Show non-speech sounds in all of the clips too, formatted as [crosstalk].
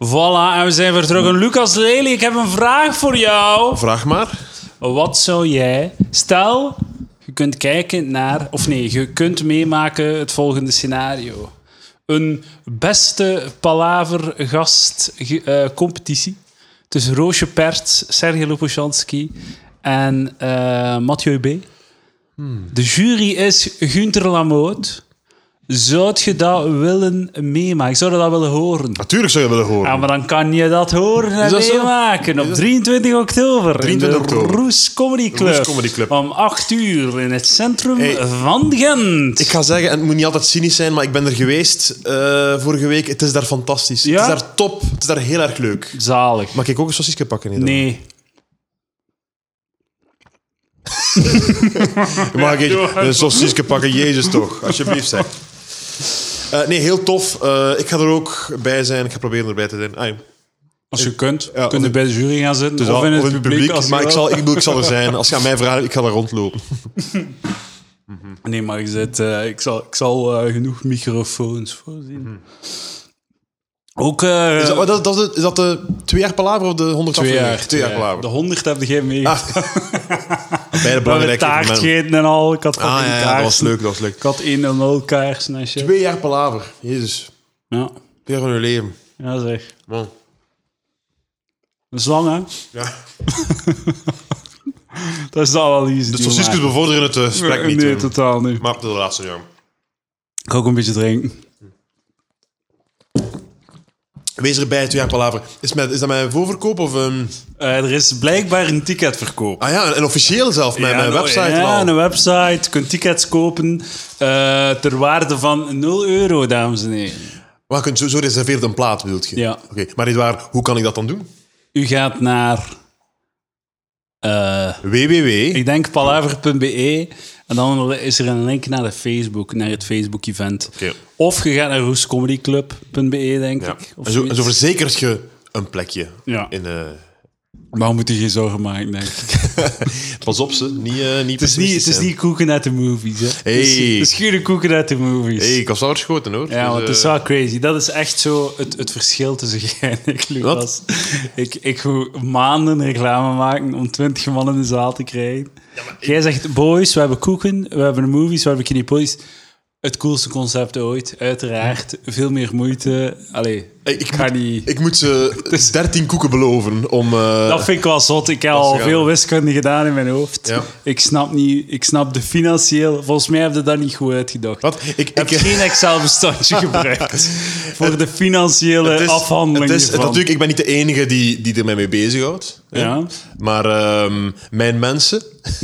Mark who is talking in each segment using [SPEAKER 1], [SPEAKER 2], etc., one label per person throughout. [SPEAKER 1] Voilà, en we zijn vertrokken. Lucas Lely, ik heb een vraag voor jou.
[SPEAKER 2] Vraag maar.
[SPEAKER 1] Wat zou jij... Stel, je kunt kijken naar... Of nee, je kunt meemaken het volgende scenario. Een beste palaver-gast-competitie tussen Roosje Perts, Sergej Lopushansky en eh, Mathieu B. De jury is Gunther Lamoot. Zou je dat willen meemaken? Zou je dat willen horen?
[SPEAKER 2] Natuurlijk zou je willen horen.
[SPEAKER 1] Ja, maar dan kan je dat horen en
[SPEAKER 2] Is dat zo?
[SPEAKER 1] meemaken op 23 oktober
[SPEAKER 2] 23
[SPEAKER 1] in de
[SPEAKER 2] oktober.
[SPEAKER 1] Roes Comedy Club.
[SPEAKER 2] Roes Comedy Club.
[SPEAKER 1] Om 8 uur in het centrum
[SPEAKER 2] Hey.
[SPEAKER 1] van Gent.
[SPEAKER 2] Ik ga zeggen, en het moet niet altijd cynisch zijn, maar ik ben er geweest eh, vorige week. Het is daar fantastisch.
[SPEAKER 1] Ja?
[SPEAKER 2] Het is daar top. Het is daar heel erg leuk.
[SPEAKER 1] Zalig.
[SPEAKER 2] Mag ik ook een sausje pakken? Edo?
[SPEAKER 1] Nee.
[SPEAKER 2] Mag ik
[SPEAKER 1] doe maar.
[SPEAKER 2] een sausje pakken? Jezus toch, alsjeblieft zeg. Eh, nee, heel tof. Eh, ik ga er ook bij zijn. Ik ga proberen erbij te zijn. Ah, ja.
[SPEAKER 1] Als je kunt,
[SPEAKER 2] Ja,
[SPEAKER 1] kun
[SPEAKER 2] of
[SPEAKER 1] je
[SPEAKER 2] ik-
[SPEAKER 1] bij de jury gaan zitten.
[SPEAKER 2] Dus
[SPEAKER 1] of
[SPEAKER 2] al-
[SPEAKER 1] in Eh, het
[SPEAKER 2] of
[SPEAKER 1] publiek. als je
[SPEAKER 2] maar ik
[SPEAKER 1] wil. Eh.
[SPEAKER 2] zal, ik, bedoel, ik zal er zijn. Als je aan mij vraagt, ik ga daar rondlopen.
[SPEAKER 1] Nee, maar ik, zit, eh, ik zal, ik zal eh, genoeg microfoons voorzien. Ook eh,
[SPEAKER 2] Hm. Is dat, maar dat, dat, is de- is dat de twee jaar palaver of de 100
[SPEAKER 1] twee
[SPEAKER 2] aflevering?
[SPEAKER 1] jaar.
[SPEAKER 2] Twee jaar
[SPEAKER 1] De
[SPEAKER 2] palaver.
[SPEAKER 1] honderd heb je mee.
[SPEAKER 2] Ah, Beide
[SPEAKER 1] we hebben
[SPEAKER 2] belangrijke
[SPEAKER 1] taart
[SPEAKER 2] evenementen.
[SPEAKER 1] gegeten en al. Ik had van
[SPEAKER 2] Ah ja, ja, dat was leuk, dat was leuk.
[SPEAKER 1] Ik had 1-0 kaarsen en shit.
[SPEAKER 2] Twee jaar palaver. Jezus.
[SPEAKER 1] Ja,
[SPEAKER 2] Twee jaar van uw leven.
[SPEAKER 1] ja zeg.
[SPEAKER 2] Man.
[SPEAKER 1] Dat is lang, hè?
[SPEAKER 2] Ja.
[SPEAKER 1] Dat is de analyse.
[SPEAKER 2] De
[SPEAKER 1] die we
[SPEAKER 2] sausjes
[SPEAKER 1] maken.
[SPEAKER 2] bevorderen het eh, gesprek niet.
[SPEAKER 1] Nee,
[SPEAKER 2] eh.
[SPEAKER 1] totaal niet.
[SPEAKER 2] Maar op de laatste jaar.
[SPEAKER 1] Ik ga ook een beetje drinken.
[SPEAKER 2] Wees erbij, twee jaar palaver. Is, met, is dat mijn voorverkoop of... ehm,
[SPEAKER 1] Eh, er is blijkbaar een ticketverkoop.
[SPEAKER 2] Ah ja, en, en officieel zelf, mijn,
[SPEAKER 1] Ja,
[SPEAKER 2] mijn
[SPEAKER 1] nou,
[SPEAKER 2] website en
[SPEAKER 1] Ja,
[SPEAKER 2] al.
[SPEAKER 1] een website. Je kunt tickets kopen eh, ter waarde van 0 euro, dames en heren.
[SPEAKER 2] Maar je kunt zo, zo reserveert een plaat, bedoelt je?
[SPEAKER 1] Ja.
[SPEAKER 2] Oké, maar Edouard, hoe kan ik dat dan doen?
[SPEAKER 1] U gaat naar, eh,
[SPEAKER 2] www.
[SPEAKER 1] ik denk, palaver.be en dan is er een link naar de Facebook, naar het Facebook-event.
[SPEAKER 2] Oké.
[SPEAKER 1] Of je gaat naar roescomedyclub.be, denk
[SPEAKER 2] Ja.
[SPEAKER 1] ik. Of
[SPEAKER 2] En zo, en
[SPEAKER 1] zoiets.
[SPEAKER 2] zo verzekert je een plekje.
[SPEAKER 1] Ja.
[SPEAKER 2] In, eh,
[SPEAKER 1] Maar we moeten geen zorgen maken, denk ik.
[SPEAKER 2] pas op, ze. Niet, eh, niet
[SPEAKER 1] Het is niet, het is niet koeken uit de movies. Hè. Het, is,
[SPEAKER 2] Hey.
[SPEAKER 1] het is gure koeken uit de movies.
[SPEAKER 2] hey, ik was wel verschoten, hoor.
[SPEAKER 1] Ja, want het is
[SPEAKER 2] eh,
[SPEAKER 1] wel crazy. Dat is echt zo het, het verschil tussen [laughs] jij en ik, Lucas. Ik, ik ga maanden reclame maken om 20 man in de zaal te krijgen. Jij zegt, boys, we hebben koeken, we hebben movies, we hebben kinepolis. Het coolste concept ooit, uiteraard. Veel meer moeite. Allee,
[SPEAKER 2] hey,
[SPEAKER 1] ik ga niet...
[SPEAKER 2] Ik
[SPEAKER 1] [laughs]
[SPEAKER 2] moet ze 13 koeken beloven om... eh,
[SPEAKER 1] Dat vind ik wel zot. Ik heb
[SPEAKER 2] is
[SPEAKER 1] al
[SPEAKER 2] raar.
[SPEAKER 1] veel wiskunde gedaan in mijn hoofd.
[SPEAKER 2] Ja.
[SPEAKER 1] Ik snap niet... Ik snap de financieel... Volgens mij heb je dat niet goed uitgedacht.
[SPEAKER 2] Wat? Ik,
[SPEAKER 1] Ik heb
[SPEAKER 2] ik,
[SPEAKER 1] geen
[SPEAKER 2] [laughs]
[SPEAKER 1] Excel-bestandje gebruikt voor de financiële
[SPEAKER 2] het is-
[SPEAKER 1] afhandeling
[SPEAKER 2] het is, het-
[SPEAKER 1] ervan.
[SPEAKER 2] natuurlijk, ik ben niet de enige die, die ermee mee bezighoudt. hè.
[SPEAKER 1] Ja.
[SPEAKER 2] Maar ehm, mijn mensen [laughs]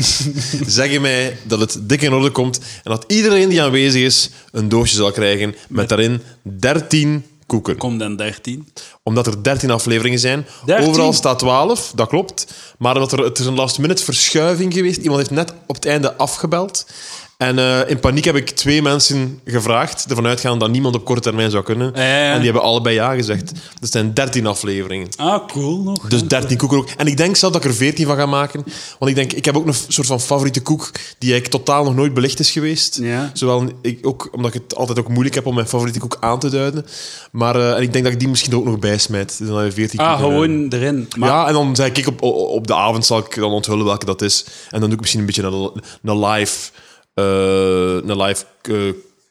[SPEAKER 2] zeggen mij dat het dik in orde komt en dat iedereen die aanwezig is een doosje zal krijgen met daarin 13 koeken.
[SPEAKER 1] Kom dan 13.
[SPEAKER 2] Omdat er 13 afleveringen zijn.
[SPEAKER 1] 13?
[SPEAKER 2] Overal staat 12, dat klopt. Maar omdat er, het is een last minute verschuiving geweest. Iemand heeft net op het einde afgebeld. En eh, in paniek heb ik twee mensen gevraagd, ervan uitgaan dat niemand op korte termijn zou kunnen.
[SPEAKER 1] Ja, ja, ja.
[SPEAKER 2] En die hebben allebei ja gezegd. Dat zijn 13 afleveringen.
[SPEAKER 1] Ah, cool nog.
[SPEAKER 2] Dus 13 koeken ook. En ik denk zelf dat ik er 14 van ga maken. Want ik denk, ik heb ook een f- soort van favoriete koek die eigenlijk totaal nog nooit belicht is geweest.
[SPEAKER 1] Ja.
[SPEAKER 2] Zowel ik, ook, omdat ik het altijd ook moeilijk heb om mijn favoriete koek aan te duiden. Maar eh, en ik denk dat ik die misschien er ook nog bij smijt. Dus dan heb je 14
[SPEAKER 1] ah,
[SPEAKER 2] koeken, eh.
[SPEAKER 1] gewoon erin. Maar
[SPEAKER 2] Ja, en dan zeg ik op, o- op de avond zal ik dan onthullen welke dat is. En dan doe ik misschien een beetje een, een live, eh, een live eh,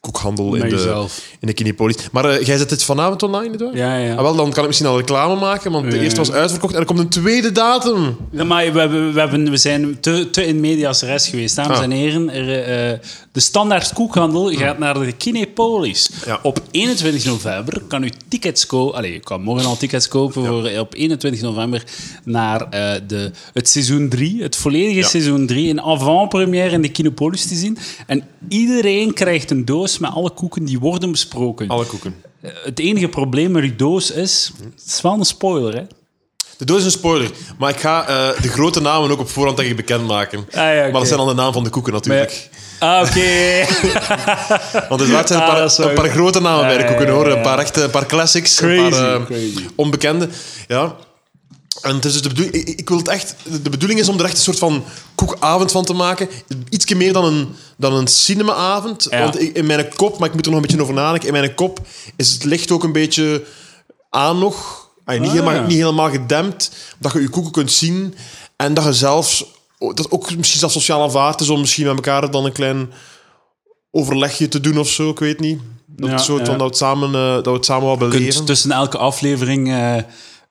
[SPEAKER 2] koekhandel in
[SPEAKER 1] Met
[SPEAKER 2] de,
[SPEAKER 1] jezelf.
[SPEAKER 2] in de Kinepolis. Maar eh, jij zet dit vanavond online, nietwaar?
[SPEAKER 1] Ja, ja.
[SPEAKER 2] Ah, wel, dan kan ik misschien al reclame maken, want de
[SPEAKER 1] Ja.
[SPEAKER 2] eerste was uitverkocht. En er komt een tweede datum.
[SPEAKER 1] Ja, maar we, hebben, we, hebben, we zijn te, te in medias res geweest, dames
[SPEAKER 2] Ah.
[SPEAKER 1] en heren. Er, eh, de standaard koekhandel gaat naar de Kinepolis.
[SPEAKER 2] Ja.
[SPEAKER 1] Op 21 november kan u tickets kopen. Allee, je kan morgen al tickets kopen voor eh, op 21 november naar eh, de, het seizoen 3, het volledige
[SPEAKER 2] Ja.
[SPEAKER 1] seizoen 3, in avant-première in de Kinepolis te zien. En iedereen krijgt een doos met alle koeken die worden besproken.
[SPEAKER 2] Alle koeken.
[SPEAKER 1] Eh, Het enige probleem met die doos is, het is wel een spoiler, hè?
[SPEAKER 2] De doos is een spoiler, maar ik ga eh, de grote namen ook op voorhand tegen je bekendmaken.
[SPEAKER 1] Ah, ja, oké.
[SPEAKER 2] Maar dat zijn al de naam van de koeken natuurlijk.
[SPEAKER 1] Ah, oké.
[SPEAKER 2] Want er zijn een
[SPEAKER 1] Ah,
[SPEAKER 2] paar,
[SPEAKER 1] dat is wel
[SPEAKER 2] een paar
[SPEAKER 1] goed.
[SPEAKER 2] grote namen bij de
[SPEAKER 1] Ja,
[SPEAKER 2] koeken,
[SPEAKER 1] ja,
[SPEAKER 2] hoor.
[SPEAKER 1] ja,
[SPEAKER 2] Een
[SPEAKER 1] ja.
[SPEAKER 2] paar echte, een paar classics, een paar
[SPEAKER 1] Crazy,
[SPEAKER 2] eh,
[SPEAKER 1] crazy.
[SPEAKER 2] onbekende. Ja. En het is dus de bedoeling, ik, ik wil het echt, de bedoeling is om er echt een soort van koekavond van te maken. Ietsje meer dan een, dan een cinemaavond.
[SPEAKER 1] Ja.
[SPEAKER 2] Want ik- in mijn kop, maar ik moet er nog een beetje over nadenken, in mijn kop is het licht ook een beetje aan nog. Ay, niet,
[SPEAKER 1] Ah.
[SPEAKER 2] helemaal, niet helemaal gedempt. Dat je je koeken kunt zien. En dat je zelfs... Dat ook misschien zelfs sociaal aanvaard is om misschien met elkaar dan een klein overlegje te doen of zo. Ik weet niet. Dat,
[SPEAKER 1] Ja,
[SPEAKER 2] het soort
[SPEAKER 1] ja.
[SPEAKER 2] van, dat, we het samen, eh, dat we het samen wat
[SPEAKER 1] Je
[SPEAKER 2] beleven.
[SPEAKER 1] kunt tussen elke aflevering eh,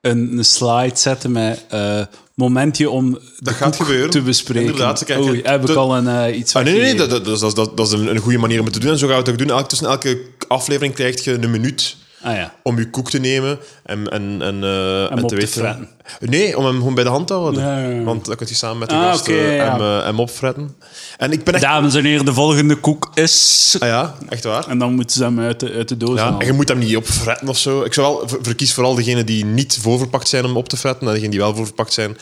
[SPEAKER 1] een, een slide zetten met eh, momentje om
[SPEAKER 2] Dat gaat gebeuren.
[SPEAKER 1] te bespreken.
[SPEAKER 2] Inderdaad, ze kijken
[SPEAKER 1] Oei, heb ik
[SPEAKER 2] te-
[SPEAKER 1] al een, eh, iets
[SPEAKER 2] Ah, nee, nee, nee,
[SPEAKER 1] weggegeven?
[SPEAKER 2] dat, dat, dat, is- dat, dat is een, een goede manier om het te doen. En zo gaan we het ook doen. Elk, tussen elke aflevering krijg je een minuut
[SPEAKER 1] Ah ja.
[SPEAKER 2] om je koek te nemen en, en, en, eh,
[SPEAKER 1] op te
[SPEAKER 2] weten-
[SPEAKER 1] fretten.
[SPEAKER 2] Nee, om hem gewoon bij de hand te houden.
[SPEAKER 1] Ja, ja, ja.
[SPEAKER 2] Want dan kun je samen met de
[SPEAKER 1] Ah,
[SPEAKER 2] gasten
[SPEAKER 1] oké, ja.
[SPEAKER 2] hem, eh, hem opfretten. En ik ben echt...
[SPEAKER 1] Dames en heren, de volgende koek is...
[SPEAKER 2] Ah ja, echt waar.
[SPEAKER 1] En dan moeten ze hem uit de, uit de doos
[SPEAKER 2] Ja,
[SPEAKER 1] halen.
[SPEAKER 2] en je moet hem niet opfretten of zo. Ik zou wel ver- verkies vooral degenen die niet voorverpakt zijn om op te fretten. En degenen die wel voorverpakt zijn,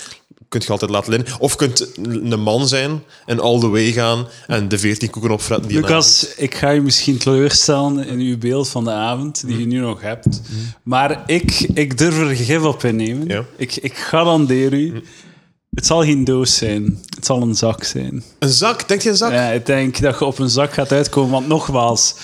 [SPEAKER 2] kunt je altijd laten liggen. Of je kunt een man zijn en all the way gaan en de veertien koeken opfretten. Die je na-
[SPEAKER 1] Lucas, ik ga je misschien teleurstellen in uw beeld van de avond,
[SPEAKER 2] Mm.
[SPEAKER 1] die je nu nog hebt. Maar ik, ik durf er gif op innemen.
[SPEAKER 2] Ja. Mm.
[SPEAKER 1] Ik, ik garandeer u, het zal geen doos zijn. Het zal een zak zijn.
[SPEAKER 2] Een zak? Denk je een zak?
[SPEAKER 1] Ja, ik denk dat je op een zak gaat uitkomen, want nogmaals...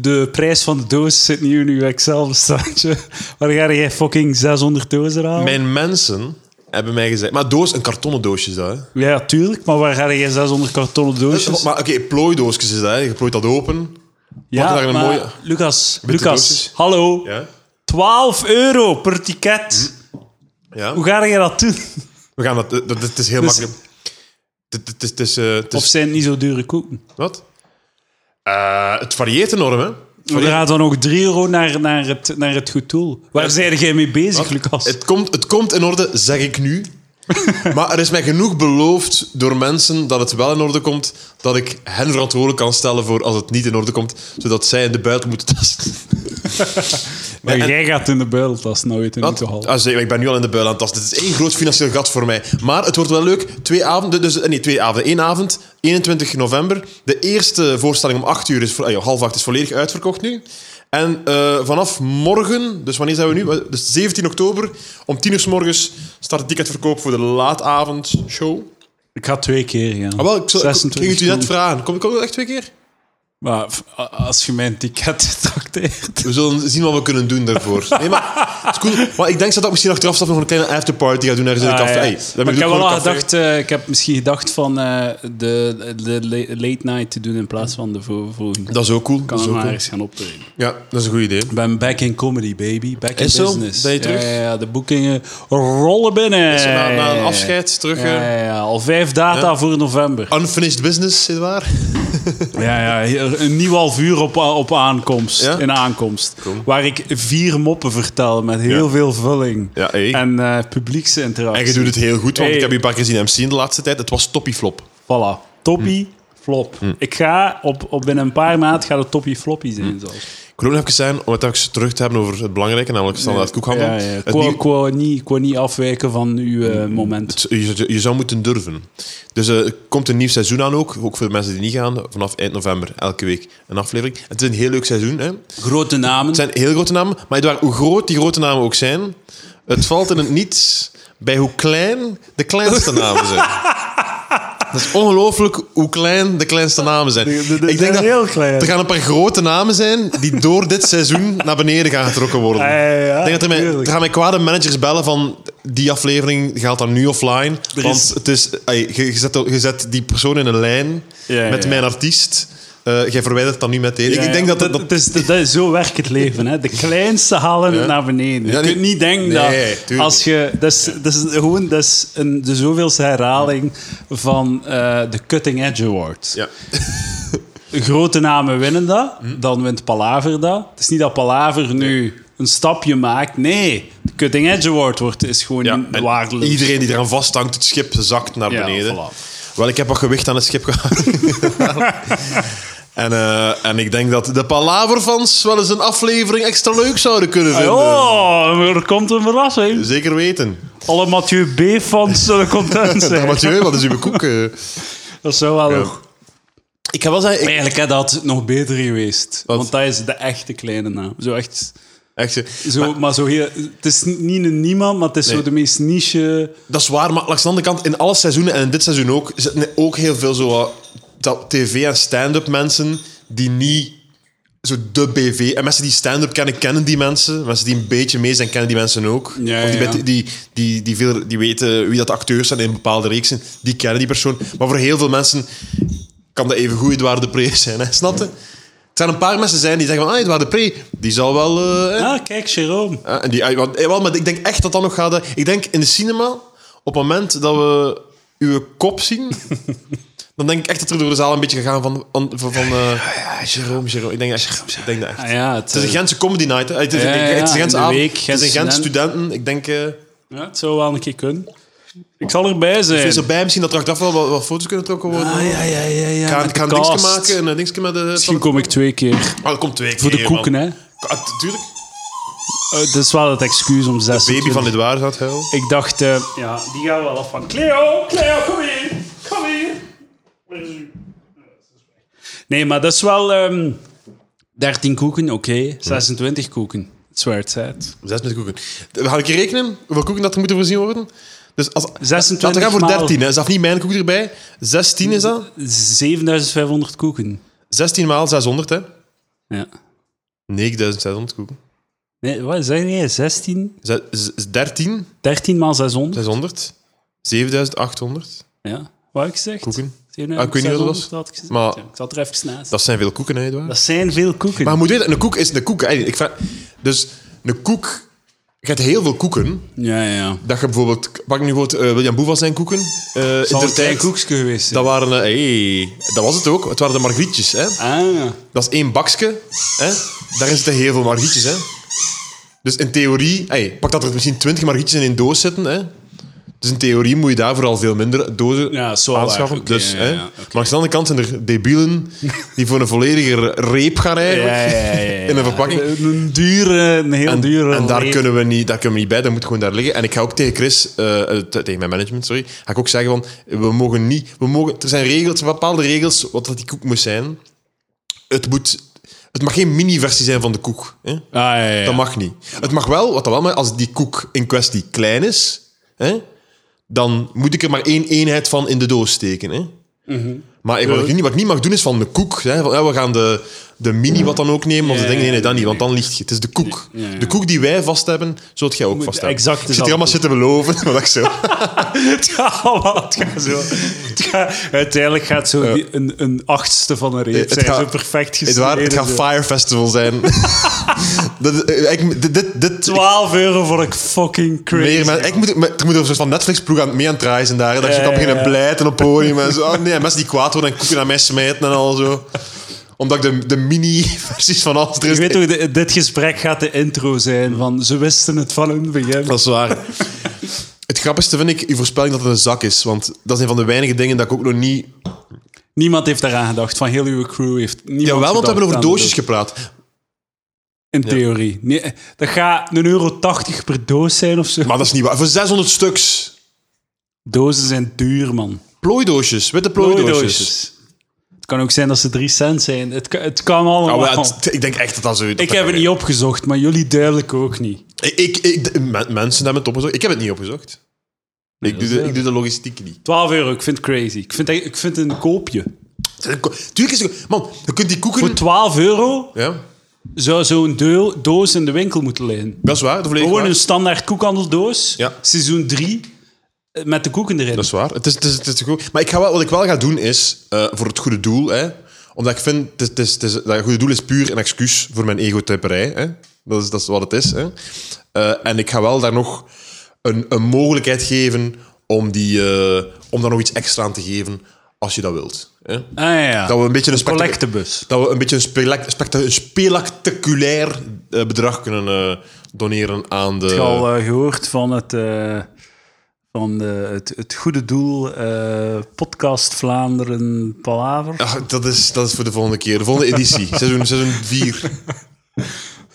[SPEAKER 1] De prijs van de doos zit niet in uw Excel-bestandje. Waar ga jij fucking 600 dozen halen?
[SPEAKER 2] Mijn mensen hebben mij gezegd... Maar doos, een kartonnen doosje is dat, hè?
[SPEAKER 1] Ja, tuurlijk, maar waar ga jij 600 kartonnen doosjes?
[SPEAKER 2] Maar oké, plooidoosjes is dat, hè? Je plooit dat open.
[SPEAKER 1] Ja,
[SPEAKER 2] daar een
[SPEAKER 1] maar
[SPEAKER 2] mooie-
[SPEAKER 1] Lucas,
[SPEAKER 2] Witte
[SPEAKER 1] Lucas,
[SPEAKER 2] doosjes.
[SPEAKER 1] hallo.
[SPEAKER 2] Ja.
[SPEAKER 1] 12 euro per ticket.
[SPEAKER 2] ja.
[SPEAKER 1] Hoe ga je dat doen?
[SPEAKER 2] We gaan dat... dat, dat- het is heel
[SPEAKER 1] Dus-
[SPEAKER 2] makkelijk. Het- Het is... Het is, eh, het
[SPEAKER 1] Of
[SPEAKER 2] is
[SPEAKER 1] zijn het niet zo dure koeken?
[SPEAKER 2] wat? Eh, het varieert enorm, hè? Het
[SPEAKER 1] Er
[SPEAKER 2] varieert-
[SPEAKER 1] gaat dan ook 3 euro naar, naar, het, naar het goed doel. Waar zijn jij mee bezig, Lucas?
[SPEAKER 2] Het komt, het komt in orde, zeg ik nu. maar er is mij genoeg beloofd door mensen dat het wel in orde komt, dat ik hen verantwoordelijk kan stellen voor als het niet in orde komt, zodat zij in de buiten moeten tasten.
[SPEAKER 1] maar
[SPEAKER 2] Ja, en-
[SPEAKER 1] jij gaat in de buideltas nooit in
[SPEAKER 2] Wat?
[SPEAKER 1] de hal.
[SPEAKER 2] Ah, zeker, ik ben nu al in de buil aan het tasten. Het is één groot financieel gat voor mij. Maar het wordt wel leuk. Twee avonden, dus, eh, nee, twee avonden. Eén avond, 21 november. De eerste voorstelling om 8 uur is, vo- ah, ja, half acht is volledig uitverkocht nu. En eh, vanaf morgen, dus wanneer zijn we nu? Dus 17 oktober, om 10 uur s morgens start het ticketverkoop voor de laatavondshow.
[SPEAKER 1] Ik ga twee keer gaan.
[SPEAKER 2] Ah, wel, ik, zou, ik,
[SPEAKER 1] 26
[SPEAKER 2] ging het u net
[SPEAKER 1] euro.
[SPEAKER 2] vragen. Kom, kom echt twee keer?
[SPEAKER 1] Maar f- a- als je mijn ticket [laughs] trakteert...
[SPEAKER 2] We zullen zien wat we kunnen doen [laughs] daarvoor. Nee, maar, het is cool. maar ik denk dat ik misschien achteraf zelf nog een kleine afterparty ga doen ergens in een
[SPEAKER 1] Ah,
[SPEAKER 2] café.
[SPEAKER 1] ja.
[SPEAKER 2] Hey,
[SPEAKER 1] Maar
[SPEAKER 2] dat
[SPEAKER 1] ik
[SPEAKER 2] bedoel
[SPEAKER 1] heb
[SPEAKER 2] gewoon
[SPEAKER 1] wel
[SPEAKER 2] een
[SPEAKER 1] al
[SPEAKER 2] café.
[SPEAKER 1] gedacht, eh, ik heb misschien gedacht van eh, de, de la- late night te doen in plaats van de vo- volgende.
[SPEAKER 2] Dat is ook cool.
[SPEAKER 1] Kan
[SPEAKER 2] dat is
[SPEAKER 1] er
[SPEAKER 2] ook
[SPEAKER 1] maar
[SPEAKER 2] cool.
[SPEAKER 1] eens gaan optreden.
[SPEAKER 2] Ja, dat is een goed idee.
[SPEAKER 1] Ik ben back in comedy, baby. Back in
[SPEAKER 2] Is zo?
[SPEAKER 1] business.
[SPEAKER 2] Ben je terug?
[SPEAKER 1] Ja, ja, ja, de boekingen rollen binnen.
[SPEAKER 2] Is er na, na een afscheid terug...
[SPEAKER 1] Ja,
[SPEAKER 2] eh,
[SPEAKER 1] ja, ja, al vijf data voor november.
[SPEAKER 2] unfinished business, is waar?
[SPEAKER 1] Ja, ja, hier, een nieuw half uur op, eh, op aankomst.
[SPEAKER 2] Ja?
[SPEAKER 1] In aankomst. Waar ik vier moppen vertel met heel
[SPEAKER 2] Ja.
[SPEAKER 1] veel vulling.
[SPEAKER 2] Ja, hey.
[SPEAKER 1] En publiekse publieksinteractie.
[SPEAKER 2] En je doet het heel goed, want
[SPEAKER 1] Hey.
[SPEAKER 2] ik heb je een paar keer zien hem zien de laatste tijd. Het was toppieflop.
[SPEAKER 1] Voilà. Toppie,
[SPEAKER 2] Hm.
[SPEAKER 1] flop. Ik ga op, op binnen een paar maanden gaat het toppie floppy
[SPEAKER 2] Hm.
[SPEAKER 1] zijn zelfs.
[SPEAKER 2] Ik wil ook nog even zijn, om het even terug te hebben over het belangrijke, namelijk standaard koekhandel.
[SPEAKER 1] Ja, ja. Ik
[SPEAKER 2] Het
[SPEAKER 1] wou-
[SPEAKER 2] nieuw- Hm.
[SPEAKER 1] Ik wou niet, ik wou niet afwijken van uw eh, moment.
[SPEAKER 2] je, zou- je zou moeten durven. Dus eh, er komt een nieuw seizoen aan ook, ook voor de mensen die niet gaan, vanaf eind november, elke week een aflevering. Het is een heel leuk seizoen. Hè?
[SPEAKER 1] Grote namen.
[SPEAKER 2] Het zijn heel grote namen, maar Edouard, hoe groot die grote namen ook zijn, het valt in het niets bij hoe klein de
[SPEAKER 1] [laughs]
[SPEAKER 2] kleinste namen zijn. Dat is ongelooflijk hoe klein de kleinste namen zijn.
[SPEAKER 1] de- de- zijn heel klein.
[SPEAKER 2] Er gaan een paar grote namen zijn die door dit seizoen naar beneden gaan getrokken worden.
[SPEAKER 1] Ja, ja, ja,
[SPEAKER 2] Ik denk dat er, mij,
[SPEAKER 1] tuurlijk.
[SPEAKER 2] er gaan mij kwade managers bellen van die aflevering gaat dan nu offline.
[SPEAKER 1] is-
[SPEAKER 2] Want het is, ey, je, je zet, je zet die persoon in een lijn
[SPEAKER 1] Ja, ja,
[SPEAKER 2] met
[SPEAKER 1] ja.
[SPEAKER 2] mijn artiest. Eh, jij verwijdert dat nu meteen.
[SPEAKER 1] Ja,
[SPEAKER 2] ik denk
[SPEAKER 1] ja,
[SPEAKER 2] dat, dat,
[SPEAKER 1] het is, dat is- zo werkt het leven. Hè. De kleinste halen het naar beneden.
[SPEAKER 2] Ja,
[SPEAKER 1] je
[SPEAKER 2] nee.
[SPEAKER 1] kunt niet denken
[SPEAKER 2] Nee,
[SPEAKER 1] dat
[SPEAKER 2] tuurlijk.
[SPEAKER 1] als je... Dat is, dat is gewoon dat is een, de zoveelste herhaling van eh, de Cutting Edge Award.
[SPEAKER 2] Ja. Hm?
[SPEAKER 1] Grote namen winnen dat, dan wint Palaver dat. Het is niet dat Palaver nu een stapje maakt. Nee, de Cutting Edge Award wordt, is gewoon
[SPEAKER 2] en
[SPEAKER 1] waardeloos.
[SPEAKER 2] Iedereen die eraan vasthangt, het schip zakt naar
[SPEAKER 1] Ja,
[SPEAKER 2] beneden.
[SPEAKER 1] voilà.
[SPEAKER 2] Wel, ik heb wat gewicht aan het schip gehad.
[SPEAKER 1] [laughs]
[SPEAKER 2] en, eh, en ik denk dat de Palaverfans wel eens een aflevering extra leuk zouden kunnen
[SPEAKER 1] Ah,
[SPEAKER 2] vinden.
[SPEAKER 1] Oh,
[SPEAKER 2] eh.
[SPEAKER 1] er komt een verrassing.
[SPEAKER 2] Zeker weten.
[SPEAKER 1] Alle Mathieu B-fans zullen
[SPEAKER 2] [laughs]
[SPEAKER 1] content
[SPEAKER 2] Ja,
[SPEAKER 1] zijn.
[SPEAKER 2] Mathieu, wat is uw koek? eh?
[SPEAKER 1] Dat zou wel
[SPEAKER 2] Ja.
[SPEAKER 1] nog-
[SPEAKER 2] Ik heb wel zeggen... ik-
[SPEAKER 1] Eigenlijk hè, dat had het nog beter geweest.
[SPEAKER 2] Wat?
[SPEAKER 1] Want dat is de echte kleine naam. Zo echt.
[SPEAKER 2] echt, eh.
[SPEAKER 1] Zo, maar, zo heel, het is niet een niemand, maar het is
[SPEAKER 2] Nee.
[SPEAKER 1] zo de meest niche.
[SPEAKER 2] dat is waar, maar langs de andere kant, in alle seizoenen en in dit seizoen ook, eh, zitten er ook heel veel zo wat ta- tv- en stand-up mensen die niet zo de BV. En mensen die stand-up kennen, kennen die mensen. Mensen die een beetje mee zijn, kennen die mensen ook.
[SPEAKER 1] Ja,
[SPEAKER 2] of die,
[SPEAKER 1] ja.
[SPEAKER 2] met- die, die, die, veel, die weten wie dat de acteurs zijn in bepaalde reeksen. Die kennen die persoon. Maar voor heel veel mensen kan dat even goed Edouard de Pre [laughs] zijn. Hè? Snap je? Er zijn een paar mensen zijn die zeggen van... Ah, Edouard de Pre, die zal wel... eh,
[SPEAKER 1] Ah, kijk, Jerome.
[SPEAKER 2] ja, en die, ah, want- eh, wel, maar ik denk echt dat dat nog gaat. eh, Ik denk in de cinema, op het moment dat we uw kop zien, dan denk ik echt dat er door de zaal een beetje gegaan van. van, van eh, Jerome, Jerome. Ik denk, echt, ik denk dat echt.
[SPEAKER 1] Ah, ja,
[SPEAKER 2] Het is een Gentse comedy night. hè. Het is,
[SPEAKER 1] Ja, ja,
[SPEAKER 2] het is een
[SPEAKER 1] in
[SPEAKER 2] Gentse
[SPEAKER 1] de
[SPEAKER 2] avond.
[SPEAKER 1] week,
[SPEAKER 2] het is
[SPEAKER 1] Gentse
[SPEAKER 2] een Gentse
[SPEAKER 1] studenten.
[SPEAKER 2] studenten. Ik denk. eh
[SPEAKER 1] Ja, het zou wel een keer kunnen. Ik zal erbij zijn.
[SPEAKER 2] is erbij misschien dat er achteraf wel wat, wat foto's kunnen trokken worden.
[SPEAKER 1] Ah, ja, ja, ja. ja
[SPEAKER 2] Ik ga,
[SPEAKER 1] met
[SPEAKER 2] ik ga
[SPEAKER 1] de
[SPEAKER 2] een dingetje
[SPEAKER 1] cast.
[SPEAKER 2] maken. Een dingetje met de.
[SPEAKER 1] Misschien kom ik twee keer.
[SPEAKER 2] Oh, dat komt twee keer.
[SPEAKER 1] Voor de koeken,
[SPEAKER 2] man.
[SPEAKER 1] hè.
[SPEAKER 2] Ah, Natuurlijk.
[SPEAKER 1] Eh, dat is wel het excuus om zes
[SPEAKER 2] Baby van Edouard gaat huilen.
[SPEAKER 1] Ik dacht, eh, ja, die gaan wel af van. Cleo, Cleo, kom hier. Kom hier. Waar is u? Nee, maar dat is wel ehm 13 koeken, oké. 26 koeken. Het zwaar het zet.
[SPEAKER 2] Zes met koeken. We gaan een keer rekenen hoeveel koeken dat er moeten voorzien worden. Dus als,
[SPEAKER 1] 26
[SPEAKER 2] Laten we gaan voor
[SPEAKER 1] maal-
[SPEAKER 2] 13. Hè. Is dat niet mijn koek erbij? 16 is dat?
[SPEAKER 1] 7500 koeken.
[SPEAKER 2] 16 maal 600, hè?
[SPEAKER 1] Ja.
[SPEAKER 2] 9600 koeken.
[SPEAKER 1] Nee, wat zeg je? 16?
[SPEAKER 2] Ze- z- 13,
[SPEAKER 1] 13 maal 600?
[SPEAKER 2] 600, 7800
[SPEAKER 1] Ja. Wat heb ik gezegd?
[SPEAKER 2] koeken.
[SPEAKER 1] Zeven-
[SPEAKER 2] Ah, ik weet niet wat dat was.
[SPEAKER 1] 600 had ik gezegd.
[SPEAKER 2] Maar-
[SPEAKER 1] Ja, ik zat er even naast.
[SPEAKER 2] Dat zijn veel koeken, hè, Edouard?
[SPEAKER 1] Dat zijn veel koeken.
[SPEAKER 2] Maar je moet weten, een koek is een koek. Hè. Ik vraag- dus een koek... Je hebt heel veel koeken.
[SPEAKER 1] Ja, ja, ja.
[SPEAKER 2] Dat je bijvoorbeeld... Pak nu bijvoorbeeld eh, William Boeva zijn koeken. eh in
[SPEAKER 1] Zal
[SPEAKER 2] de
[SPEAKER 1] het een
[SPEAKER 2] tijd.
[SPEAKER 1] koekje geweest zijn?
[SPEAKER 2] Dat waren... eh, hey, dat was het ook. Het waren de margrietjes, hè?
[SPEAKER 1] Ah, ja.
[SPEAKER 2] Dat is één bakje. Hè? Daarin zitten heel veel margietjes. Hè? Dus in theorie... Hey, pak dat er misschien twintig margietjes in een doos zitten. Hè? Dus in theorie moet je daarvoor al veel minder dozen
[SPEAKER 1] Ja, zo waar.
[SPEAKER 2] aanschaffen.
[SPEAKER 1] Oké,
[SPEAKER 2] dus,
[SPEAKER 1] ja,
[SPEAKER 2] hè?
[SPEAKER 1] ja, oké.
[SPEAKER 2] Maar aan de andere kant zijn er debielen die voor een volledige reep gaan eigenlijk. [laughs] In een verpakking.
[SPEAKER 1] Een dure, een heel
[SPEAKER 2] En,
[SPEAKER 1] dure.
[SPEAKER 2] en daar,
[SPEAKER 1] reep.
[SPEAKER 2] kunnen we niet, daar kunnen we niet bij, dat moet gewoon daar liggen. En ik ga ook tegen Chris, eh, eh, te- tegen mijn management, sorry, ga ik ook zeggen van, we mogen niet, we mogen, er zijn regels, bepaalde regels wat dat die koek moet zijn. Het moet, het mag geen mini-versie zijn van de koek. Hè?
[SPEAKER 1] Ah, ja, ja, ja.
[SPEAKER 2] Dat mag niet. Het mag wel, wat dan wel, maar als die koek in kwestie klein is, hè, dan moet ik er maar één eenheid van in de doos steken. Hè?
[SPEAKER 1] Mhm.
[SPEAKER 2] Maar ik- wat, ik niet, wat ik niet mag doen is van de koek. Hè, van, ja, we gaan de, de mini wat dan ook nemen. Of
[SPEAKER 1] Ja,
[SPEAKER 2] de dingen, nee, nee,
[SPEAKER 1] ja,
[SPEAKER 2] dat niet, want dan ligt je. Het is de koek.
[SPEAKER 1] Ja, ja.
[SPEAKER 2] De koek die wij vast hebben, zult jij ook vast hebben.
[SPEAKER 1] exact
[SPEAKER 2] ik zit
[SPEAKER 1] dezelfde
[SPEAKER 2] helemaal zitten beloven. [laughs] Maar dat ik zo.
[SPEAKER 1] [laughs] het gaat allemaal- het gaat zo. Het gaat- uiteindelijk gaat zo die- een, een achtste van een reep
[SPEAKER 2] Eh. Het
[SPEAKER 1] zijn.
[SPEAKER 2] gaat-
[SPEAKER 1] zo perfect
[SPEAKER 2] Het,
[SPEAKER 1] gesneden.
[SPEAKER 2] waar, het gaat
[SPEAKER 1] zo.
[SPEAKER 2] Fire Festival zijn. [laughs] dat, is- eh, ik, dit, dit, dit-
[SPEAKER 1] 12 euro voor een fucking crazy.
[SPEAKER 2] meer men- ik moet, maar er moet een soort van Netflix-ploeg aan, mee aan het draaien zijn daar. hè, Dat je
[SPEAKER 1] Ja,
[SPEAKER 2] kan
[SPEAKER 1] ja,
[SPEAKER 2] beginnen
[SPEAKER 1] ja.
[SPEAKER 2] pleiten op het podium [laughs] en zo. Ah, nee, mensen die kwaad worden en koeken naar mij smijten en al zo. Omdat ik de, de mini-versies van alles er
[SPEAKER 1] Je
[SPEAKER 2] is.
[SPEAKER 1] weet hoe de- dit gesprek gaat de intro zijn van ze wisten het van hun begin.
[SPEAKER 2] Dat is waar. Het grappigste vind ik uw voorspelling dat het een zak is. Want dat is een van de weinige dingen dat ik ook nog niet...
[SPEAKER 1] Niemand heeft daaraan gedacht. Van heel uw crew heeft niemand
[SPEAKER 2] Jawel, want we
[SPEAKER 1] gedacht
[SPEAKER 2] hebben over
[SPEAKER 1] aan de
[SPEAKER 2] doosjes gepraat.
[SPEAKER 1] In theorie. Nee, dat gaat 1,80 euro per doos zijn of zo.
[SPEAKER 2] Maar dat is niet waar. Voor 600 stuks.
[SPEAKER 1] Dozen zijn duur, man.
[SPEAKER 2] Plooidoosjes. Witte plooidoosjes.
[SPEAKER 1] Het kan ook zijn dat ze 3 cent zijn. Het, kan- het kan allemaal.
[SPEAKER 2] Oh, maar het- ik denk echt dat dat zo...
[SPEAKER 1] ik heb het niet opgezocht, maar jullie duidelijk ook niet.
[SPEAKER 2] Ik, ik, ik- men- mensen hebben het opgezocht. Ik heb het niet opgezocht. ik, doe de, ik doe de logistiek niet.
[SPEAKER 1] 12 euro, ik vind het crazy. Ik vind, ik vind het een koopje.
[SPEAKER 2] Tuurlijk is het... Man, je kunt die
[SPEAKER 1] Voor
[SPEAKER 2] koeken...
[SPEAKER 1] 12 euro
[SPEAKER 2] Ja,
[SPEAKER 1] zou zo'n deel- doos in de winkel moeten liggen.
[SPEAKER 2] dat is waar. Dat, is volledig
[SPEAKER 1] Gewoon
[SPEAKER 2] waar.
[SPEAKER 1] een standaard koekhandeldoos,
[SPEAKER 2] Ja.
[SPEAKER 1] seizoen 3, met de koeken erin.
[SPEAKER 2] dat is waar. Het is, het is, het is goed. Maar ik ga wel, wat ik wel ga doen is, eh, voor het goede doel... Hè, omdat ik vind, het, is- het, is, het, is- dat het goede doel is puur een excuus voor mijn egotyperij. Hè. Dat, is, dat is wat het is. Hè. Eh, en ik ga wel daar nog een, een mogelijkheid geven om, die, eh, om daar nog iets extra aan te geven, als je dat wilt. Hè.
[SPEAKER 1] Ah ja, ja.
[SPEAKER 2] Dat Eh. we een beetje een spectac-
[SPEAKER 1] collectebus.
[SPEAKER 2] Dat we een beetje een spelak- specta- een spectaculair eh, bedrag kunnen eh, doneren aan de.
[SPEAKER 1] Ik heb al eh, gehoord van het, eh, van de, het, het goede doel eh, podcast Vlaanderen Palaver.
[SPEAKER 2] Ach, dat, is, dat is voor de volgende keer. De volgende
[SPEAKER 1] [laughs]
[SPEAKER 2] editie. seizoen, seizoen 4.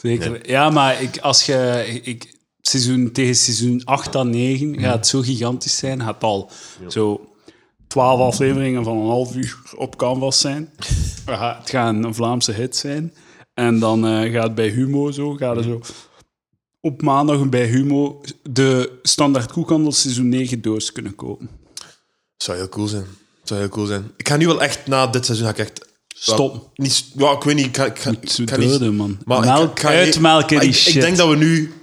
[SPEAKER 1] Zeker. Ja, maar ik, als je ik, seizoen, tegen seizoen 8 à 9
[SPEAKER 2] Mhm.
[SPEAKER 1] gaat het zo gigantisch zijn. Gaat al zo 12 afleveringen van een half uur op canvas zijn.
[SPEAKER 2] [laughs]
[SPEAKER 1] We gaan- Het gaat een Vlaamse hit zijn. En dan eh, gaat bij Humo zo, gaat er
[SPEAKER 2] Mhm.
[SPEAKER 1] zo op maandag bij Humo de standaard koekhandel seizoen 9 doos kunnen kopen.
[SPEAKER 2] Zou heel cool zijn. Zou heel cool zijn. Ik ga nu wel echt na dit seizoen. Ga ik echt
[SPEAKER 1] Stop.
[SPEAKER 2] Niet, ja, ik weet niet. Ik, ga- ik, ga-
[SPEAKER 1] Moet ze
[SPEAKER 2] ik ga niet-
[SPEAKER 1] doden, man.
[SPEAKER 2] ik-
[SPEAKER 1] Melk-
[SPEAKER 2] ik ga-
[SPEAKER 1] uitmelken
[SPEAKER 2] maar
[SPEAKER 1] die
[SPEAKER 2] ik,
[SPEAKER 1] shit.
[SPEAKER 2] Ik denk dat we nu,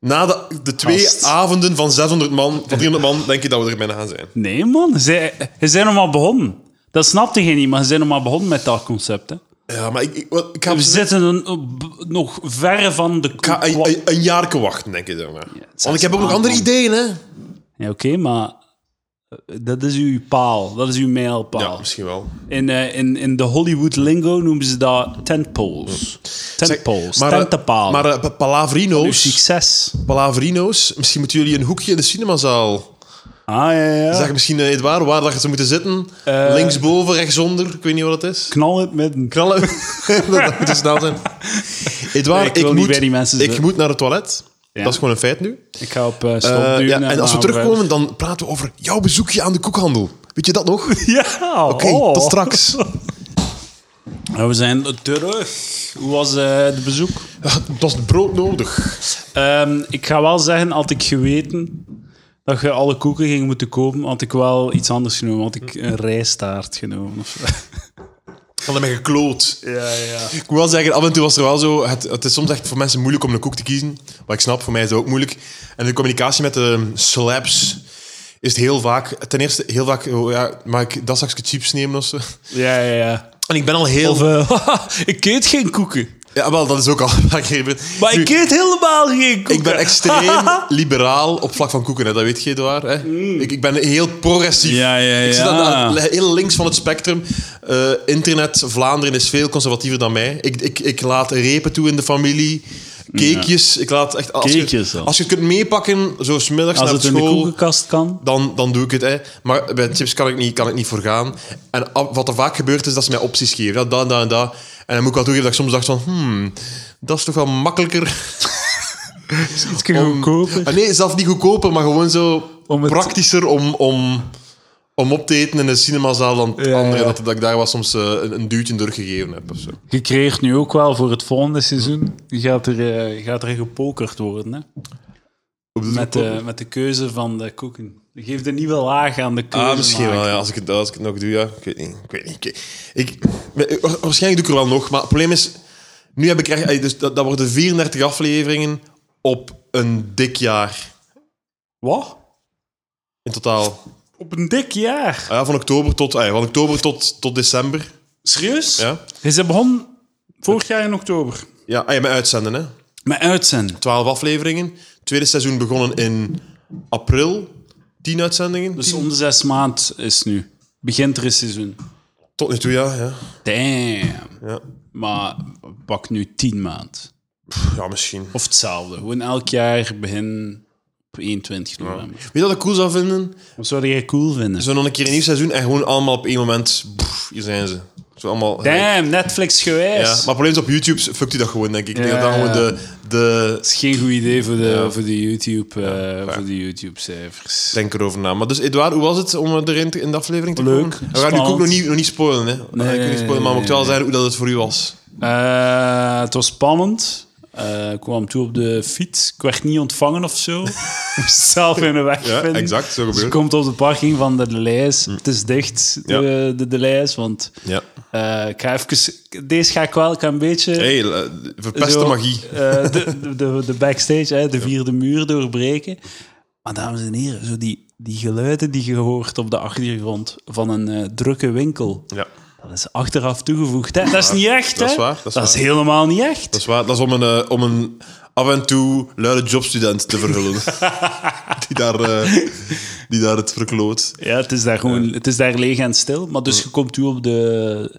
[SPEAKER 2] na de, de twee
[SPEAKER 1] Gast.
[SPEAKER 2] avonden van 600 man, van 300 man, denk ik dat we er bijna gaan zijn.
[SPEAKER 1] Nee, man. Ze, ze zijn nog maar begonnen. Dat snapte je niet, maar ze zijn nog maar begonnen met dat concept. Hè.
[SPEAKER 2] Ja, maar ik, ik, wel, ik ga,
[SPEAKER 1] We
[SPEAKER 2] ik
[SPEAKER 1] zitten een- op- nog ver van de...
[SPEAKER 2] ga een, een, een jaar wachten, denk ik. Zeg maar.
[SPEAKER 1] zes
[SPEAKER 2] Want ik heb ook nog
[SPEAKER 1] maanden.
[SPEAKER 2] andere ideeën, hè.
[SPEAKER 1] Ja, oké, maar eh, dat is uw paal. Dat is uw
[SPEAKER 2] Ja,
[SPEAKER 1] mijlpaal.
[SPEAKER 2] misschien wel.
[SPEAKER 1] in, eh, in, in de Hollywood lingo noemen ze dat tentpoles. Tentpoles,
[SPEAKER 2] Hm. maar, eh,
[SPEAKER 1] tentenpalen.
[SPEAKER 2] Maar eh, pa-
[SPEAKER 1] Uw
[SPEAKER 2] palavrino's,
[SPEAKER 1] succes.
[SPEAKER 2] palavrino's, misschien moeten jullie een hoekje in de cinemazaal.
[SPEAKER 1] Ah, ja, ja.
[SPEAKER 2] Zeg misschien, eh, Edouard, waar dat je zou moeten zitten.
[SPEAKER 1] Eh,
[SPEAKER 2] Linksboven, rechtsonder, ik weet niet wat het is.
[SPEAKER 1] Knal het midden.
[SPEAKER 2] Knallen. [laughs] dat moet te snel zijn. Edouard,
[SPEAKER 1] Ik wil niet
[SPEAKER 2] moet,
[SPEAKER 1] bij die mensen
[SPEAKER 2] ik
[SPEAKER 1] zitten.
[SPEAKER 2] moet naar het toilet.
[SPEAKER 1] Ja.
[SPEAKER 2] Dat is gewoon een feit nu.
[SPEAKER 1] Ik ga op eh, stop
[SPEAKER 2] Eh,
[SPEAKER 1] duwen.
[SPEAKER 2] ja, en als we
[SPEAKER 1] gaan
[SPEAKER 2] terugkomen, dan praten we over jouw bezoekje aan de koekhandel. Weet je dat
[SPEAKER 1] [laughs]
[SPEAKER 2] nog? Oké,
[SPEAKER 1] verder. Ja, oké.
[SPEAKER 2] tot
[SPEAKER 1] [laughs]
[SPEAKER 2] straks.
[SPEAKER 1] Nou, we zijn terug. Hoe was eh, het bezoek?
[SPEAKER 2] Dat is brood nodig.
[SPEAKER 1] Ehm, ik ga wel zeggen, had ik geweten dat je alle koeken ging moeten kopen, had ik wel iets anders genomen. Had ik een rijstaart genomen. Of...
[SPEAKER 2] [laughs]
[SPEAKER 1] zo.
[SPEAKER 2] Van hem gekloot.
[SPEAKER 1] Ja, ja.
[SPEAKER 2] Ik moet wel zeggen, af en toe was er wel zo... Het, het is soms echt voor mensen moeilijk om een koek te kiezen. Maar ik snap, voor mij is dat ook moeilijk. En de communicatie met de slabs is het heel vaak... Ten eerste, heel vaak... oh ja, mag ik dat zakje chips nemen of zo?
[SPEAKER 1] Ja, ja, ja.
[SPEAKER 2] En ik ben al heel...
[SPEAKER 1] Of, eh, [laughs] haha, ik eet geen koeken.
[SPEAKER 2] Ja, wel, dat is ook al...
[SPEAKER 1] Maar ik eet helemaal geen koeken.
[SPEAKER 2] Ik ben
[SPEAKER 1] [laughs]
[SPEAKER 2] extreem liberaal op vlak van koeken, hè. dat weet je, Edouard. Hè? Ik, ik ben heel progressief.
[SPEAKER 1] Ja, ja,
[SPEAKER 2] Ik zit
[SPEAKER 1] ja.
[SPEAKER 2] aan de- heel links van het spectrum. Eh, internet, Vlaanderen is veel conservatiever dan mij. Ik, ik, ik laat repen toe in de familie. Cakejes, ik laat echt... Als,
[SPEAKER 1] Cakejes,
[SPEAKER 2] je,
[SPEAKER 1] dan.
[SPEAKER 2] als je het kunt meepakken, zo smiddags
[SPEAKER 1] Als
[SPEAKER 2] naar
[SPEAKER 1] het in de
[SPEAKER 2] school...
[SPEAKER 1] koekenkast kan.
[SPEAKER 2] dan, dan doe ik het. Hè. Maar bij chips kan ik niet, kan ik niet voor gaan. En ab- wat er vaak gebeurt, is dat ze mij opties geven. Ja, dat, dat en dat. En dan moet ik wel toegeven dat ik soms dacht van... Hmm, dat is toch wel makkelijker
[SPEAKER 1] Iets goedkoper.
[SPEAKER 2] Ah, nee, zelf niet goedkoper, maar gewoon zo
[SPEAKER 1] Om het-
[SPEAKER 2] praktischer om, om, om op te eten in een cinemazaal dan het
[SPEAKER 1] Ja,
[SPEAKER 2] andere.
[SPEAKER 1] ja.
[SPEAKER 2] Dat, dat ik daar wel soms eh, een, een duwtje doorgegeven heb. Of zo.
[SPEAKER 1] Je creëert nu ook wel voor het volgende seizoen. Gaat er, eh, gaat er gepokerd worden, hè? Met, eh, de, met de keuze van de koeken. Geef er niet wel laag aan de keuze.
[SPEAKER 2] Ah, misschien
[SPEAKER 1] maken.
[SPEAKER 2] wel, ja. Als ik, het, als ik het nog doe, ja. Ik weet niet. Ik weet niet. Ik, ik, ik- wa- waarschijnlijk doe ik er wel nog, maar het probleem is... Nu heb ik echt... ey, Dus dat, dat worden 34 afleveringen op een dik jaar.
[SPEAKER 1] Wat?
[SPEAKER 2] In totaal.
[SPEAKER 1] Op een dik jaar.
[SPEAKER 2] Ah ja, van oktober tot, ey, van oktober tot, tot december.
[SPEAKER 1] Serieus?
[SPEAKER 2] Ja.
[SPEAKER 1] Je bent begonnen vorig jaar in oktober.
[SPEAKER 2] Ja, ey, met uitzenden, hè.
[SPEAKER 1] Met uitzenden.
[SPEAKER 2] 12 afleveringen. Tweede seizoen begonnen in april. 10 uitzendingen.
[SPEAKER 1] Dus om de zes maand is nu. Begint er een seizoen.
[SPEAKER 2] Tot nu toe, ja. Ja,
[SPEAKER 1] Damn.
[SPEAKER 2] ja.
[SPEAKER 1] Maar pak nu tien maand.
[SPEAKER 2] ja misschien.
[SPEAKER 1] Of hetzelfde. Gewoon elk jaar begin op 21 november.
[SPEAKER 2] Weet je wat ik cool zou vinden?
[SPEAKER 1] Wat zou jij cool vinden?
[SPEAKER 2] Zo nog een keer een nieuw seizoen en gewoon allemaal op één moment... pff, hier zijn ze. Zo allemaal...
[SPEAKER 1] Damn, Netflix
[SPEAKER 2] Ja,
[SPEAKER 1] gewijs.
[SPEAKER 2] maar het probleem is, op YouTube fuckt u dat gewoon, denk ik. Ik denk
[SPEAKER 1] Ja,
[SPEAKER 2] dat dat gewoon
[SPEAKER 1] ja.
[SPEAKER 2] de, de...
[SPEAKER 1] is geen goed idee voor de, voor de YouTube, eh,
[SPEAKER 2] fair.
[SPEAKER 1] voor de YouTube cijfers.
[SPEAKER 2] Denk erover na. Maar dus, Edouard, hoe was het om erin te- in de aflevering te
[SPEAKER 1] Leuk,
[SPEAKER 2] komen? We gaan nu ook
[SPEAKER 1] spannend.
[SPEAKER 2] nog niet, nog niet spoilen, hè. We gaan
[SPEAKER 1] Nee,
[SPEAKER 2] ik niet spoilen, maar we moeten wel zeggen hoe dat het voor u was.
[SPEAKER 1] Eh, het was spannend. Eh, ik kwam toe op de fiets. Ik werd niet ontvangen of
[SPEAKER 2] [laughs]
[SPEAKER 1] zo. Ik Moest zelf in de weg
[SPEAKER 2] Ja,
[SPEAKER 1] vinden.
[SPEAKER 2] exact.
[SPEAKER 1] Dus je
[SPEAKER 2] Zo gebeurt Mm.
[SPEAKER 1] komt op de parking van de lijst. Het is dicht, de,
[SPEAKER 2] Ja.
[SPEAKER 1] de, de lijst. Want
[SPEAKER 2] Ja.
[SPEAKER 1] eh, ik ga even... Deze ga ik wel. Ik ga een beetje...
[SPEAKER 2] hey, eh, verpeste
[SPEAKER 1] zo,
[SPEAKER 2] magie.
[SPEAKER 1] eh, de, de, de backstage, hè, de vierde muur doorbreken. Maar dames en heren, zo die, die geluiden die je hoort op de achtergrond van een eh, drukke winkel.
[SPEAKER 2] Ja.
[SPEAKER 1] Dat is achteraf toegevoegd. Hè? Dat is niet echt, hè?
[SPEAKER 2] Dat is waar, dat is waar.
[SPEAKER 1] helemaal niet echt.
[SPEAKER 2] Dat is waar. Dat is om een, eh, om een af en toe luide jobstudent te
[SPEAKER 1] [laughs]
[SPEAKER 2] verhullen. die, daar, eh, die daar het verkloot.
[SPEAKER 1] Ja, het is daar gewoon het is daar leeg en stil. Maar dus je komt toe op de,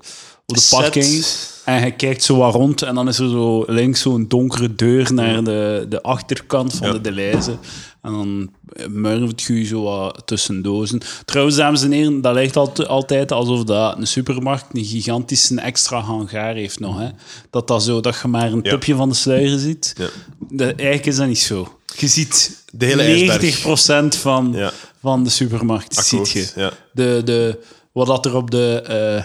[SPEAKER 1] op de
[SPEAKER 2] Set.
[SPEAKER 1] parking en je kijkt zo wat rond. En dan is er zo links zo'n donkere deur naar de, de achterkant van de Deleuze. En dan murmt je zo wat tussen dozen. Trouwens, dames en heren, dat lijkt alt- altijd alsof dat een supermarkt een gigantische extra hangaar heeft nog. Hè? Dat, dat, zo, dat je maar een tipje van de sluier ziet.
[SPEAKER 2] Ja.
[SPEAKER 1] Dat, eigenlijk is dat niet zo. Je ziet
[SPEAKER 2] De hele ijsberg.
[SPEAKER 1] 90% van,
[SPEAKER 2] Ja.
[SPEAKER 1] van de supermarkt
[SPEAKER 2] Akkoord,
[SPEAKER 1] ziet je.
[SPEAKER 2] ja.
[SPEAKER 1] De, de, wat dat er op de, eh,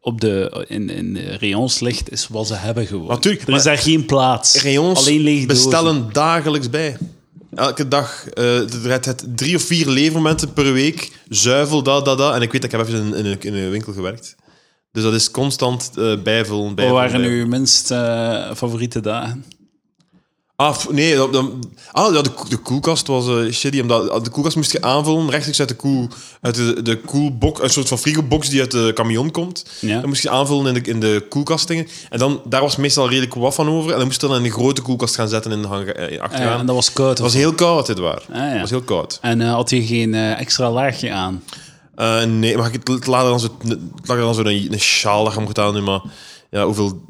[SPEAKER 1] op de, in, in de rayons ligt, is wat ze hebben gewoon.
[SPEAKER 2] Natuurlijk,
[SPEAKER 1] er is
[SPEAKER 2] maar-
[SPEAKER 1] daar geen plaats.
[SPEAKER 2] Rayons
[SPEAKER 1] Alleen lege dozen.
[SPEAKER 2] bestellen dagelijks bij. Elke dag. eh, er rijdt het drie of vier levermomenten per week. Zuivel, dat, dat, dat. En ik weet, dat ik heb even in, in, een, in een winkel gewerkt. Dus dat is constant eh, bijvullen.
[SPEAKER 1] Wat
[SPEAKER 2] bijvullen,
[SPEAKER 1] waren
[SPEAKER 2] bijvullen.
[SPEAKER 1] uw minst eh, favoriete dagen?
[SPEAKER 2] Ah, f- nee, dat, dan- ah, ja, de, ko- de koelkast was eh, shitty. Omdat, de koelkast moest je aanvullen rechtstreeks uit de, koel, uit de, de koelbox, een soort van frigobox die uit de camion komt.
[SPEAKER 1] Ja.
[SPEAKER 2] Dan moest je aanvullen in de, in de koelkast dingen. En dan, daar was meestal redelijk wat van over. En dan moest je dan in een grote koelkast gaan zetten in de hang, eh,
[SPEAKER 1] Eh,
[SPEAKER 2] achteraan.
[SPEAKER 1] en dat was koud.
[SPEAKER 2] Het was heel koud, dit waar.
[SPEAKER 1] ja.
[SPEAKER 2] Het was heel koud.
[SPEAKER 1] En eh, had je geen eh, extra laagje aan?
[SPEAKER 2] Eh, nee, maar ik- het lag er dan zo- het lag er dan zo'n een, een sjaal dat je moet aan doen. Maar ja, hoeveel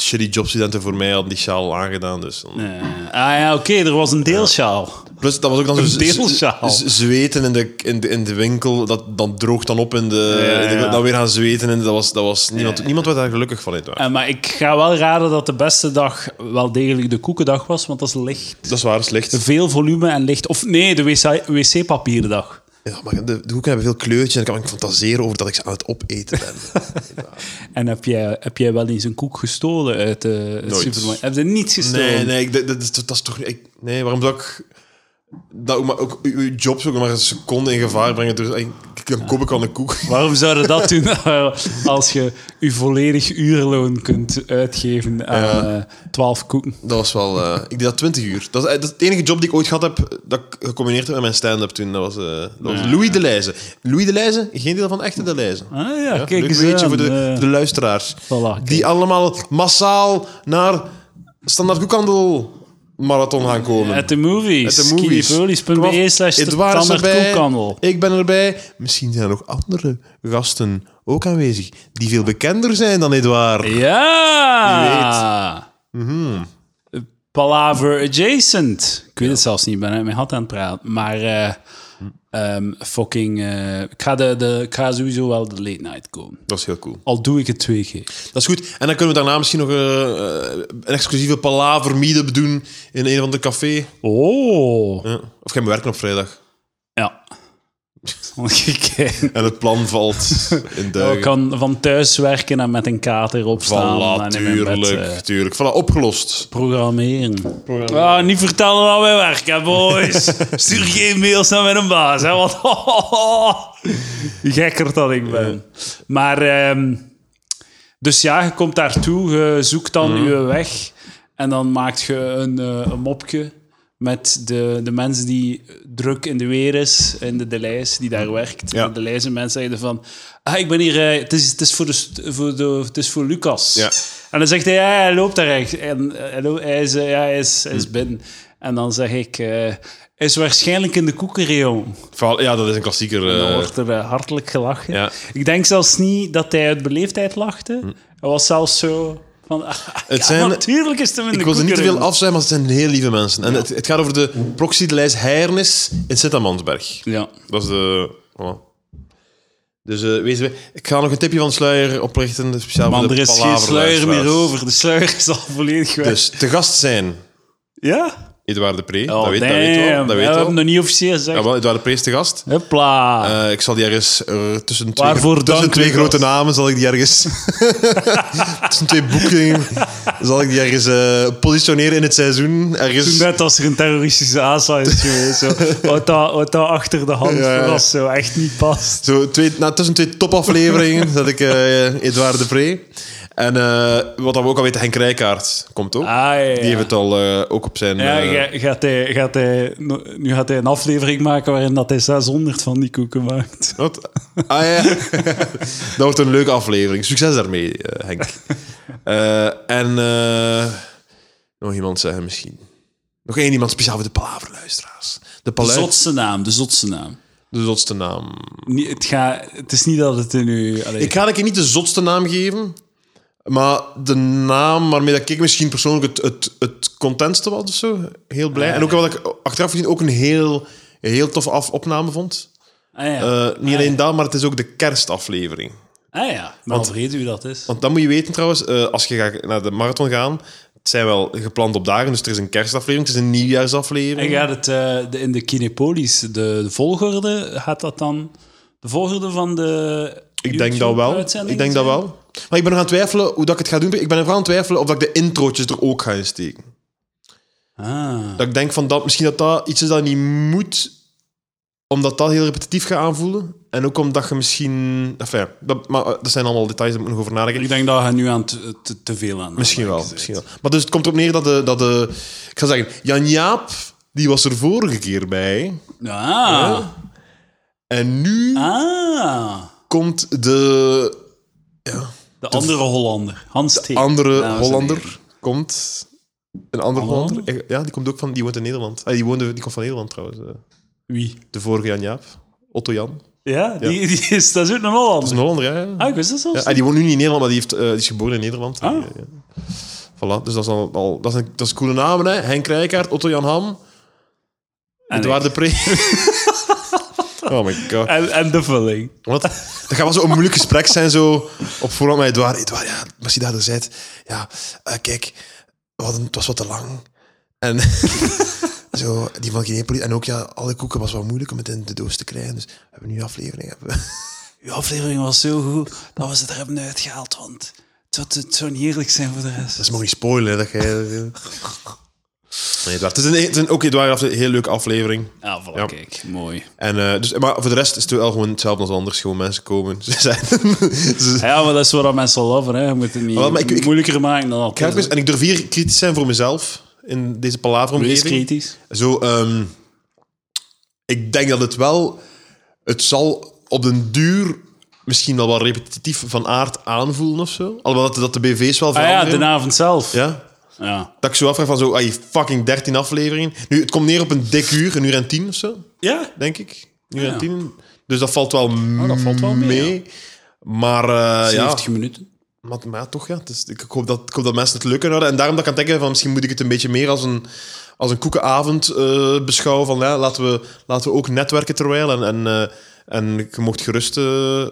[SPEAKER 2] shitty jobstudenten voor mij hadden die sjaal aangedaan. Dus dan-
[SPEAKER 1] Eh, ah ja, oké, er was een deelsjaal.
[SPEAKER 2] Plus, dat was ook dan zo
[SPEAKER 1] Een deelsjaal.
[SPEAKER 2] z- z- zweten in de, in de, in de winkel. Dat, dat droogt dan op in de...
[SPEAKER 1] Ja, ja,
[SPEAKER 2] in de-
[SPEAKER 1] ja.
[SPEAKER 2] Dan weer gaan zweten. En dat was, dat was, niemand,
[SPEAKER 1] Ja.
[SPEAKER 2] niemand werd daar gelukkig van. nietwaar?
[SPEAKER 1] Eh, maar ik ga wel raden dat de beste dag wel degelijk de koekendag was, want dat is licht.
[SPEAKER 2] Dat is waar, slecht.
[SPEAKER 1] Veel volume en licht. Of nee, de wc- wc-papierdag.
[SPEAKER 2] Ja, maar de, de hoeken hebben veel kleurtjes. En dan kan ik fantaseren over dat ik ze aan het opeten ben.
[SPEAKER 1] en heb jij, heb jij wel eens een koek gestolen uit de het
[SPEAKER 2] Nooit.
[SPEAKER 1] supermarkt? Heb je niets gestolen?
[SPEAKER 2] [laughs] nee, nee, ik- dat, dat, is- dat is toch... niet- Ik, nee, waarom zou ik... Dat, ook maar ook uw uw job zou ik maar een seconde in gevaar brengen. Dus, ik, dan koop ik al een koek.
[SPEAKER 1] Waarom zou je dat
[SPEAKER 2] [laughs]
[SPEAKER 1] doen Nou, als je je volledig uurloon kunt uitgeven aan
[SPEAKER 2] Ja.
[SPEAKER 1] eh, 12 koeken?
[SPEAKER 2] Dat was wel... eh, ik deed dat 20 uur. Dat is, eh, dat is de enige job die ik ooit gehad heb dat ik gecombineerd heb met mijn stand-up toen. Dat was, eh, dat was
[SPEAKER 1] Ja.
[SPEAKER 2] Louis de Leijzen. Louis de Leijzen, geen deel van de echte de Leijzen.
[SPEAKER 1] Ah ja,
[SPEAKER 2] Ja,
[SPEAKER 1] kijk
[SPEAKER 2] leuk
[SPEAKER 1] eens
[SPEAKER 2] weetje
[SPEAKER 1] aan.
[SPEAKER 2] voor de,
[SPEAKER 1] eh.
[SPEAKER 2] voor de luisteraars.
[SPEAKER 1] kijk.
[SPEAKER 2] die allemaal massaal naar standaard boekhandel marathon gaan komen.
[SPEAKER 1] At the movies.
[SPEAKER 2] At the movies.
[SPEAKER 1] Kilipolis.be slash
[SPEAKER 2] Edouard is erbij,
[SPEAKER 1] standaardkoekhandel.
[SPEAKER 2] ik ben erbij. Misschien zijn er nog andere gasten ook aanwezig die veel bekender zijn dan Edouard.
[SPEAKER 1] Ja! Mhm. Palaver adjacent. Ik weet het zelfs niet, ik ben uit mijn had aan het praten. Maar eh, ehm, fucking... eh, ik, ga de, de, ik ga sowieso wel de late night komen.
[SPEAKER 2] Dat is heel cool.
[SPEAKER 1] Al doe ik het twee keer.
[SPEAKER 2] Dat is goed. En dan kunnen we daarna misschien nog eh, eh, een exclusieve palaver meet-up doen in een of ander café.
[SPEAKER 1] Oh.
[SPEAKER 2] Ja. Of gaan we werken op vrijdag.
[SPEAKER 1] Ja. [laughs] Ongekend.
[SPEAKER 2] En het plan [laughs] valt in duigen.
[SPEAKER 1] Ik kan van thuis werken en met een kater opstaan.
[SPEAKER 2] Voilà,
[SPEAKER 1] en in mijn bed,
[SPEAKER 2] tuurlijk,
[SPEAKER 1] eh,
[SPEAKER 2] tuurlijk. Voilà, opgelost.
[SPEAKER 1] Programmeren. Ah, niet vertellen dat wij werken, hè, boys. [laughs] Stuur geen mails naar mijn baas, hè, want [laughs] gekker dan ik ben. Maar, ehm, dus ja, je komt daartoe, je zoekt dan
[SPEAKER 2] Mhm.
[SPEAKER 1] je weg en dan maak je een, eh, een mopje met de, de mensen die druk in de weer is, in de Delijs, die daar werkt.
[SPEAKER 2] Ja.
[SPEAKER 1] De Delijs en mensen zeiden van, ah, ik ben hier, eh, het, is, het, is voor de, st- voor de, het is voor Lucas.
[SPEAKER 2] Ja.
[SPEAKER 1] En dan zegt hij, ja, hij loopt daar echt. En eh, hij, lo- hij is, eh, ja, hij is, hij is
[SPEAKER 2] Mhm.
[SPEAKER 1] binnen. En dan zeg ik, eh, hij is waarschijnlijk in de koekenreon.
[SPEAKER 2] Voilà, ja, dat is een klassieker. eh,
[SPEAKER 1] Dan wordt er eh, hartelijk gelachen.
[SPEAKER 2] ja. Hm.
[SPEAKER 1] Ik denk zelfs niet dat hij uit beleefdheid lachte. Hij was zelfs zo van, [laughs] ah,
[SPEAKER 2] Het
[SPEAKER 1] ja,
[SPEAKER 2] zijn-
[SPEAKER 1] natuurlijk is het hem in de
[SPEAKER 2] Ik wil er niet te veel
[SPEAKER 1] koekenreon.
[SPEAKER 2] af zijn, maar het zijn heel lieve mensen. En het, het gaat over de proxylijst Heiernis in Sint-Amandsberg.
[SPEAKER 1] Ja.
[SPEAKER 2] Dat is de... Voilà. Dus eh, wees we. Ik ga nog een tipje van de sluier oprichten, speciaal
[SPEAKER 1] Maar
[SPEAKER 2] voor
[SPEAKER 1] er
[SPEAKER 2] de
[SPEAKER 1] is geen sluier meer
[SPEAKER 2] palaverluisteraars.
[SPEAKER 1] over. De sluier is al volledig weg.
[SPEAKER 2] Dus te gast zijn
[SPEAKER 1] ja?
[SPEAKER 2] Edouard de Pre.
[SPEAKER 1] Oh,
[SPEAKER 2] dat weet dat
[SPEAKER 1] damn.
[SPEAKER 2] weet wel. Dat
[SPEAKER 1] Ja,
[SPEAKER 2] weet
[SPEAKER 1] we
[SPEAKER 2] wel.
[SPEAKER 1] hebben nog niet officieel gezegd.
[SPEAKER 2] Ja, wel, Edouard de Pre is te gast.
[SPEAKER 1] Hopla.
[SPEAKER 2] Eh, ik zal die ergens eh, tussen twee,
[SPEAKER 1] Waarvoor
[SPEAKER 2] tussen
[SPEAKER 1] dank,
[SPEAKER 2] twee
[SPEAKER 1] Lucas.
[SPEAKER 2] grote namen zal ik die ergens [laughs] tussen twee boeken zal ik die ergens eh, positioneren in het seizoen ergens
[SPEAKER 1] Net als er een terroristische aanslag is geweest.
[SPEAKER 2] [laughs]
[SPEAKER 1] Zo. Wat, dat, wat dat achter de hand
[SPEAKER 2] Ja.
[SPEAKER 1] voor was, zo echt niet past.
[SPEAKER 2] Zo twee, nou, tussen twee topafleveringen zet ik eh Edouard de Pre. En eh, wat dat we ook al weten, Henk Rijkaard komt ook.
[SPEAKER 1] Ah, ja, ja.
[SPEAKER 2] Die heeft het al eh, ook op zijn...
[SPEAKER 1] Ja,
[SPEAKER 2] eh,
[SPEAKER 1] ga- gaat hij, gaat hij, no- nu gaat hij een aflevering maken waarin dat hij 600 van die koeken maakt.
[SPEAKER 2] Wat? Ah ja. dat wordt een leuke aflevering. Succes daarmee, eh, Henk. Eh, en eh, nog iemand zeggen misschien. Nog één iemand speciaal voor de palaverluisteraars. De
[SPEAKER 1] De
[SPEAKER 2] palu-
[SPEAKER 1] zotse naam, de zotse naam.
[SPEAKER 2] De zotste naam.
[SPEAKER 1] Nee, het, ga, het is niet dat het in u... allee,
[SPEAKER 2] Ik ga een keer niet de zotste naam geven, maar de naam waarmee dat ik misschien persoonlijk het, het, het contentste was of zo. Heel blij. En ook wat ik achteraf gezien ook een heel, heel toffe af, opname vond.
[SPEAKER 1] ah ja,
[SPEAKER 2] Eh, niet alleen dat, maar het is ook de kerstaflevering.
[SPEAKER 1] ah, ja. maar al vergeten u dat is.
[SPEAKER 2] Want dat moet je weten trouwens, eh, als je gaat naar de marathon gaan, het zijn wel gepland op dagen, dus er is een kerstaflevering, het is een
[SPEAKER 1] En
[SPEAKER 2] nieuwjaarsaflevering.
[SPEAKER 1] gaat het eh, de- in de Kinepolis, de, de volgorde, gaat dat dan de volgorde van de
[SPEAKER 2] Ik denk dat wel. Ik denk dat wel. Maar ik ben nog aan het twijfelen hoe dat ik het ga doen. Ik ben vooral aan het twijfelen of dat ik de introotjes er ook ga insteken.
[SPEAKER 1] Ah.
[SPEAKER 2] Dat ik denk van dat misschien dat dat iets is dat niet moet. Omdat dat heel repetitief gaat aanvoelen. En ook omdat je misschien... Enfin, dat, maar eh, dat zijn allemaal details, daar moet ik nog over nadenken.
[SPEAKER 1] Ik denk dat je nu aan te, te, te veel aan het
[SPEAKER 2] Misschien wel,
[SPEAKER 1] maken bent.
[SPEAKER 2] misschien wel. Maar dus het komt erop neer dat de... Dat de ik ga zeggen, Jan Jaap, die was er vorige keer bij.
[SPEAKER 1] Ah.
[SPEAKER 2] En nu
[SPEAKER 1] ah.
[SPEAKER 2] komt de
[SPEAKER 1] De andere Hollander. Hans T.
[SPEAKER 2] Dus-
[SPEAKER 1] Nou,
[SPEAKER 2] andere
[SPEAKER 1] Dames en heren.
[SPEAKER 2] Hollander. Komt een andere Hollander. Ja, die komt ook van... Die woont in Nederland. Ah, die, woonde, die komt van Nederland trouwens. eh.
[SPEAKER 1] Wie?
[SPEAKER 2] De vorige Jan Jaap. Otto Jan. Dat
[SPEAKER 1] Ja, Die, die is, dat is ook een Hollander.
[SPEAKER 2] is een Hollander, ja, ja.
[SPEAKER 1] Ah, ik wist dat zelfs.
[SPEAKER 2] Ja, en die woont nu niet in Nederland, maar die, heeft, eh, die is geboren in Nederland.
[SPEAKER 1] Ah.
[SPEAKER 2] Ja, ja. Voilà, dus dat is al, al dat is een, dat is coole namen, hè? Henk Rijkaard, Otto Jan Ham,
[SPEAKER 1] En
[SPEAKER 2] Edouard de Pre.
[SPEAKER 1] [laughs]
[SPEAKER 2] oh my god.
[SPEAKER 1] En, en de vulling.
[SPEAKER 2] Wat? Dat gaat wel zo een moeilijk gesprek zijn, zo op voorhand met Edouard. Edouard, ja, als je daar zit, ja, eh, kijk, we hadden- het was wat te lang. En [laughs] zo, die van Guinea-Poli. En ook, ja, alle koeken was wel moeilijk om het in de doos te krijgen. Dus we hebben nu aflevering. [laughs] Hebben we.
[SPEAKER 1] Uw aflevering was zo goed dat we ze er hebben uitgehaald, want het zou, het zou niet eerlijk zijn voor de rest.
[SPEAKER 2] Dat is mooi spoilen, hè, dat jij... Nee, Edouard. Het is een, het is een, ook Edouard, een heel leuke aflevering.
[SPEAKER 1] Ah, voilà,
[SPEAKER 2] Ja.
[SPEAKER 1] kijk, mooi.
[SPEAKER 2] En, eh, dus, maar voor de rest is het wel gewoon hetzelfde als anders. Gewoon mensen komen. [laughs] Ze zijn, ze-
[SPEAKER 1] Ja, maar dat is wat dat mensen loven, hè. Je moet het niet
[SPEAKER 2] Wel, maar ik- ik-
[SPEAKER 1] moeilijker maken dan altijd.
[SPEAKER 2] Kijk eens, en ik durf hier kritisch zijn voor mezelf in deze
[SPEAKER 1] Wees
[SPEAKER 2] palaveromgeving.
[SPEAKER 1] kritisch.
[SPEAKER 2] Zo, ehm, ik denk dat het wel... Het zal op den duur misschien wel wat repetitief van aard aanvoelen of zo. Alhoewel dat, dat de BV's wel
[SPEAKER 1] Ah ja,
[SPEAKER 2] veranderen.
[SPEAKER 1] de avond zelf.
[SPEAKER 2] ja,
[SPEAKER 1] Ja,
[SPEAKER 2] Dat ik zo afvraag van zo, ai, fucking 13 afleveringen. Nu, het komt neer op een dik uur, een uur en tien of zo,
[SPEAKER 1] ja?
[SPEAKER 2] denk ik. Een uur
[SPEAKER 1] Ja.
[SPEAKER 2] en tien. Dus dat valt wel,
[SPEAKER 1] Oh, dat valt wel mee,
[SPEAKER 2] Maar eh, ja,
[SPEAKER 1] 70 minuten.
[SPEAKER 2] maar, maar toch ja. Dus ik, hoop dat, ik hoop dat mensen het leuk kunnen houden. En daarom dat ik aan het denken van misschien moet ik het een beetje meer als een, als een koekenavond eh, beschouwen. Van ja, laten we, laten we ook netwerken terwijl. En, en, eh, en je mocht gerust... eh,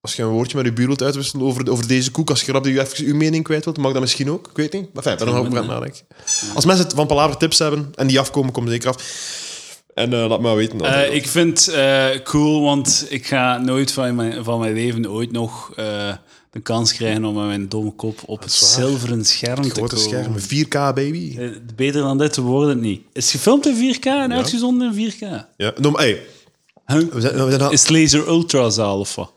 [SPEAKER 2] als je een woordje met je buur wilt uitwisselen over, over deze koek, als je grap die je even uw mening kwijt wilt, mag dat misschien ook. Ik weet niet. Maar fijn, daar nog over aan nadenken. Als mensen het van Palaver tips hebben en die afkomen, kom zeker af. En eh, laat me weten. dan.
[SPEAKER 1] Eh, ik vind het cool, want ik ga nooit van mijn, van mijn leven ooit nog eh, de kans krijgen om met mijn domme kop op het
[SPEAKER 2] waar.
[SPEAKER 1] zilveren scherm te
[SPEAKER 2] Grote
[SPEAKER 1] komen.
[SPEAKER 2] schermen, 4K baby.
[SPEAKER 1] Eh, Beter dan dit wordt het niet. Is gefilmd in 4K en uitgezonden in 4K.
[SPEAKER 2] Ja, no, maar, hey,
[SPEAKER 1] Huh?
[SPEAKER 2] we zijn, we zijn al-
[SPEAKER 1] Is Laser Ultra zaal of wat?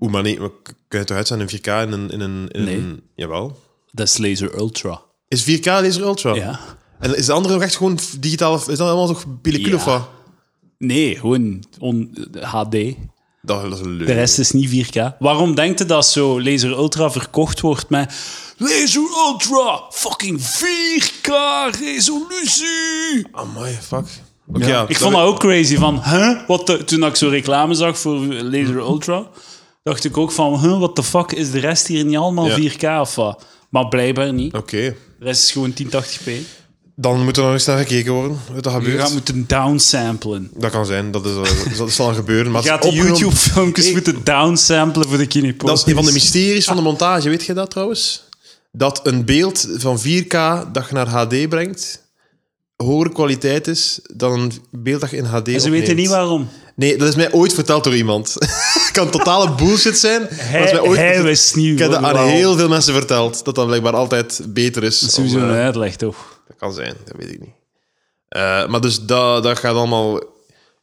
[SPEAKER 2] Oeh, maar nee, maar k- kun je het toch uit zijn in 4K en in, in een... In
[SPEAKER 1] Nee.
[SPEAKER 2] jawel.
[SPEAKER 1] Dat is Laser Ultra.
[SPEAKER 2] Is 4K deze Ultra?
[SPEAKER 1] Ja.
[SPEAKER 2] En is de andere nog echt gewoon f- digitaal... Is dat allemaal toch pellicule
[SPEAKER 1] Ja.
[SPEAKER 2] of wat?
[SPEAKER 1] Nee, gewoon on, HD.
[SPEAKER 2] Dat, dat is leuk.
[SPEAKER 1] De rest is niet 4K. Waarom denkt je dat zo Laser Ultra verkocht wordt met... Laser Ultra! Fucking 4K resolutie!
[SPEAKER 2] Amai, fuck. Oké, ja,
[SPEAKER 1] ik vond dat ook crazy. Van, huh? wat de- toen ik zo reclame zag voor Laser Ultra, dacht ik ook van... Huh, wat de fuck? Is de rest hier niet allemaal
[SPEAKER 2] Ja.
[SPEAKER 1] 4K of wat? Maar blijkbaar niet.
[SPEAKER 2] Oké.
[SPEAKER 1] De rest is gewoon 1080p.
[SPEAKER 2] Dan moet er nog eens naar gekeken worden. Wat dat
[SPEAKER 1] Je
[SPEAKER 2] gebeurt.
[SPEAKER 1] gaat moeten downsamplen.
[SPEAKER 2] Dat kan zijn. Dat is, eh, dat zal gebeuren. Maar
[SPEAKER 1] Je
[SPEAKER 2] het is
[SPEAKER 1] gaat de
[SPEAKER 2] opgenomen-
[SPEAKER 1] YouTube-filmpjes
[SPEAKER 2] Hey,
[SPEAKER 1] moeten downsamplen voor de kinepop.
[SPEAKER 2] Dat is een van de mysteries
[SPEAKER 1] Ah.
[SPEAKER 2] van de montage. Weet je dat trouwens? Dat een beeld van 4K dat je naar HD brengt, hogere kwaliteit is dan een beeld dat je in HD
[SPEAKER 1] En
[SPEAKER 2] opneemt.
[SPEAKER 1] ze weten niet waarom.
[SPEAKER 2] Nee, dat is mij ooit verteld door iemand. [laughs] Het kan totale bullshit zijn. maar dat is
[SPEAKER 1] Hij,
[SPEAKER 2] mij ooit
[SPEAKER 1] hij
[SPEAKER 2] verteld.
[SPEAKER 1] wist niet
[SPEAKER 2] Ik heb dat
[SPEAKER 1] waarom.
[SPEAKER 2] aan heel veel mensen verteld. Dat dat blijkbaar altijd beter is.
[SPEAKER 1] Dat is sowieso
[SPEAKER 2] om,
[SPEAKER 1] een
[SPEAKER 2] eh,
[SPEAKER 1] uitleg, toch?
[SPEAKER 2] dat kan zijn, dat weet ik niet. Eh, maar dus dat, dat gaat allemaal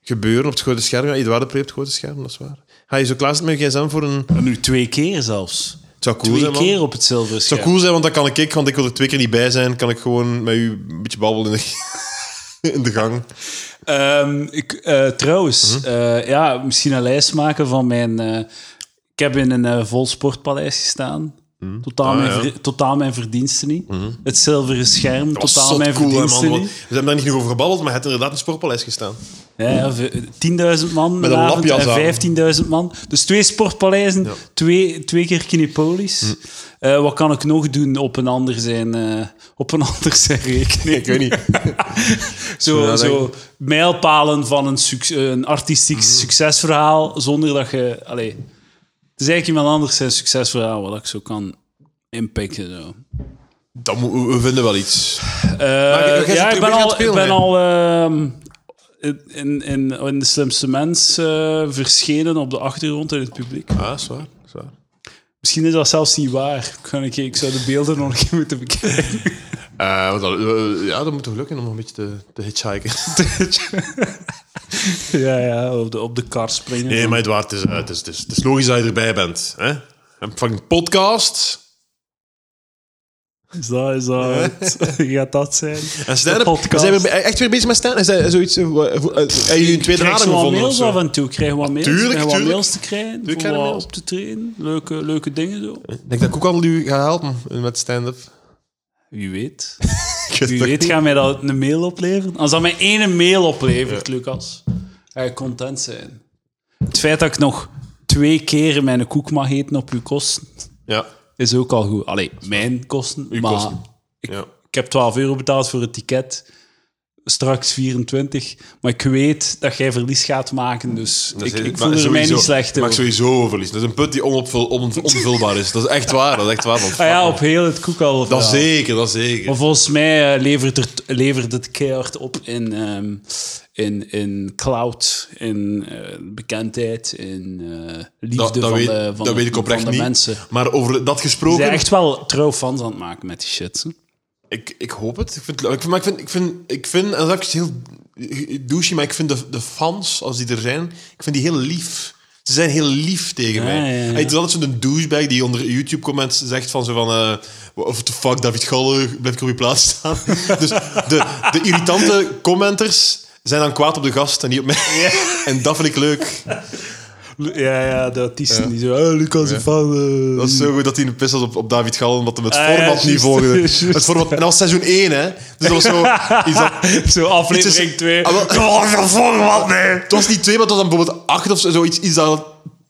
[SPEAKER 2] gebeuren op het grote scherm. Ja, Eduard de Pre op het grote scherm, dat is waar. Ga je zo klaar zitten met je gsm voor een... Het
[SPEAKER 1] En nu twee keer zelfs.
[SPEAKER 2] zou cool
[SPEAKER 1] Twee
[SPEAKER 2] zijn, man.
[SPEAKER 1] keer op het zilveren
[SPEAKER 2] Het zou
[SPEAKER 1] scherm.
[SPEAKER 2] cool zijn, want dan kan ik, ik, want ik wil er twee keer niet bij zijn, kan ik gewoon met u een beetje babbelen in de, [laughs] in de gang.
[SPEAKER 1] Ehm, ik, eh, trouwens,
[SPEAKER 2] Mhm.
[SPEAKER 1] eh, ja, misschien een lijst maken van mijn... eh, ik heb in een eh, vol sportpaleis gestaan. Totaal,
[SPEAKER 2] Ah,
[SPEAKER 1] mijn,
[SPEAKER 2] ja. Mhm.
[SPEAKER 1] ver- totaal mijn verdiensten niet. Het zilveren scherm,
[SPEAKER 2] Dat was
[SPEAKER 1] totaal
[SPEAKER 2] zot
[SPEAKER 1] mijn
[SPEAKER 2] cool, hè, man.
[SPEAKER 1] verdiensten
[SPEAKER 2] want
[SPEAKER 1] niet.
[SPEAKER 2] We hebben daar niet genoeg over gebabbeld, maar het heeft inderdaad een sportpaleis gestaan.
[SPEAKER 1] Ja, ja, v- 10.000 man
[SPEAKER 2] Mhm. Met een
[SPEAKER 1] vanavond
[SPEAKER 2] lapjas aan.
[SPEAKER 1] en 15.000 man. Dus twee sportpaleizen, twee, twee keer kinepolis.
[SPEAKER 2] Mhm.
[SPEAKER 1] Eh, wat kan ik nog doen op een ander zijn, eh, op een [laughs] ander zijn rekening?
[SPEAKER 2] Ik weet niet.
[SPEAKER 1] zo,
[SPEAKER 2] Ja,
[SPEAKER 1] zo mijlpalen van een, suc- een artistiek succesverhaal, zonder dat je... Allee, het is eigenlijk iemand anders zijn succesverhaal, wat ik zo kan inpikken. Zo.
[SPEAKER 2] Dan moet- we, we vinden wel iets.
[SPEAKER 1] Eh,
[SPEAKER 2] Maar jij- jij
[SPEAKER 1] ja,
[SPEAKER 2] zit
[SPEAKER 1] ik ben
[SPEAKER 2] een beetje aan
[SPEAKER 1] al,
[SPEAKER 2] het spelen,
[SPEAKER 1] ik ben
[SPEAKER 2] hè?
[SPEAKER 1] al ehm, in, in, in de slimste mens eh, verschenen op de achtergrond in het publiek.
[SPEAKER 2] Ah, zwaar. zwaar.
[SPEAKER 1] Misschien is dat zelfs niet waar. Ik, ga een keer- ik zou de beelden nog een keer moeten bekijken.
[SPEAKER 2] Eh, want dat- eh, ja, dat moet toch lukken om nog een beetje te, te hitchhiken.
[SPEAKER 1] [laughs] ja, ja, op de, op de kar springen.
[SPEAKER 2] [laughs] Nee, maar Edouard, het is, eh, het is, het is, het is logisch dat je erbij bent. Hè? Een fucking podcast.
[SPEAKER 1] Is dat, is [laughs] dat het? Gaat dat zijn?
[SPEAKER 2] En stand-up.
[SPEAKER 1] De podcast.
[SPEAKER 2] Zijn we echt weer bezig met stand-up? Is dat zoiets... eh, wa- hoe- eh, Hebben jullie een tweede
[SPEAKER 1] Krijg
[SPEAKER 2] adem
[SPEAKER 1] je wat
[SPEAKER 2] gevonden? of
[SPEAKER 1] mails
[SPEAKER 2] zo?
[SPEAKER 1] af en toe? Krijg je wat mails?
[SPEAKER 2] tuurlijk,
[SPEAKER 1] Krijg je wat
[SPEAKER 2] tuurlijk.
[SPEAKER 1] mails te krijgen?
[SPEAKER 2] Tuurlijk
[SPEAKER 1] voor
[SPEAKER 2] krijg je
[SPEAKER 1] wat
[SPEAKER 2] mails.
[SPEAKER 1] op te trainen? Leuke, leuke dingen zo?
[SPEAKER 2] Ik denk dat ik ook al u ga helpen met stand-up.
[SPEAKER 1] Wie weet.
[SPEAKER 2] Ik weet
[SPEAKER 1] Wie
[SPEAKER 2] het ook
[SPEAKER 1] weet
[SPEAKER 2] niet.
[SPEAKER 1] gaat mij dat een mail opleveren. Als dat mij ene mail oplevert, Lucas, ga je content zijn. Het feit dat ik nog twee keer mijn koek mag eten op uw kosten,
[SPEAKER 2] Ja.
[SPEAKER 1] is ook al goed. Allee, mijn kosten, maar
[SPEAKER 2] kosten. ja.
[SPEAKER 1] ik heb 12 euro betaald voor het ticket. Straks 24. Maar ik weet dat jij verlies gaat maken, dus
[SPEAKER 2] Dat
[SPEAKER 1] ik,
[SPEAKER 2] is-
[SPEAKER 1] ik voel
[SPEAKER 2] maar
[SPEAKER 1] er mij
[SPEAKER 2] sowieso-
[SPEAKER 1] niet slecht
[SPEAKER 2] Ik maak
[SPEAKER 1] over.
[SPEAKER 2] sowieso verlies. Dat is een put die onopvul, on- onvulbaar is. Dat is echt waar. Dat is echt waar. want-
[SPEAKER 1] Ah ja, op heel het koek al.
[SPEAKER 2] Dat zeker, dat zeker.
[SPEAKER 1] Maar volgens mij eh, levert, het, levert het keihard op in, ehm, in, in cloud, in eh, bekendheid, in eh, liefde
[SPEAKER 2] dat, dat,
[SPEAKER 1] van,
[SPEAKER 2] weet,
[SPEAKER 1] de, van,
[SPEAKER 2] dat
[SPEAKER 1] de-
[SPEAKER 2] weet ik oprecht
[SPEAKER 1] van de
[SPEAKER 2] niet.
[SPEAKER 1] mensen.
[SPEAKER 2] Maar over dat
[SPEAKER 1] Ze
[SPEAKER 2] gesproken...
[SPEAKER 1] zijn echt wel trouw fans aan het maken met die shit. hè.
[SPEAKER 2] Ik, ik hoop het. Ik vind, het leuk. ik vind, maar ik vind, ik vind, ik vind en dat is heel douchey, maar ik vind de, de fans, als die er zijn, ik vind die heel lief. Ze zijn heel lief tegen mij.
[SPEAKER 1] Ja, ja, ja.
[SPEAKER 2] Hey, Het is altijd zo'n douchebag die onder YouTube-comments zegt van zo van... eh of the fuck, David Galle, blijf ik op je plaats staan. [laughs] dus de, de irritante commenters zijn dan kwaad op de gast en niet op mij. [laughs] en dat vind ik leuk.
[SPEAKER 1] Ja, ja, de autisten die zo... Oh, Lucas is eh." van...
[SPEAKER 2] Dat is zo goed dat hij een pis had op, op David Gallen, omdat hem het
[SPEAKER 1] Ah, ja,
[SPEAKER 2] format niet
[SPEAKER 1] juist, [laughs]
[SPEAKER 2] volgde.
[SPEAKER 1] juist.
[SPEAKER 2] Het format, en dat was seizoen 1, hè. Dus dat was
[SPEAKER 1] [laughs]
[SPEAKER 2] zo... Iets dat,
[SPEAKER 1] zo aflevering Oh,
[SPEAKER 2] Iets
[SPEAKER 1] 2.
[SPEAKER 2] Ah, wel- Het was niet twee, maar het was dan bijvoorbeeld acht of zo- zoiets. Iets dat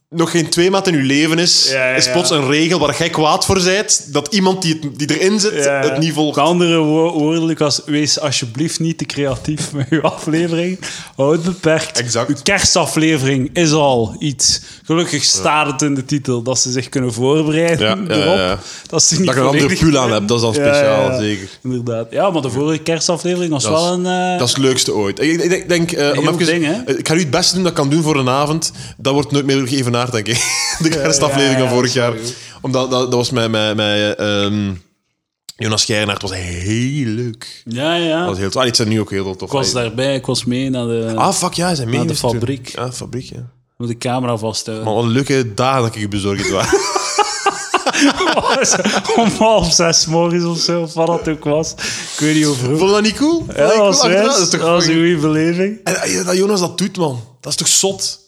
[SPEAKER 2] nog geen twee maat in uw leven is.
[SPEAKER 1] Ja, ja,
[SPEAKER 2] Is plots
[SPEAKER 1] ja.
[SPEAKER 2] een regel waar jij kwaad voor zijt. Dat iemand die, het, die erin zit, het niet volgt.
[SPEAKER 1] Met andere wo- woorden, Lucas, wees alsjeblieft niet te creatief met uw aflevering. Houd het beperkt.
[SPEAKER 2] Exact.
[SPEAKER 1] Uw kerstaflevering is al iets. Gelukkig staat het in de titel dat ze zich kunnen voorbereiden
[SPEAKER 2] Ja, ja,
[SPEAKER 1] erop.
[SPEAKER 2] ja, ja.
[SPEAKER 1] Dat, ze niet
[SPEAKER 2] Dat je een andere
[SPEAKER 1] volledig
[SPEAKER 2] pull aan
[SPEAKER 1] zijn.
[SPEAKER 2] hebt, dat is dan
[SPEAKER 1] Ja,
[SPEAKER 2] speciaal,
[SPEAKER 1] ja, ja.
[SPEAKER 2] zeker.
[SPEAKER 1] Inderdaad. Ja, maar de vorige kerstaflevering was
[SPEAKER 2] is-
[SPEAKER 1] wel een... eh,
[SPEAKER 2] Dat is het leukste ooit. Ik, ik- ik denk, eh, om
[SPEAKER 1] Heel
[SPEAKER 2] even,
[SPEAKER 1] ding, hè?
[SPEAKER 2] ik ga nu het beste doen dat ik kan doen voor een avond. Dat wordt nooit meer geëvenaard, denk ik. [laughs] De kerstaflevering
[SPEAKER 1] ja, ja,
[SPEAKER 2] van vorig
[SPEAKER 1] dat
[SPEAKER 2] jaar.
[SPEAKER 1] is
[SPEAKER 2] Omdat dat, dat was met, met, met, ehm, Jonas Geirnaert. Het was heel leuk.
[SPEAKER 1] ja, ja.
[SPEAKER 2] Dat was heel tof. Ah, het zijn nu ook heel tof.
[SPEAKER 1] Ik was daarbij, ik was mee naar de,
[SPEAKER 2] Ah, fuck ja, zijn mee.
[SPEAKER 1] Naar de
[SPEAKER 2] geweest toen.
[SPEAKER 1] fabriek.
[SPEAKER 2] Ja, fabriek, ja.
[SPEAKER 1] met de camera vasthouden.
[SPEAKER 2] Maar wat een leuke dagen dat ik je bezorgd was.
[SPEAKER 1] [laughs] Om half zes morgens of zo, of wat dat ook was. Ik weet niet hoe vroeg.
[SPEAKER 2] Vond je dat niet cool? Vond je
[SPEAKER 1] Ja,
[SPEAKER 2] dat
[SPEAKER 1] dat
[SPEAKER 2] cool
[SPEAKER 1] was
[SPEAKER 2] achteraf?
[SPEAKER 1] wijs.
[SPEAKER 2] Dat is toch
[SPEAKER 1] Dat was een
[SPEAKER 2] fucking-
[SPEAKER 1] goede beleving.
[SPEAKER 2] En eh, dat Jonas dat doet, man. Dat is toch zot?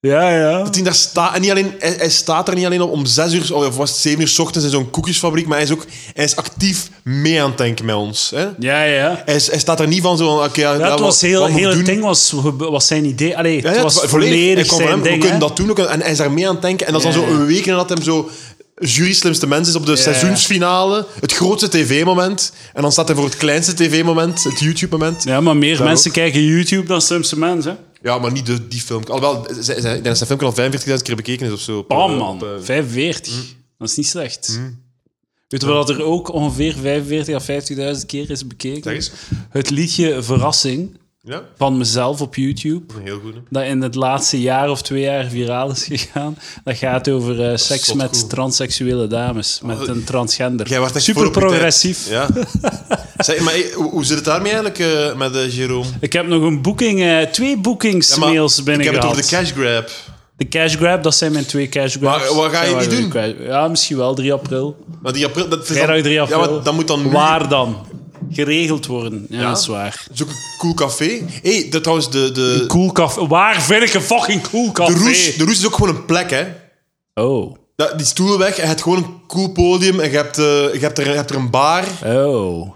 [SPEAKER 1] Ja, ja.
[SPEAKER 2] Dat hij daar staat. En niet alleen, hij, hij staat er niet alleen op om zes uur, of was het zeven uur 's ochtends in zo'n koekjesfabriek, maar hij is ook hij is actief mee aan het denken met ons. Hè?
[SPEAKER 1] Ja, ja.
[SPEAKER 2] Hij, is- hij staat er niet van zo van, oké, ja,
[SPEAKER 1] Dat
[SPEAKER 2] wat-
[SPEAKER 1] was heel,
[SPEAKER 2] wat moet ik
[SPEAKER 1] heel het
[SPEAKER 2] doen?
[SPEAKER 1] ding was, was zijn idee. Allee,
[SPEAKER 2] Ja,
[SPEAKER 1] het
[SPEAKER 2] ja,
[SPEAKER 1] was
[SPEAKER 2] wa-
[SPEAKER 1] volledig,
[SPEAKER 2] Hij kwam van
[SPEAKER 1] zijn
[SPEAKER 2] hem,
[SPEAKER 1] ding.
[SPEAKER 2] We kunnen
[SPEAKER 1] hè.
[SPEAKER 2] dat doen ook. En hij is daar mee aan het denken. En dat is dan
[SPEAKER 1] Ja.
[SPEAKER 2] zo een week nadat hem zo jury slimste mens is op de seizoensfinale. Het grootste tv-moment. En dan staat hij voor het kleinste tv-moment, het YouTube-moment. Ja.
[SPEAKER 1] Ja, maar meer
[SPEAKER 2] Daar
[SPEAKER 1] mensen kijken YouTube dan slimste mensen. hè.
[SPEAKER 2] maar niet de, die film. Alhoewel, ze- ze- ik denk dat zijn filmpje al 45.000 keer bekeken is of zo. Op,
[SPEAKER 1] Bam,
[SPEAKER 2] eh,
[SPEAKER 1] man.
[SPEAKER 2] op, eh, Mm.
[SPEAKER 1] 45. Dat is niet slecht. Weet je wel dat er ook ongeveer 45 à 50.000 keer is bekeken?
[SPEAKER 2] Zeg eens.
[SPEAKER 1] Het liedje Verrassing
[SPEAKER 2] ja,
[SPEAKER 1] van mezelf op YouTube.
[SPEAKER 2] een heel goed. hè.
[SPEAKER 1] dat in het laatste jaar of twee jaar viraal is gegaan. Dat gaat over eh, seks
[SPEAKER 2] zot
[SPEAKER 1] met
[SPEAKER 2] cool. Oh,
[SPEAKER 1] transseksuele dames, met een transgender.
[SPEAKER 2] Jij wordt echt
[SPEAKER 1] Super
[SPEAKER 2] voor op je tijd.
[SPEAKER 1] progressief. [laughs]
[SPEAKER 2] Ja. Zeg, maar eh, hoe, hoe zit het daarmee eigenlijk eh, met eh Jerome?
[SPEAKER 1] Ik heb nog een boeking, eh, twee
[SPEAKER 2] Ja, maar
[SPEAKER 1] boekingsmails
[SPEAKER 2] ik heb
[SPEAKER 1] binnen
[SPEAKER 2] het
[SPEAKER 1] gehad.
[SPEAKER 2] over de cash grab.
[SPEAKER 1] de cash grab, dat zijn mijn twee cash grabs.
[SPEAKER 2] Maar wat ga je
[SPEAKER 1] Zijn
[SPEAKER 2] niet
[SPEAKER 1] we
[SPEAKER 2] doen?
[SPEAKER 1] kwijt. Ja, misschien wel 3 april.
[SPEAKER 2] Maar die april, dat is dan-
[SPEAKER 1] Vrijdag 3 april.
[SPEAKER 2] Ja, maar dat moet dan nu
[SPEAKER 1] Waar dan? Geregeld worden. Ja,
[SPEAKER 2] Ja?
[SPEAKER 1] dat is waar.
[SPEAKER 2] Zo'n cool café. Hé, hey, dat trouwens, de, de,
[SPEAKER 1] Cool café. Waar vind ik een fucking cool
[SPEAKER 2] de,
[SPEAKER 1] café?
[SPEAKER 2] roes, de roes is ook gewoon een plek, hè?
[SPEAKER 1] Oh.
[SPEAKER 2] Dat, die stoelen weg en je hebt gewoon een cool podium en je hebt, eh, je hebt, er, je hebt er een bar.
[SPEAKER 1] Oh.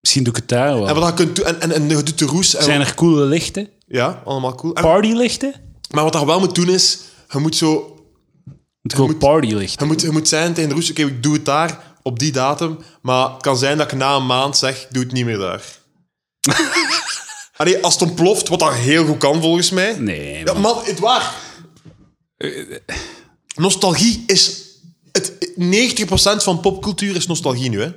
[SPEAKER 1] Misschien doe ik het daar wel.
[SPEAKER 2] En wat je kunt doen, en, en, en je doet de roes. En,
[SPEAKER 1] Zijn er coole lichten?
[SPEAKER 2] Ja, allemaal cool. En-
[SPEAKER 1] Partylichten?
[SPEAKER 2] maar wat je wel moet doen is, je moet zo,
[SPEAKER 1] Want ik wil partylichten.
[SPEAKER 2] je moet, je moet zijn tegen de roes, oké, ik doe het daar op die datum, maar het kan zijn dat ik na een maand zeg, ik doe het niet meer daar. Allee, als het ontploft, wat dat heel goed kan volgens mij.
[SPEAKER 1] Nee,
[SPEAKER 2] Ja, man, het waar. Nostalgie is. Het, 90% van popcultuur is nostalgie nu, hè?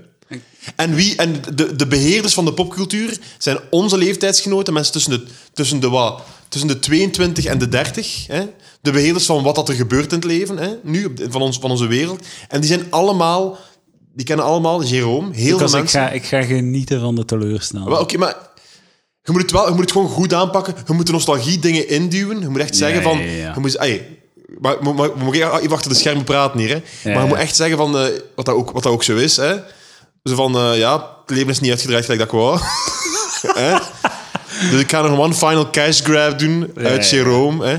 [SPEAKER 2] En, wie, en de, de beheerders van de popcultuur zijn onze leeftijdsgenoten, mensen tussen de, tussen de, wat, tussen de 22 en de 30. Hè? De beheerders van wat dat er gebeurt in het leven, hè? nu, op de- van, ons, van onze wereld. En die zijn allemaal, die kennen allemaal Jerome, heel
[SPEAKER 1] Lucas,
[SPEAKER 2] veel
[SPEAKER 1] ik
[SPEAKER 2] mensen.
[SPEAKER 1] ga, ik ga genieten van de teleurstelling.
[SPEAKER 2] Maar Oké, maar Je moet, het wel, je moet het gewoon goed aanpakken. Je moet de nostalgie dingen induwen. Je moet echt zeggen van...
[SPEAKER 1] ja, ja.
[SPEAKER 2] Je moet, ay, maar, maar, maar, we moeten even achter de schermen praten hier. Hè. maar je
[SPEAKER 1] ja.
[SPEAKER 2] moet echt zeggen van... eh, wat, dat ook, wat dat ook zo is. Hè. Zo van... eh, ja, het leven is niet uitgedraaid gelijk dat ik wou. [laughs] Hè? dus ik ga nog one final cash grab doen uit
[SPEAKER 1] ja, ja.
[SPEAKER 2] Jerome. Hè.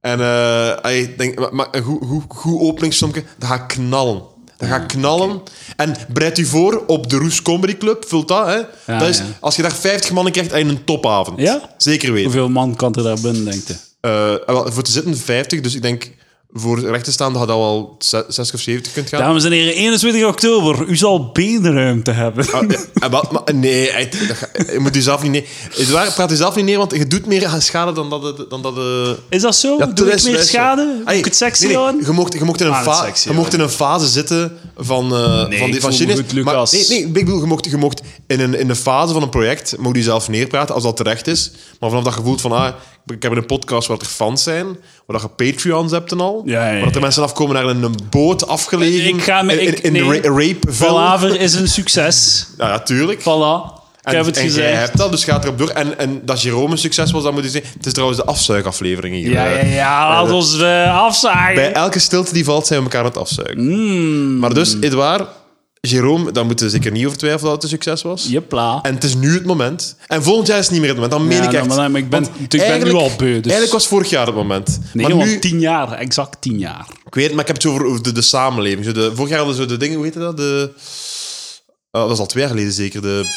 [SPEAKER 2] En eh, ay, ik denk, maar, maar een goed, goed, goed openingsstomke, dat gaat knallen. Dat
[SPEAKER 1] Ah,
[SPEAKER 2] gaat knallen. En bereid u voor op de Roes Comedy Club, vult dat. Hè?
[SPEAKER 1] Ja,
[SPEAKER 2] dat is,
[SPEAKER 1] ja.
[SPEAKER 2] Als je daar 50 mannen krijgt, heb je een topavond.
[SPEAKER 1] Ja?
[SPEAKER 2] Zeker weten.
[SPEAKER 1] Hoeveel man kan er daar binnen, denk je?
[SPEAKER 2] Eh, en wel, voor te zitten 50, dus ik denk voor recht te staan had dat al 60 of 70 kunt gaan.
[SPEAKER 1] Dames en heren, 21 oktober. U zal beenruimte hebben.
[SPEAKER 2] Ah, ja. En wel, maar, nee, hij- dat ga- je moet jezelf niet neer. Het is waar, praat jezelf niet neer, want je doet meer schade dan dat. het- Dan dat eh,
[SPEAKER 1] [laughs] Is dat zo?
[SPEAKER 2] Ja,
[SPEAKER 1] Doe ik
[SPEAKER 2] is
[SPEAKER 1] meer
[SPEAKER 2] best wel.
[SPEAKER 1] schade? Moet
[SPEAKER 2] Allee,
[SPEAKER 1] ik het sexy
[SPEAKER 2] nee, nee,
[SPEAKER 1] houden?
[SPEAKER 2] Je mocht, je mocht in een
[SPEAKER 1] Ah,
[SPEAKER 2] fa-
[SPEAKER 1] het sexy
[SPEAKER 2] je mocht in een fase zitten van, eh van
[SPEAKER 1] ik
[SPEAKER 2] die van
[SPEAKER 1] voel me
[SPEAKER 2] shit is-
[SPEAKER 1] goed, Lucas.
[SPEAKER 2] Maar, nee, nee, ik bedoel, je mocht, je mocht in, een, in de fase van een project mocht je zelf neerpraten als dat terecht is. Maar vanaf dat gevoel van, ah, ik heb een podcast waar er fans zijn, waar dat je Patreons hebt en al,
[SPEAKER 1] Ja, ja, ja.
[SPEAKER 2] waar dat er mensen afkomen naar een boot afgelegen
[SPEAKER 1] Ik ga me-
[SPEAKER 2] in,
[SPEAKER 1] ik-
[SPEAKER 2] in, in
[SPEAKER 1] nee.
[SPEAKER 2] ra- rape
[SPEAKER 1] Palaver is een
[SPEAKER 2] [laughs]
[SPEAKER 1] succes.
[SPEAKER 2] Ja, ja, tuurlijk.
[SPEAKER 1] Voilà. Ik
[SPEAKER 2] En-
[SPEAKER 1] heb het
[SPEAKER 2] en
[SPEAKER 1] gezegd.
[SPEAKER 2] jij hebt dat, dus gaat erop door. En, en dat Jerome een succes was, dat moet je zeggen. Het is trouwens de afzuigaflevering hier.
[SPEAKER 1] Ja,
[SPEAKER 2] eh.
[SPEAKER 1] ja, ja, laat
[SPEAKER 2] eh,
[SPEAKER 1] ons eh, afzaaien.
[SPEAKER 2] Bij elke stilte die valt, zijn we elkaar aan het afzuigen.
[SPEAKER 1] Mm.
[SPEAKER 2] Maar dus, Edouard, Jerome, daar moeten we zeker niet over twijfelen dat het een succes was.
[SPEAKER 1] Jepla.
[SPEAKER 2] En het is nu het moment. En volgend jaar is het niet meer het moment. Dan meen
[SPEAKER 1] Ja,
[SPEAKER 2] ik
[SPEAKER 1] nou,
[SPEAKER 2] echt.
[SPEAKER 1] maar- maar ik ben-
[SPEAKER 2] Want
[SPEAKER 1] ik ben nu
[SPEAKER 2] eigenlijk-
[SPEAKER 1] al beu, dus-
[SPEAKER 2] Eigenlijk was vorig jaar het moment.
[SPEAKER 1] Nee,
[SPEAKER 2] maar
[SPEAKER 1] want
[SPEAKER 2] nu,
[SPEAKER 1] tien jaar. Exact tien jaar.
[SPEAKER 2] ik weet het, maar ik heb het over over de, de samenleving. Zo de, vorig jaar hadden ze de dingen, hoe heette dat? De, oh, dat is al twee jaar geleden zeker. De,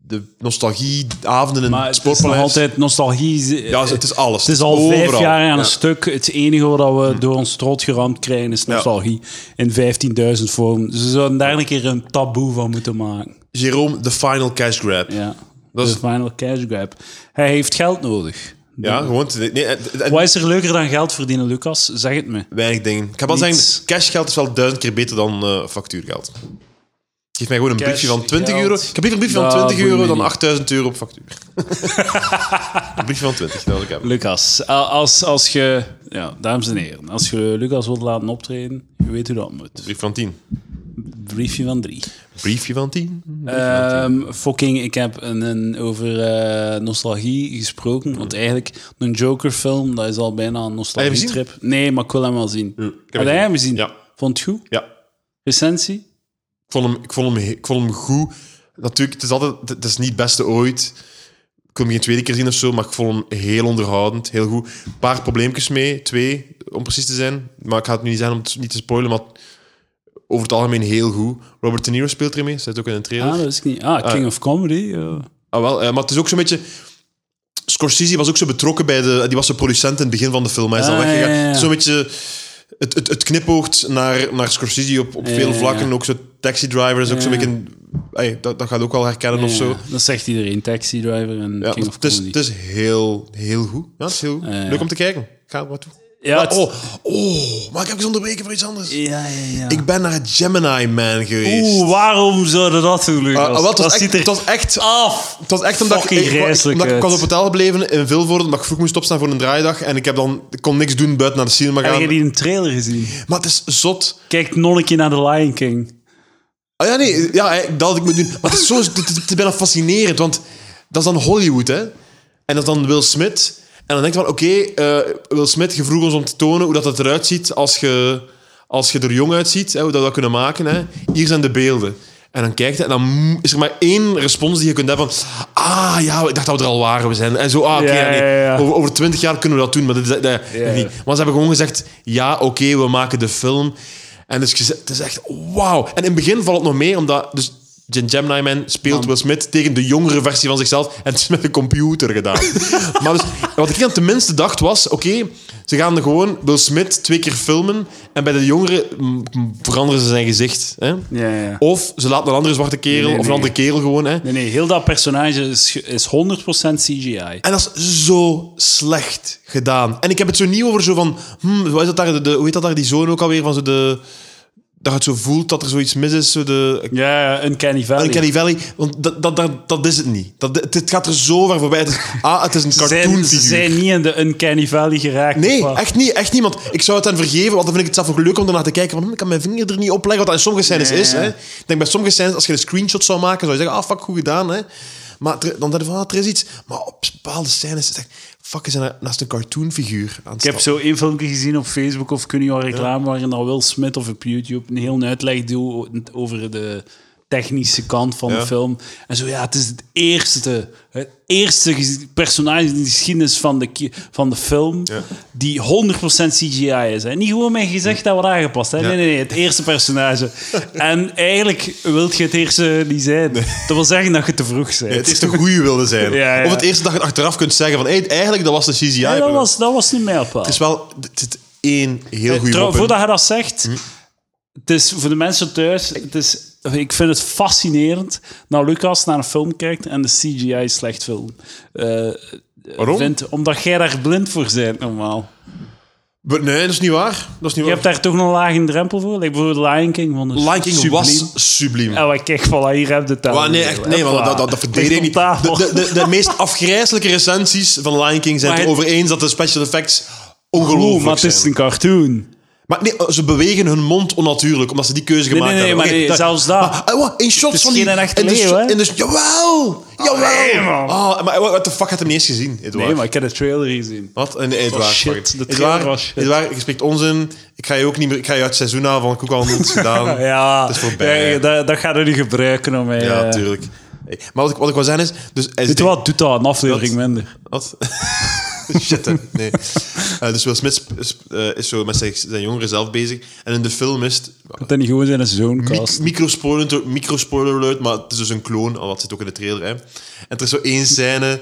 [SPEAKER 2] de nostalgieavonden in
[SPEAKER 1] Maar het
[SPEAKER 2] het
[SPEAKER 1] is nog
[SPEAKER 2] sportpaleis.
[SPEAKER 1] altijd nostalgie.
[SPEAKER 2] Ja, het is alles.
[SPEAKER 1] Het is al vijf
[SPEAKER 2] Overal.
[SPEAKER 1] jaar aan
[SPEAKER 2] Ja. Hm.
[SPEAKER 1] een stuk. Het enige wat we door ons strot geramd krijgen is nostalgie. In 15.000 vormen. Ze zouden daar een keer een taboe van moeten maken.
[SPEAKER 2] Jerome, de final cash grab.
[SPEAKER 1] Ja.
[SPEAKER 2] Dat is-
[SPEAKER 1] de final cash grab. Hij heeft geld nodig.
[SPEAKER 2] Ja, gewoon... te- Nee, en- en-
[SPEAKER 1] Wat is er leuker dan geld verdienen, Lucas? Zeg het me.
[SPEAKER 2] Weinig dingen. Ik heb al
[SPEAKER 1] Niets.
[SPEAKER 2] zeggen, cashgeld is wel duizend keer beter dan eh, factuurgeld. Geef mij gewoon een
[SPEAKER 1] Cash,
[SPEAKER 2] briefje van 20
[SPEAKER 1] geld.
[SPEAKER 2] euro. Ik heb liever een briefje van
[SPEAKER 1] Dat
[SPEAKER 2] 20
[SPEAKER 1] boeit
[SPEAKER 2] euro
[SPEAKER 1] me
[SPEAKER 2] dan
[SPEAKER 1] Nou, niet.
[SPEAKER 2] 8000 euro op factuur. [laughs] een briefje van 20, dat wil ik hebben.
[SPEAKER 1] Lucas, a- als, als je... Ja, dames en heren. Als je Lucas wilt laten optreden, je weet hoe dat moet.
[SPEAKER 2] Briefje van 10.
[SPEAKER 1] Briefje van drie.
[SPEAKER 2] Briefje van 10.
[SPEAKER 1] Ehm, fucking, ik heb een, een- over eh, nostalgie gesproken. Want eigenlijk, een Joker-film, dat is al bijna een
[SPEAKER 2] Heb je hem
[SPEAKER 1] nostalgie-trip. Nee, maar ik wil hem wel zien.
[SPEAKER 2] ik heb
[SPEAKER 1] Heb
[SPEAKER 2] hem
[SPEAKER 1] jij
[SPEAKER 2] gezien.
[SPEAKER 1] hem gezien?
[SPEAKER 2] Ja.
[SPEAKER 1] Vond het goed?
[SPEAKER 2] Ja,
[SPEAKER 1] Recensie?
[SPEAKER 2] ik vond, hem, ik, vond hem, he- ik vond hem goed. Natuurlijk, het is, altijd, het is niet het beste ooit. Ik wil hem geen tweede keer zien of zo, maar ik vond hem heel onderhoudend, heel goed. Een paar probleempjes mee, twee om precies te zijn. Maar ik ga het nu niet zeggen om het niet te spoilen, maar over het algemeen heel goed. Robert De Niro speelt er mee, zit ook in een trailer.
[SPEAKER 1] Ah, dat wist ik niet. Ah, King of Comedy. eh.
[SPEAKER 2] Ah, wel, eh, maar het is ook zo'n beetje... Scorsese was ook zo betrokken bij de... Die was de producent in het begin van de film. Hij is dan
[SPEAKER 1] Ah,
[SPEAKER 2] weggegaan.
[SPEAKER 1] ja, ja, ja.
[SPEAKER 2] Zo'n beetje... Het, het, het knipoogt naar, naar Scorsese op, op veel
[SPEAKER 1] ja,
[SPEAKER 2] vlakken.
[SPEAKER 1] ja.
[SPEAKER 2] Ook zo Taxi Driver is ook zo'n
[SPEAKER 1] Ja.
[SPEAKER 2] beetje... een- ey, dat, dat gaat ook wel herkennen of
[SPEAKER 1] Ja,
[SPEAKER 2] zo.
[SPEAKER 1] Dat zegt iedereen. Taxi Driver en
[SPEAKER 2] Ja,
[SPEAKER 1] King
[SPEAKER 2] maar
[SPEAKER 1] of
[SPEAKER 2] het, is,
[SPEAKER 1] Comedy.
[SPEAKER 2] het is heel, heel goed. Ja, het is heel goed.
[SPEAKER 1] ja.
[SPEAKER 2] Leuk om te kijken. Ik ga er maar toe.
[SPEAKER 1] Ja,
[SPEAKER 2] Maar-
[SPEAKER 1] het-
[SPEAKER 2] oh, oh, maar ik heb eens onderbreken voor iets anders.
[SPEAKER 1] ja, ja, ja.
[SPEAKER 2] Ik ben naar Gemini Man geweest.
[SPEAKER 1] Oeh, waarom zouden dat doen, Lucas?
[SPEAKER 2] Ah, ah, wel, het was
[SPEAKER 1] dat
[SPEAKER 2] echt-
[SPEAKER 1] ziet er
[SPEAKER 2] het was echt
[SPEAKER 1] af.
[SPEAKER 2] Het was echt omdat ik,
[SPEAKER 1] Ah, Fucking
[SPEAKER 2] ik, ik,
[SPEAKER 1] grijselijk
[SPEAKER 2] omdat ik
[SPEAKER 1] uit.
[SPEAKER 2] was op hotel gebleven in Vilvoorde, omdat ik vroeg moest opstaan voor een draaidag. En ik, heb dan, ik kon niks doen buiten naar de cinema
[SPEAKER 1] Heb
[SPEAKER 2] gaan.
[SPEAKER 1] je die een trailer gezien?
[SPEAKER 2] Maar het is zot.
[SPEAKER 1] Kijk nog een keer naar The Lion King.
[SPEAKER 2] Oh ja, nee, ja, hè, dat had ik moet doen. Maar het is, zo, het, het- het is bijna fascinerend, want dat is dan Hollywood, hè. En dat is dan Will Smith. En dan denk je van, oké, eh, Will Smith, je vroeg ons om te tonen hoe dat het eruit ziet als je, als je er jong uitziet. Hè, hoe dat we dat kunnen maken, hè. Hier zijn de beelden. En dan kijkt hij en dan mm, is er maar één respons die je kunt hebben van... Ah, ja, ik dacht dat we er al waren. We zijn... En zo, ah, oké,
[SPEAKER 1] Ja,
[SPEAKER 2] ja, nee.
[SPEAKER 1] ja, ja.
[SPEAKER 2] Over, over 20 jaar kunnen we dat doen, maar dat, dat, dat-
[SPEAKER 1] Ja.
[SPEAKER 2] niet. Maar ze hebben gewoon gezegd, ja, oké, we maken de film. En dus, geze- het is echt, wauw. En in het begin valt het nog mee, omdat... Dus, Jim Gemini Man speelt Will Smith tegen de jongere versie van zichzelf. En het is met een computer
[SPEAKER 1] [laughs]
[SPEAKER 2] gedaan. maar dus, wat ik dan tenminste dacht was... Oké, ze gaan er gewoon Will Smith twee keer filmen. En bij de jongere mm, veranderen ze zijn gezicht. Hè?
[SPEAKER 1] Ja, ja.
[SPEAKER 2] Of ze laten een andere zwarte kerel...
[SPEAKER 1] nee,
[SPEAKER 2] Of een
[SPEAKER 1] nee.
[SPEAKER 2] andere kerel gewoon. Hè?
[SPEAKER 1] Nee, nee, heel dat personage is, is 100% CGI.
[SPEAKER 2] En dat is zo slecht gedaan. En ik heb het zo niet over zo van... Hmm, wat is dat daar, de, de- hoe heet dat daar, die zoon ook alweer? Van zo de, dat het zo voelt dat er zoiets mis is. Zo de
[SPEAKER 1] Ja, Uncanny Valley.
[SPEAKER 2] Uncanny Valley. Want dat, dat, dat, dat is het niet. Dat, het, het gaat er zo ver voorbij. Het is, ah, het is een
[SPEAKER 1] Ze zijn, ze
[SPEAKER 2] cartoonfiguur.
[SPEAKER 1] zijn niet in de Uncanny Valley geraakt.
[SPEAKER 2] Nee,
[SPEAKER 1] of wat?
[SPEAKER 2] echt niet, echt niet. Want ik zou het hen vergeven, want dan vind ik het zelf ook leuk om ernaar te kijken. Want hm, ik kan mijn vinger er niet op leggen, wat dat in sommige scènes
[SPEAKER 1] Nee,
[SPEAKER 2] is.
[SPEAKER 1] ja.
[SPEAKER 2] Hè. Ik denk bij sommige scènes, als je een screenshot zou maken, zou je zeggen, ah, fuck, goed gedaan. Hè. Maar er- dan denk je van, ah, er is iets. Maar op bepaalde scènes is het echt... Fuck, is hij naast een cartoonfiguur aan het
[SPEAKER 1] Ik heb
[SPEAKER 2] stappen?
[SPEAKER 1] zo één filmpje gezien op Facebook of kun je een reclame waarin al Will Smith of op YouTube een heel uitleg doet over de technische kant van
[SPEAKER 2] Ja.
[SPEAKER 1] de film. En zo, ja, het is het eerste, het eerste gez- personage in de geschiedenis van de, ki- van de film die 100% CGI is. Hè. Niet gewoon mijn gezicht dat wordt aangepast. Hè. Nee, nee, nee, het eerste
[SPEAKER 2] [laughs]
[SPEAKER 1] personage. en eigenlijk wilt je het eerste niet zijn. Dat wil zeggen dat je te vroeg bent.
[SPEAKER 2] Het is de goede wilde [laughs] zijn.
[SPEAKER 1] Ja, ja.
[SPEAKER 2] Of het eerste dat je achteraf kunt zeggen van... Hey, eigenlijk, dat was de CGI.
[SPEAKER 1] Nee, dat, was, dat was niet meer op.
[SPEAKER 2] Het is wel... Het is één heel Hm. goede
[SPEAKER 1] Eh, Trouw,
[SPEAKER 2] mop in.
[SPEAKER 1] voordat je dat zegt, het is voor de mensen thuis, het is, ik vind het fascinerend dat Lucas naar een film kijkt en de CGI slecht film. Eh,
[SPEAKER 2] Waarom?
[SPEAKER 1] vindt, omdat jij daar blind voor bent, normaal.
[SPEAKER 2] Maar Nee, dat is niet waar. Dat is niet
[SPEAKER 1] Je
[SPEAKER 2] waar.
[SPEAKER 1] hebt daar toch een lage drempel voor? Like bijvoorbeeld Lion King. Van de
[SPEAKER 2] Oh. Lion King was subliem.
[SPEAKER 1] En wij Oh, kijk, voilà, hier heb je het aan.
[SPEAKER 2] Maar nee, echt, nee, want
[SPEAKER 1] Ah, Hopla.
[SPEAKER 2] dat, dat, dat verdeed
[SPEAKER 1] Ligt
[SPEAKER 2] ik
[SPEAKER 1] op
[SPEAKER 2] niet.
[SPEAKER 1] tafel.
[SPEAKER 2] De, de, de, de meest afgrijzelijke recensies van Lion King zijn
[SPEAKER 1] Maar
[SPEAKER 2] het
[SPEAKER 1] het-
[SPEAKER 2] erover eens dat de special effects
[SPEAKER 1] Oeh, maar
[SPEAKER 2] ongelooflijk
[SPEAKER 1] het is
[SPEAKER 2] zijn.
[SPEAKER 1] een cartoon.
[SPEAKER 2] Maar nee, eh, ze bewegen hun mond onnatuurlijk, omdat ze die keuze gemaakt
[SPEAKER 1] nee, nee,
[SPEAKER 2] hebben.
[SPEAKER 1] maar
[SPEAKER 2] Oké,
[SPEAKER 1] nee,
[SPEAKER 2] dat-
[SPEAKER 1] zelfs dat.
[SPEAKER 2] Maar, eh, wat, in shots
[SPEAKER 1] is
[SPEAKER 2] van die...
[SPEAKER 1] geen echte
[SPEAKER 2] in de
[SPEAKER 1] leeuw,
[SPEAKER 2] shot-
[SPEAKER 1] hè?
[SPEAKER 2] in de- Jawel! Jawel!
[SPEAKER 1] nee, man.
[SPEAKER 2] Ah, maar what the fuck, had hem niet eens gezien, Edouard.
[SPEAKER 1] Nee, maar ik heb de trailer gezien.
[SPEAKER 2] Wat? Eh, Nee, Edouard.
[SPEAKER 1] shit,
[SPEAKER 2] fuck it.
[SPEAKER 1] de trailer
[SPEAKER 2] Edouard,
[SPEAKER 1] was shit.
[SPEAKER 2] Edouard, je spreekt onzin. Ik ga je ook niet meer... Ik ga je uit het seizoen halen, want ik heb ook
[SPEAKER 1] [laughs]
[SPEAKER 2] al niets gedaan.
[SPEAKER 1] Ja,
[SPEAKER 2] Het is voorbij.
[SPEAKER 1] ja, dat, dat gaat er niet gebruiken om mij...
[SPEAKER 2] Ja,
[SPEAKER 1] eh,
[SPEAKER 2] tuurlijk. Hey, Maar wat ik, wat ik wil zeggen is... Dus hij
[SPEAKER 1] Weet
[SPEAKER 2] zit
[SPEAKER 1] je wat, doet dat een aflevering
[SPEAKER 2] Dat-
[SPEAKER 1] minder.
[SPEAKER 2] Wat? [laughs] Shit, hè. nee. Eh, dus Will Smith sp- sp- eh, is zo met zijn, zijn jongeren zelf bezig. En in de film is het
[SPEAKER 1] Dat dat niet gewoon zijn, dat is zo'n
[SPEAKER 2] mic-
[SPEAKER 1] cast.
[SPEAKER 2] microspoiler microspoiler alert, maar het is dus een kloon, al dat zit ook in de trailer. Hè. En er is zo één scène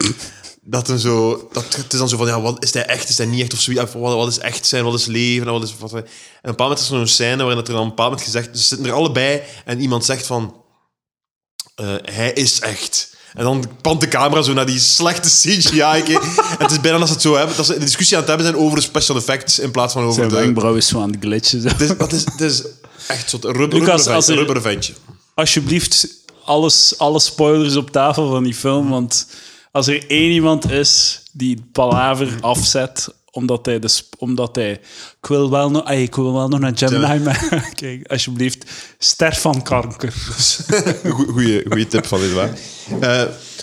[SPEAKER 2] dat hem zo... Dat, het is dan zo van, ja, wat is hij echt, is hij niet echt? Of zoiets, Ah, wat, wat is echt zijn, wat is leven? En, wat is, wat, en op een bepaald moment is er zo'n scène waarin dat er dan op een bepaald moment gezegd... Ze zitten er allebei en iemand zegt van... eh, hij is echt. En dan pant de camera zo naar die slechte CGI. En het is bijna als het zo hebben, dat ze een discussie aan het hebben zijn over de special effects in plaats van over
[SPEAKER 1] Zijn
[SPEAKER 2] de...
[SPEAKER 1] wenkbrauw is zo aan de glitchen. zo.
[SPEAKER 2] Het is, dat is, het is echt zo'n rubber,
[SPEAKER 1] Lucas,
[SPEAKER 2] rubberen
[SPEAKER 1] als
[SPEAKER 2] ventje,
[SPEAKER 1] er-
[SPEAKER 2] rubberen ventje.
[SPEAKER 1] Alsjeblieft, alles, alle spoilers op tafel van die film. Want als er één iemand is die Palaver afzet omdat hij, de sp- omdat hij ik, wil wel nog, ey, ik wil wel nog naar Gemini man. [laughs] Kijk, alsjeblieft, sterf van kanker.
[SPEAKER 2] [laughs] Goede tip van dit waar.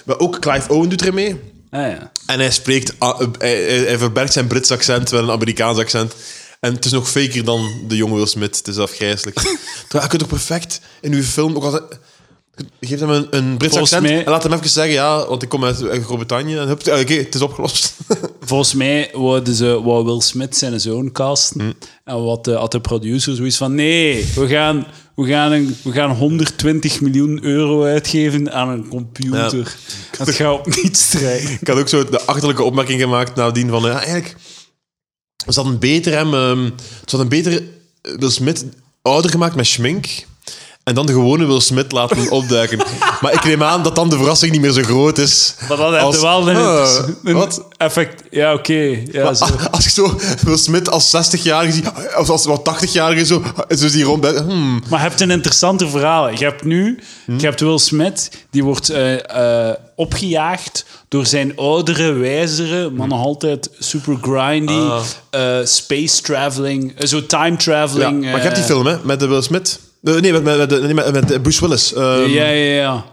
[SPEAKER 2] maar ook Clive Owen doet er mee.
[SPEAKER 1] Ah, ja.
[SPEAKER 2] En hij spreekt, ah, eh, hij, hij- hij verbergt zijn Brits accent met een Amerikaans accent. En het is nog faker dan de jonge Will Smith. Het is
[SPEAKER 1] [laughs]
[SPEAKER 2] afgrijzelijk. Terwijl, je kunt toch perfect in uw film... Ook al, geef hem een, een Brits
[SPEAKER 1] Volgens
[SPEAKER 2] accent
[SPEAKER 1] mij-
[SPEAKER 2] en laat hem even zeggen... Ja, want ik kom uit, uit Groot-Brittannië. En hup, ah, oké, het is opgelost. [laughs]
[SPEAKER 1] Volgens mij wouden ze wou Will Smith zijn zoon casten.
[SPEAKER 2] Hm.
[SPEAKER 1] En wat de, had de producer zoiets van... Nee, we gaan, we, gaan een, we gaan 120 miljoen euro uitgeven aan een computer. Dat gaat op niets strijken.
[SPEAKER 2] Ik had ook zo de achterlijke opmerking gemaakt nadien van... Ja, eigenlijk... Ze hadden beter hem... ehm, ze hadden beter eh, Will Smith ouder gemaakt met schmink. En dan de gewone Will Smith laten [laughs] opduiken. maar ik neem aan dat dan de verrassing niet meer zo groot is.
[SPEAKER 1] Maar dan heb
[SPEAKER 2] als-
[SPEAKER 1] je wel een,
[SPEAKER 2] Eh,
[SPEAKER 1] [laughs] een
[SPEAKER 2] wat?
[SPEAKER 1] effect. Ja, oké. Ja, zo.
[SPEAKER 2] Ah, Als ik zo Will Smith als 60-jarige zie... Of als wel 80-jarige zo... eh, Zo die rond... Hmm,
[SPEAKER 1] Maar je hebt een interessante verhaal. Je hebt nu,
[SPEAKER 2] Hm?
[SPEAKER 1] je hebt Will Smith, die wordt eh, eh, opgejaagd door zijn oudere, wijzere,
[SPEAKER 2] Hm.
[SPEAKER 1] maar nog altijd super grindy,
[SPEAKER 2] Ah.
[SPEAKER 1] eh, space traveling, eh, zo time
[SPEAKER 2] ja.
[SPEAKER 1] traveling.
[SPEAKER 2] Maar ik heb die
[SPEAKER 1] eh,
[SPEAKER 2] film, hè? Met de Will Smith... Eh, nee, met, met, met, nee, met, met Bruce Willis. Ehm,
[SPEAKER 1] Ja, ja, ja.
[SPEAKER 2] fuck, hoe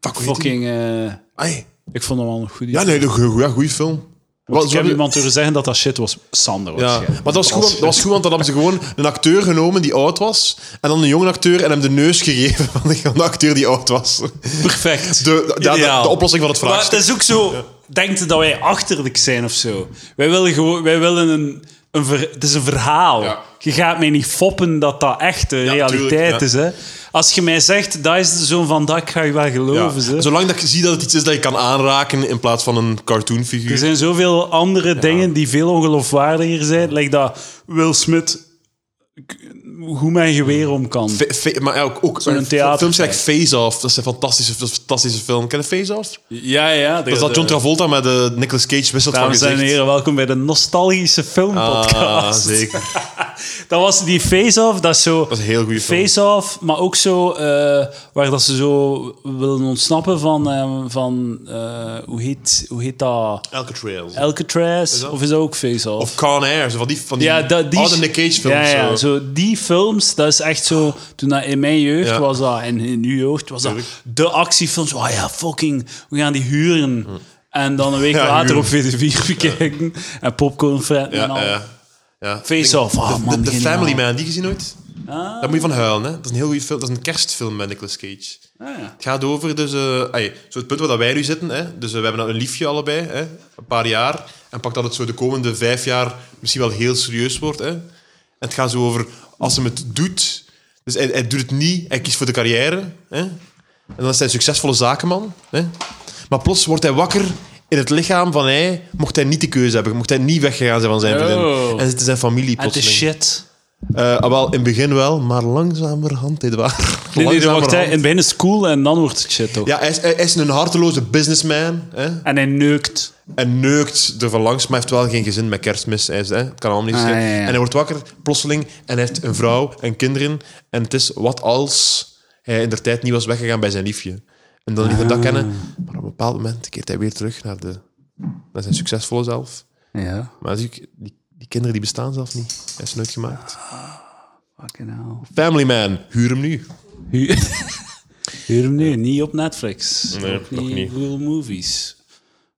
[SPEAKER 2] heet die?
[SPEAKER 1] Fucking. eh,
[SPEAKER 2] Ai.
[SPEAKER 1] ik vond hem wel een goede.
[SPEAKER 2] Ja, nee, een goe- ja, goede film. Wat-
[SPEAKER 1] ik
[SPEAKER 2] zo-
[SPEAKER 1] heb iemand horen zeggen dat dat shit was. Sander.
[SPEAKER 2] Ja, maar dat was, goed, want- dat was goed, want dan hadden ze gewoon een acteur genomen die oud was. En dan een jonge acteur en hem de neus gegeven van de, van de acteur die oud was.
[SPEAKER 1] perfect.
[SPEAKER 2] De, de, ja, de-
[SPEAKER 1] Ideaal.
[SPEAKER 2] de oplossing van het
[SPEAKER 1] Maar het
[SPEAKER 2] vraagstuk.
[SPEAKER 1] is ook zo. Denkt u dat wij achterlijk zijn of zo? Wij willen gewoon. Wij willen een. een ver- het is een verhaal.
[SPEAKER 2] Ja.
[SPEAKER 1] Je gaat mij niet foppen dat dat echt de realiteit
[SPEAKER 2] tuurlijk, ja.
[SPEAKER 1] is. Hè? Als je mij zegt, dat is de zoon van Dak, ga je wel
[SPEAKER 2] Ja.
[SPEAKER 1] geloven. Ze.
[SPEAKER 2] Zolang dat je ziet dat het iets is dat je kan aanraken in plaats van een cartoonfiguur.
[SPEAKER 1] Er zijn zoveel andere dingen die veel ongeloofwaardiger zijn. Like dat Will Smith k- hoe mijn geweer om kan.
[SPEAKER 2] Fe- fe- maar ja, ook, ook
[SPEAKER 1] Zo'n theater-
[SPEAKER 2] films gelijk Face Off. Dat is een fantastische, dat is een fantastische film. Ken je Face Off?
[SPEAKER 1] Ja, ja.
[SPEAKER 2] Dat is dat John Travolta met de Nicolas Cage wisselt van
[SPEAKER 1] Dames en
[SPEAKER 2] gezicht.
[SPEAKER 1] heren, welkom bij de Nostalgische Filmpodcast.
[SPEAKER 2] Ah, zeker.
[SPEAKER 1] Dat was die face-off, dat is zo...
[SPEAKER 2] Dat is een heel goede film.
[SPEAKER 1] Face-off, maar ook zo eh, waar dat ze zo willen ontsnappen van, eh, van eh, hoe, heet, hoe heet dat?
[SPEAKER 2] Alcatraz.
[SPEAKER 1] Alcatraz?
[SPEAKER 2] dat?
[SPEAKER 1] Of is dat ook Face-off?
[SPEAKER 2] of Con Air, zo van die, van die,
[SPEAKER 1] ja, dat, die
[SPEAKER 2] oude Nick Cage films. eh.
[SPEAKER 1] Ja, ja,
[SPEAKER 2] zo.
[SPEAKER 1] zo die films, dat is echt zo. Toen dat in mijn jeugd
[SPEAKER 2] Ja.
[SPEAKER 1] was dat, en in uw jeugd was dat,
[SPEAKER 2] Tuurlijk.
[SPEAKER 1] de actiefilms. Oh ja, fucking, we gaan die huren. En dan een week
[SPEAKER 2] Ja,
[SPEAKER 1] later
[SPEAKER 2] huren.
[SPEAKER 1] op [laughs] VT4 bekijken. En popcorn fretten en
[SPEAKER 2] Ja,
[SPEAKER 1] al.
[SPEAKER 2] ja, ja.
[SPEAKER 1] Face Off, ah,
[SPEAKER 2] De- de-
[SPEAKER 1] man, Ah.
[SPEAKER 2] de,
[SPEAKER 1] geniaal.
[SPEAKER 2] Family Man, die gezien nooit? Daar moet je van huilen. Hè? Dat is een heel goede film. Dat is een kerstfilm met Nicolas Cage.
[SPEAKER 1] Ah, ja.
[SPEAKER 2] Het gaat over dus, eh, ai, zo het punt waar dat wij nu zitten. Hè? Dus eh, we hebben een liefje allebei, hè? een paar jaar. En pak dat het zo de komende vijf jaar misschien wel heel serieus wordt. Hè? En het gaat zo over als hem het doet. Dus hij, hij doet het niet, hij kiest voor de carrière. Hè? En dan is hij een succesvolle zakenman. Hè? Maar plots wordt hij wakker in het lichaam van hij, mocht hij niet de keuze hebben, mocht hij niet weggegaan zijn van zijn
[SPEAKER 1] Oh.
[SPEAKER 2] vriendin. En zit in zijn familie
[SPEAKER 1] En het is
[SPEAKER 2] plotseling.
[SPEAKER 1] shit.
[SPEAKER 2] Eh, ah, wel, in het begin wel, maar langzamerhand, dit waar.
[SPEAKER 1] Nee, nee, dan wordt hij, in
[SPEAKER 2] Langzamerhand.
[SPEAKER 1] het begin is het cool en dan wordt het shit toch?
[SPEAKER 2] Ja, hij is, hij is een harteloze businessman hè?
[SPEAKER 1] En hij neukt.
[SPEAKER 2] en neukt er van langs, maar heeft wel geen gezin met kerstmis. Hij is, hè? Het kan allemaal
[SPEAKER 1] Ah,
[SPEAKER 2] niet schelen.
[SPEAKER 1] ja, ja.
[SPEAKER 2] En hij wordt wakker, plotseling, en hij heeft een vrouw en kinderen. En het is wat als hij in de tijd niet was weggegaan bij zijn liefje. En dan liet hij
[SPEAKER 1] Ah.
[SPEAKER 2] dat kennen, maar op een bepaald moment keert hij weer terug naar, de, naar zijn succesvolle zelf.
[SPEAKER 1] Ja,
[SPEAKER 2] Maar zie ik, die, die kinderen die bestaan zelf niet. Hij is nooit gemaakt.
[SPEAKER 1] fucking hell.
[SPEAKER 2] Family Man, huur hem
[SPEAKER 1] [laughs]
[SPEAKER 2] nu.
[SPEAKER 1] Hu- Huur hem nu, niet op Netflix.
[SPEAKER 2] Nee,
[SPEAKER 1] ook
[SPEAKER 2] nog
[SPEAKER 1] niet
[SPEAKER 2] niet.
[SPEAKER 1] Google Movies.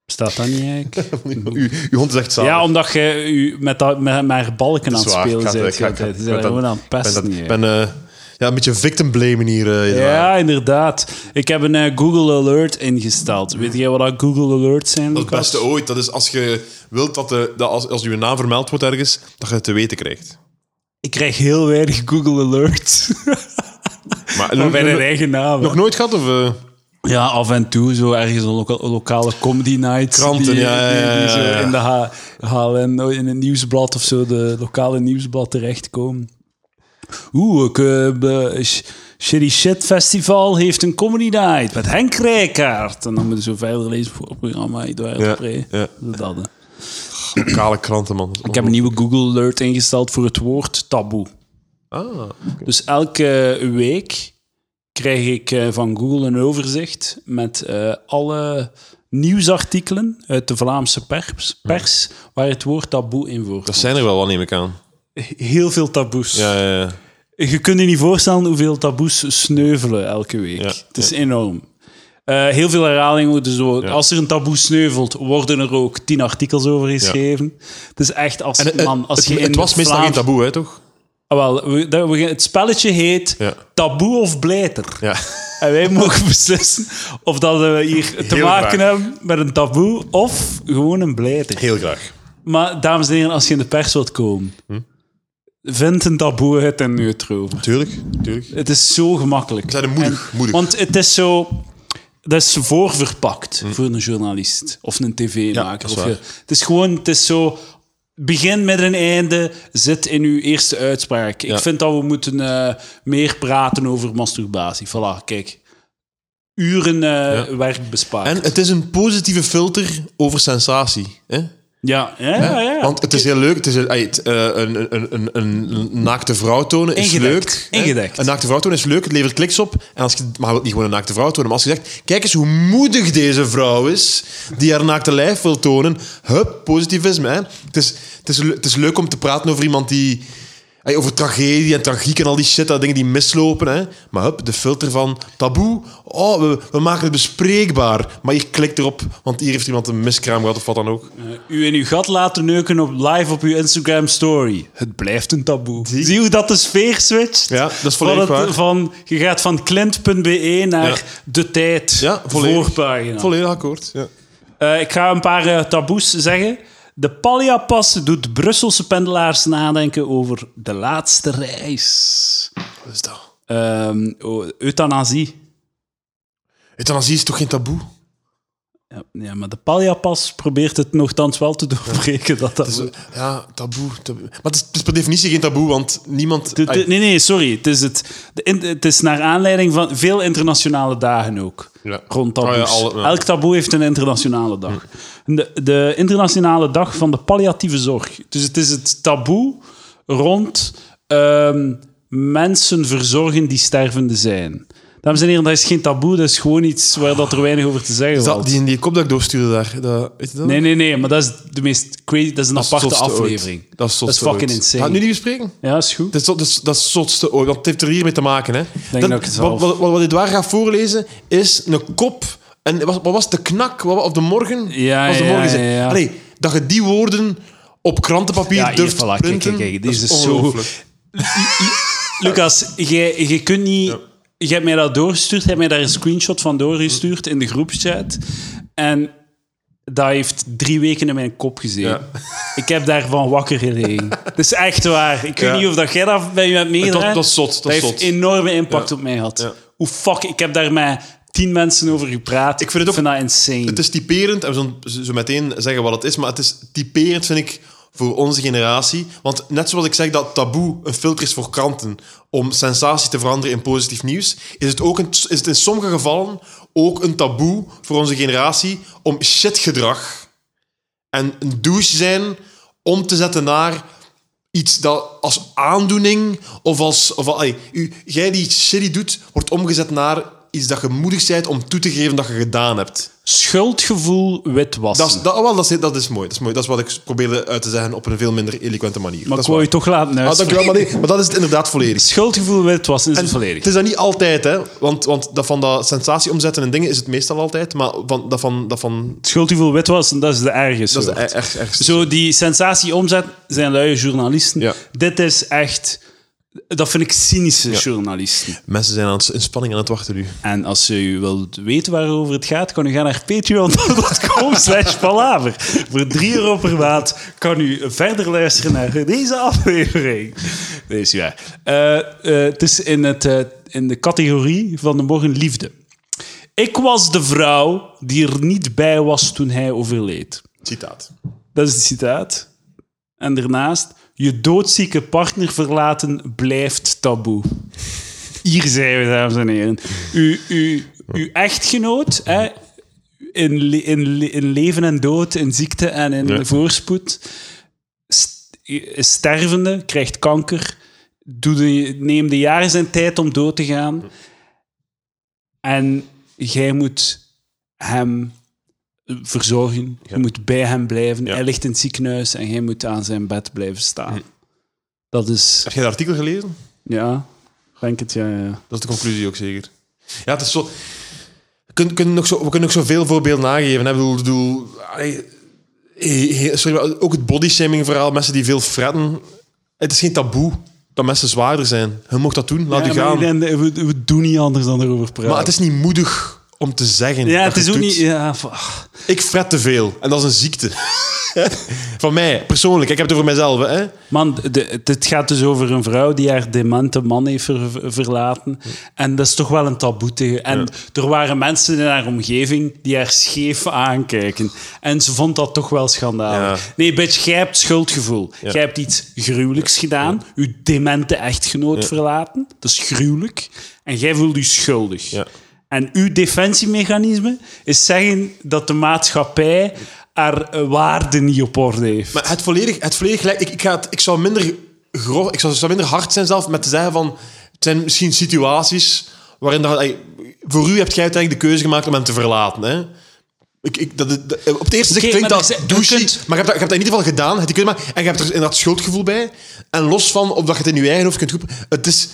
[SPEAKER 1] Bestaat dat niet
[SPEAKER 2] [laughs]
[SPEAKER 1] eigenlijk?
[SPEAKER 2] U, uw hond is echt zalig.
[SPEAKER 1] Ja, omdat je u met, dat, met, met balken aan
[SPEAKER 2] Dat
[SPEAKER 1] het
[SPEAKER 2] is waar.
[SPEAKER 1] spelen
[SPEAKER 2] Ik ga-
[SPEAKER 1] bent.
[SPEAKER 2] ik ga-
[SPEAKER 1] de
[SPEAKER 2] ik ga-
[SPEAKER 1] hele tijd. Ze
[SPEAKER 2] ik
[SPEAKER 1] zijn
[SPEAKER 2] ben
[SPEAKER 1] gewoon aan het
[SPEAKER 2] dat-
[SPEAKER 1] pesten.
[SPEAKER 2] Ik
[SPEAKER 1] hier.
[SPEAKER 2] ben eh, ja, een beetje victim blamen hier. eh, Edouard.
[SPEAKER 1] ja, inderdaad. Ik heb een eh, Google Alert ingesteld. Weet jij wat dat Google Alerts zijn,
[SPEAKER 2] Dat is het
[SPEAKER 1] Lucas?
[SPEAKER 2] beste ooit. Dat is als je wilt dat, de, dat als, als je naam vermeld wordt ergens, dat je het te weten krijgt.
[SPEAKER 1] Ik krijg heel weinig Google Alerts.
[SPEAKER 2] Maar,
[SPEAKER 1] [laughs] maar bij
[SPEAKER 2] nog,
[SPEAKER 1] een eigen naam. hè.
[SPEAKER 2] nog nooit gehad? Of, eh?
[SPEAKER 1] Ja, af en toe zo ergens een loka- lokale comedy night.
[SPEAKER 2] Kranten,
[SPEAKER 1] die,
[SPEAKER 2] ja,
[SPEAKER 1] die- die
[SPEAKER 2] ja,
[SPEAKER 1] zo
[SPEAKER 2] ja, ja.
[SPEAKER 1] in de H- HLN, in een nieuwsblad of zo, de lokale nieuwsblad terechtkomen. Oeh, ik, eh, be- Sh- Shitty Shit Festival heeft een comedy night met Henk Rijkaard. En dan moeten zo verder lezen voor het programma Eduard
[SPEAKER 2] Ja,
[SPEAKER 1] Pre.
[SPEAKER 2] ja.
[SPEAKER 1] Dat, eh, hè.
[SPEAKER 2] Lokale kranten, man.
[SPEAKER 1] Ik heb een nieuwe Google Alert ingesteld voor het woord taboe.
[SPEAKER 2] Ah,
[SPEAKER 1] Dus elke week krijg ik eh, van Google een overzicht met eh, alle nieuwsartikelen uit de Vlaamse pers, pers waar het woord taboe in voorkomt.
[SPEAKER 2] dat zijn er wel, wat neem ik aan.
[SPEAKER 1] Heel veel taboes.
[SPEAKER 2] Ja, ja, ja.
[SPEAKER 1] Je kunt je niet voorstellen hoeveel taboes sneuvelen elke week.
[SPEAKER 2] Ja,
[SPEAKER 1] Het is enorm. Eh, heel veel herhalingen worden zo. Als er een taboe sneuvelt, worden er ook tien artikels over geschreven. Het is echt als,
[SPEAKER 2] En, eh,
[SPEAKER 1] man, als
[SPEAKER 2] het,
[SPEAKER 1] je in
[SPEAKER 2] het was meestal geen
[SPEAKER 1] Vlaams-
[SPEAKER 2] taboe, hè, toch?
[SPEAKER 1] Ah, wel, we, dat- we- het spelletje heet
[SPEAKER 2] Ja.
[SPEAKER 1] Taboe of Blijter.
[SPEAKER 2] Ja.
[SPEAKER 1] En wij mogen [laughs] beslissen of dat we hier te
[SPEAKER 2] Heel
[SPEAKER 1] maken
[SPEAKER 2] graag.
[SPEAKER 1] hebben met een taboe of gewoon een blijter.
[SPEAKER 2] [laughs] Heel graag.
[SPEAKER 1] Maar dames en heren, als je in de pers wilt komen,
[SPEAKER 2] Hm?
[SPEAKER 1] vind een taboe uit en neutro.
[SPEAKER 2] Tuurlijk, tuurlijk.
[SPEAKER 1] Het is zo gemakkelijk.
[SPEAKER 2] zijn er moedig, moedig.
[SPEAKER 1] Want het is zo... Dat is voorverpakt voor een journalist of een tv-maker.
[SPEAKER 2] Mm. Ja, dat is
[SPEAKER 1] Of
[SPEAKER 2] waar.
[SPEAKER 1] je- het is gewoon... Het is zo... Begin met een einde, zit in uw eerste uitspraak. Ik
[SPEAKER 2] Ja.
[SPEAKER 1] vind dat we moeten eh, meer praten over masturbatie. Voilà, kijk. Uren eh, werk bespaard.
[SPEAKER 2] En het is een positieve filter over sensatie. Hè?
[SPEAKER 1] ja, ja, ja. ja.
[SPEAKER 2] Want het is heel leuk. Het is, eh, het, eh, een, een, een, een, een naakte vrouw tonen is
[SPEAKER 1] Ingedekt.
[SPEAKER 2] leuk. hè.
[SPEAKER 1] Ingedekt.
[SPEAKER 2] Een naakte vrouw tonen is leuk. Het levert kliks op. En als je, maar je wilt niet gewoon een naakte vrouw tonen. Maar als je zegt, kijk eens hoe moedig deze vrouw is. Die haar naakte lijf wil tonen. Hup, positivisme. Hè? Het, is, het, is, le- het is leuk om te praten over iemand die... ey, over tragedie en tragiek en al die shit. Dat dingen die mislopen. Hè? Maar hup, de filter van taboe. Oh, we, we maken het bespreekbaar. Maar je klikt erop. Want hier heeft iemand een miskraam gehad of wat dan ook.
[SPEAKER 1] Eh, U in uw gat laten neuken op live op uw Instagram story. Het blijft een taboe. Zie hoe dat de sfeer switcht?
[SPEAKER 2] Ja, dat is volledig
[SPEAKER 1] van
[SPEAKER 2] waar.
[SPEAKER 1] Van, je gaat van clint.be E naar
[SPEAKER 2] Ja.
[SPEAKER 1] de tijd.
[SPEAKER 2] Ja, volledig.
[SPEAKER 1] Voorpagina.
[SPEAKER 2] Volledig akkoord. Ja.
[SPEAKER 1] Eh, ik ga een paar eh, taboes zeggen. De palliapas doet Brusselse pendelaars nadenken over de laatste reis.
[SPEAKER 2] Wat is Dus dat?
[SPEAKER 1] Ehm, oh, euthanasie.
[SPEAKER 2] Euthanasie is toch geen taboe?
[SPEAKER 1] Ja, ja, maar de palliapas probeert het nogthans wel te [laughs] doorbreken. Dat dat
[SPEAKER 2] Ja, taboe. taboe. Maar het is, het is per definitie geen taboe, want niemand...
[SPEAKER 1] De- de-
[SPEAKER 2] Ai,
[SPEAKER 1] nee, nee, sorry. Het is, het, de in- het is naar aanleiding van veel internationale dagen ook.
[SPEAKER 2] Ja.
[SPEAKER 1] Rond taboes.
[SPEAKER 2] Oh ja, alle- ja. Hm.
[SPEAKER 1] Elk taboe heeft een internationale dag. De, de internationale dag van de palliatieve zorg. Dus het is het taboe rond ehm, mensen verzorgen die stervende zijn. Dames en heren, dat is geen taboe, dat is gewoon iets waar dat er weinig over te zeggen
[SPEAKER 2] Is
[SPEAKER 1] valt.
[SPEAKER 2] dat die, die kop dat ik doorstuurde daar? Dat, weet je dat?
[SPEAKER 1] Nee, nee, nee, maar dat is de meest crazy, dat is een
[SPEAKER 2] Dat is het
[SPEAKER 1] aparte
[SPEAKER 2] zotste ooit.
[SPEAKER 1] aflevering.
[SPEAKER 2] Dat is, het
[SPEAKER 1] Dat is
[SPEAKER 2] zotste
[SPEAKER 1] fucking
[SPEAKER 2] ooit.
[SPEAKER 1] insane.
[SPEAKER 2] Gaat het nu niet bespreken?
[SPEAKER 1] Ja, is goed.
[SPEAKER 2] Dat is, dat is, dat is het zotste ooit, want het heeft er hiermee te maken. Hè.
[SPEAKER 1] denk dat ik het
[SPEAKER 2] wat,
[SPEAKER 1] zelf-
[SPEAKER 2] wat, wat, wat Edouard gaat voorlezen is een kop. En wat, wat was de knak? Wat, op de morgen?
[SPEAKER 1] Ja,
[SPEAKER 2] was de
[SPEAKER 1] ja,
[SPEAKER 2] morgen
[SPEAKER 1] ja, ja.
[SPEAKER 2] Allee, dat je die woorden op krantenpapier
[SPEAKER 1] Ja, hier,
[SPEAKER 2] durft
[SPEAKER 1] voilà, kijk,
[SPEAKER 2] printen.
[SPEAKER 1] kijk, kijk, dit
[SPEAKER 2] dat
[SPEAKER 1] is dus zo
[SPEAKER 2] ongelooflijk.
[SPEAKER 1] Lucas, jij jij kunt niet. Je hebt mij dat doorgestuurd, je hebt mij daar een screenshot van doorgestuurd in de groepschat. En dat heeft drie weken in mijn kop gezeten.
[SPEAKER 2] Ja.
[SPEAKER 1] Ik heb daarvan wakker
[SPEAKER 2] [laughs]
[SPEAKER 1] gelegen. Dat is echt waar. Ik weet
[SPEAKER 2] Ja.
[SPEAKER 1] niet of dat jij dat bij je hebt meegedaan.
[SPEAKER 2] Dat- dat is zot, dat is
[SPEAKER 1] heeft
[SPEAKER 2] zot.
[SPEAKER 1] enorme impact op mij gehad.
[SPEAKER 2] Ja.
[SPEAKER 1] Hoe fuck, ik heb daar met tien mensen over gepraat.
[SPEAKER 2] Ik vind het ook-
[SPEAKER 1] dat insane.
[SPEAKER 2] Het is typerend, en we zullen zo zo meteen zeggen wat het is, maar het is typerend, vind ik, voor onze generatie. Want net zoals ik zeg dat taboe een filter is voor kranten om sensatie te veranderen in positief nieuws, is het, ook een, is het in sommige gevallen ook een taboe voor onze generatie om shitgedrag en een douche zijn om te zetten naar iets dat als aandoening of als... Of, al- ey, u, jij die iets shitty doet, wordt omgezet naar iets dat je moedig bent om toe te geven dat je gedaan hebt.
[SPEAKER 1] Schuldgevoel witwassen.
[SPEAKER 2] Dat is, dat, wel, dat, is, dat is mooi. Dat is mooi. Dat is wat ik probeerde uit te zeggen op een veel minder eloquente manier.
[SPEAKER 1] maar
[SPEAKER 2] dat
[SPEAKER 1] ik
[SPEAKER 2] is
[SPEAKER 1] wou
[SPEAKER 2] waar.
[SPEAKER 1] je toch laten
[SPEAKER 2] Ah,
[SPEAKER 1] luisteren.
[SPEAKER 2] dankjewel, maar, nee, maar dat is het inderdaad volledig.
[SPEAKER 1] Schuldgevoel witwassen is het volledig.
[SPEAKER 2] Het is dat niet altijd, hè? Want, want dat van dat sensatie omzetten en dingen is het meestal altijd. Maar van, dat van. Dat, van,
[SPEAKER 1] Schuldgevoel witwassen, dat is de ergste. soort.
[SPEAKER 2] dat is de e- echt ergste.
[SPEAKER 1] Zo die sensatie omzet zijn luie journalisten.
[SPEAKER 2] Ja.
[SPEAKER 1] Dit is echt... Dat vind ik cynische journalisten.
[SPEAKER 2] Mensen zijn aan het, in spanning aan het wachten nu.
[SPEAKER 1] En als u wilt weten waarover het gaat, kan u gaan naar patreon.com [laughs] slash palaver. Voor 3 euro per maand kan u verder luisteren naar deze aflevering. Nee, is niet waar. Eh, eh, het is in, het, eh, in de categorie van de morgen liefde. Ik was de vrouw die er niet bij was toen hij overleed.
[SPEAKER 2] Citaat.
[SPEAKER 1] Dat is het citaat. En daarnaast, je doodzieke partner verlaten blijft taboe. Hier zijn we, dames en heren. U, u, uw echtgenoot, hè, in, le- in, le- in leven en dood, in ziekte en in
[SPEAKER 2] Ja.
[SPEAKER 1] voorspoed, st- is stervende, krijgt kanker, doe de, neem de jaren zijn tijd om dood te gaan. En jij moet hem verzorgen. Je moet bij hem blijven.
[SPEAKER 2] Ja.
[SPEAKER 1] Hij ligt in het ziekenhuis en jij moet aan zijn bed blijven staan. Dat is...
[SPEAKER 2] Heb jij dat artikel gelezen?
[SPEAKER 1] Ja, denk het, ja, ja, ja.
[SPEAKER 2] Dat is de conclusie ook zeker. Ja, het is zo. Kun, kun nog zo we kunnen nog zoveel voorbeelden nageven. Hè? Ik bedoel, bedoel, allee, he- he- sorry, maar ook het bodyshaming verhaal, mensen die veel fretten. Het is geen taboe dat mensen zwaarder zijn. Hun mocht dat doen, laat u
[SPEAKER 1] Ja, maar
[SPEAKER 2] gaan. Maar,
[SPEAKER 1] iedereen- we, we doen niet anders dan erover praten.
[SPEAKER 2] het is niet moedig om te zeggen.
[SPEAKER 1] ja,
[SPEAKER 2] dat
[SPEAKER 1] het is
[SPEAKER 2] je
[SPEAKER 1] ook
[SPEAKER 2] doet.
[SPEAKER 1] niet... Ja, van- ah.
[SPEAKER 2] Ik fret te veel en dat is een ziekte. [laughs] Van mij, persoonlijk. Ik heb het over mijzelf. Hè?
[SPEAKER 1] Man, de, het- het gaat dus over een vrouw die haar demente man heeft ver- ver- verlaten. En dat is toch wel een taboe tegen. En er waren mensen in haar omgeving die haar scheef aankijken. En ze vond dat toch wel schandalig.
[SPEAKER 2] Ja.
[SPEAKER 1] Nee, bitch, jij hebt schuldgevoel. Jij hebt iets gruwelijks gedaan. Uw demente echtgenoot verlaten. Dat is gruwelijk. En jij voelt je schuldig.
[SPEAKER 2] Ja.
[SPEAKER 1] En uw defensiemechanisme is zeggen dat de maatschappij haar eh, waarde niet op orde heeft.
[SPEAKER 2] Maar het volledig, het volledig gelijk. Ik, ik, ga het, ik zou minder grof, ik zou, zou minder hard zijn zelf met te zeggen van. Het zijn misschien situaties waarin dat, ey, voor u hebt jij uiteindelijk de keuze gemaakt om hem te verlaten. Hè? Ik, ik, dat, dat- eh, op het eerste
[SPEAKER 1] Oké,
[SPEAKER 2] gezicht klinkt
[SPEAKER 1] maar
[SPEAKER 2] dat
[SPEAKER 1] er is- je
[SPEAKER 2] douche, maar je
[SPEAKER 1] kunt-
[SPEAKER 2] hebt, dat, je hebt dat in ieder geval gedaan. Het, je kunt maar, en je hebt er inderdaad schuldgevoel bij. En los van of dat je het in je eigen hoofd kunt roepen, het is,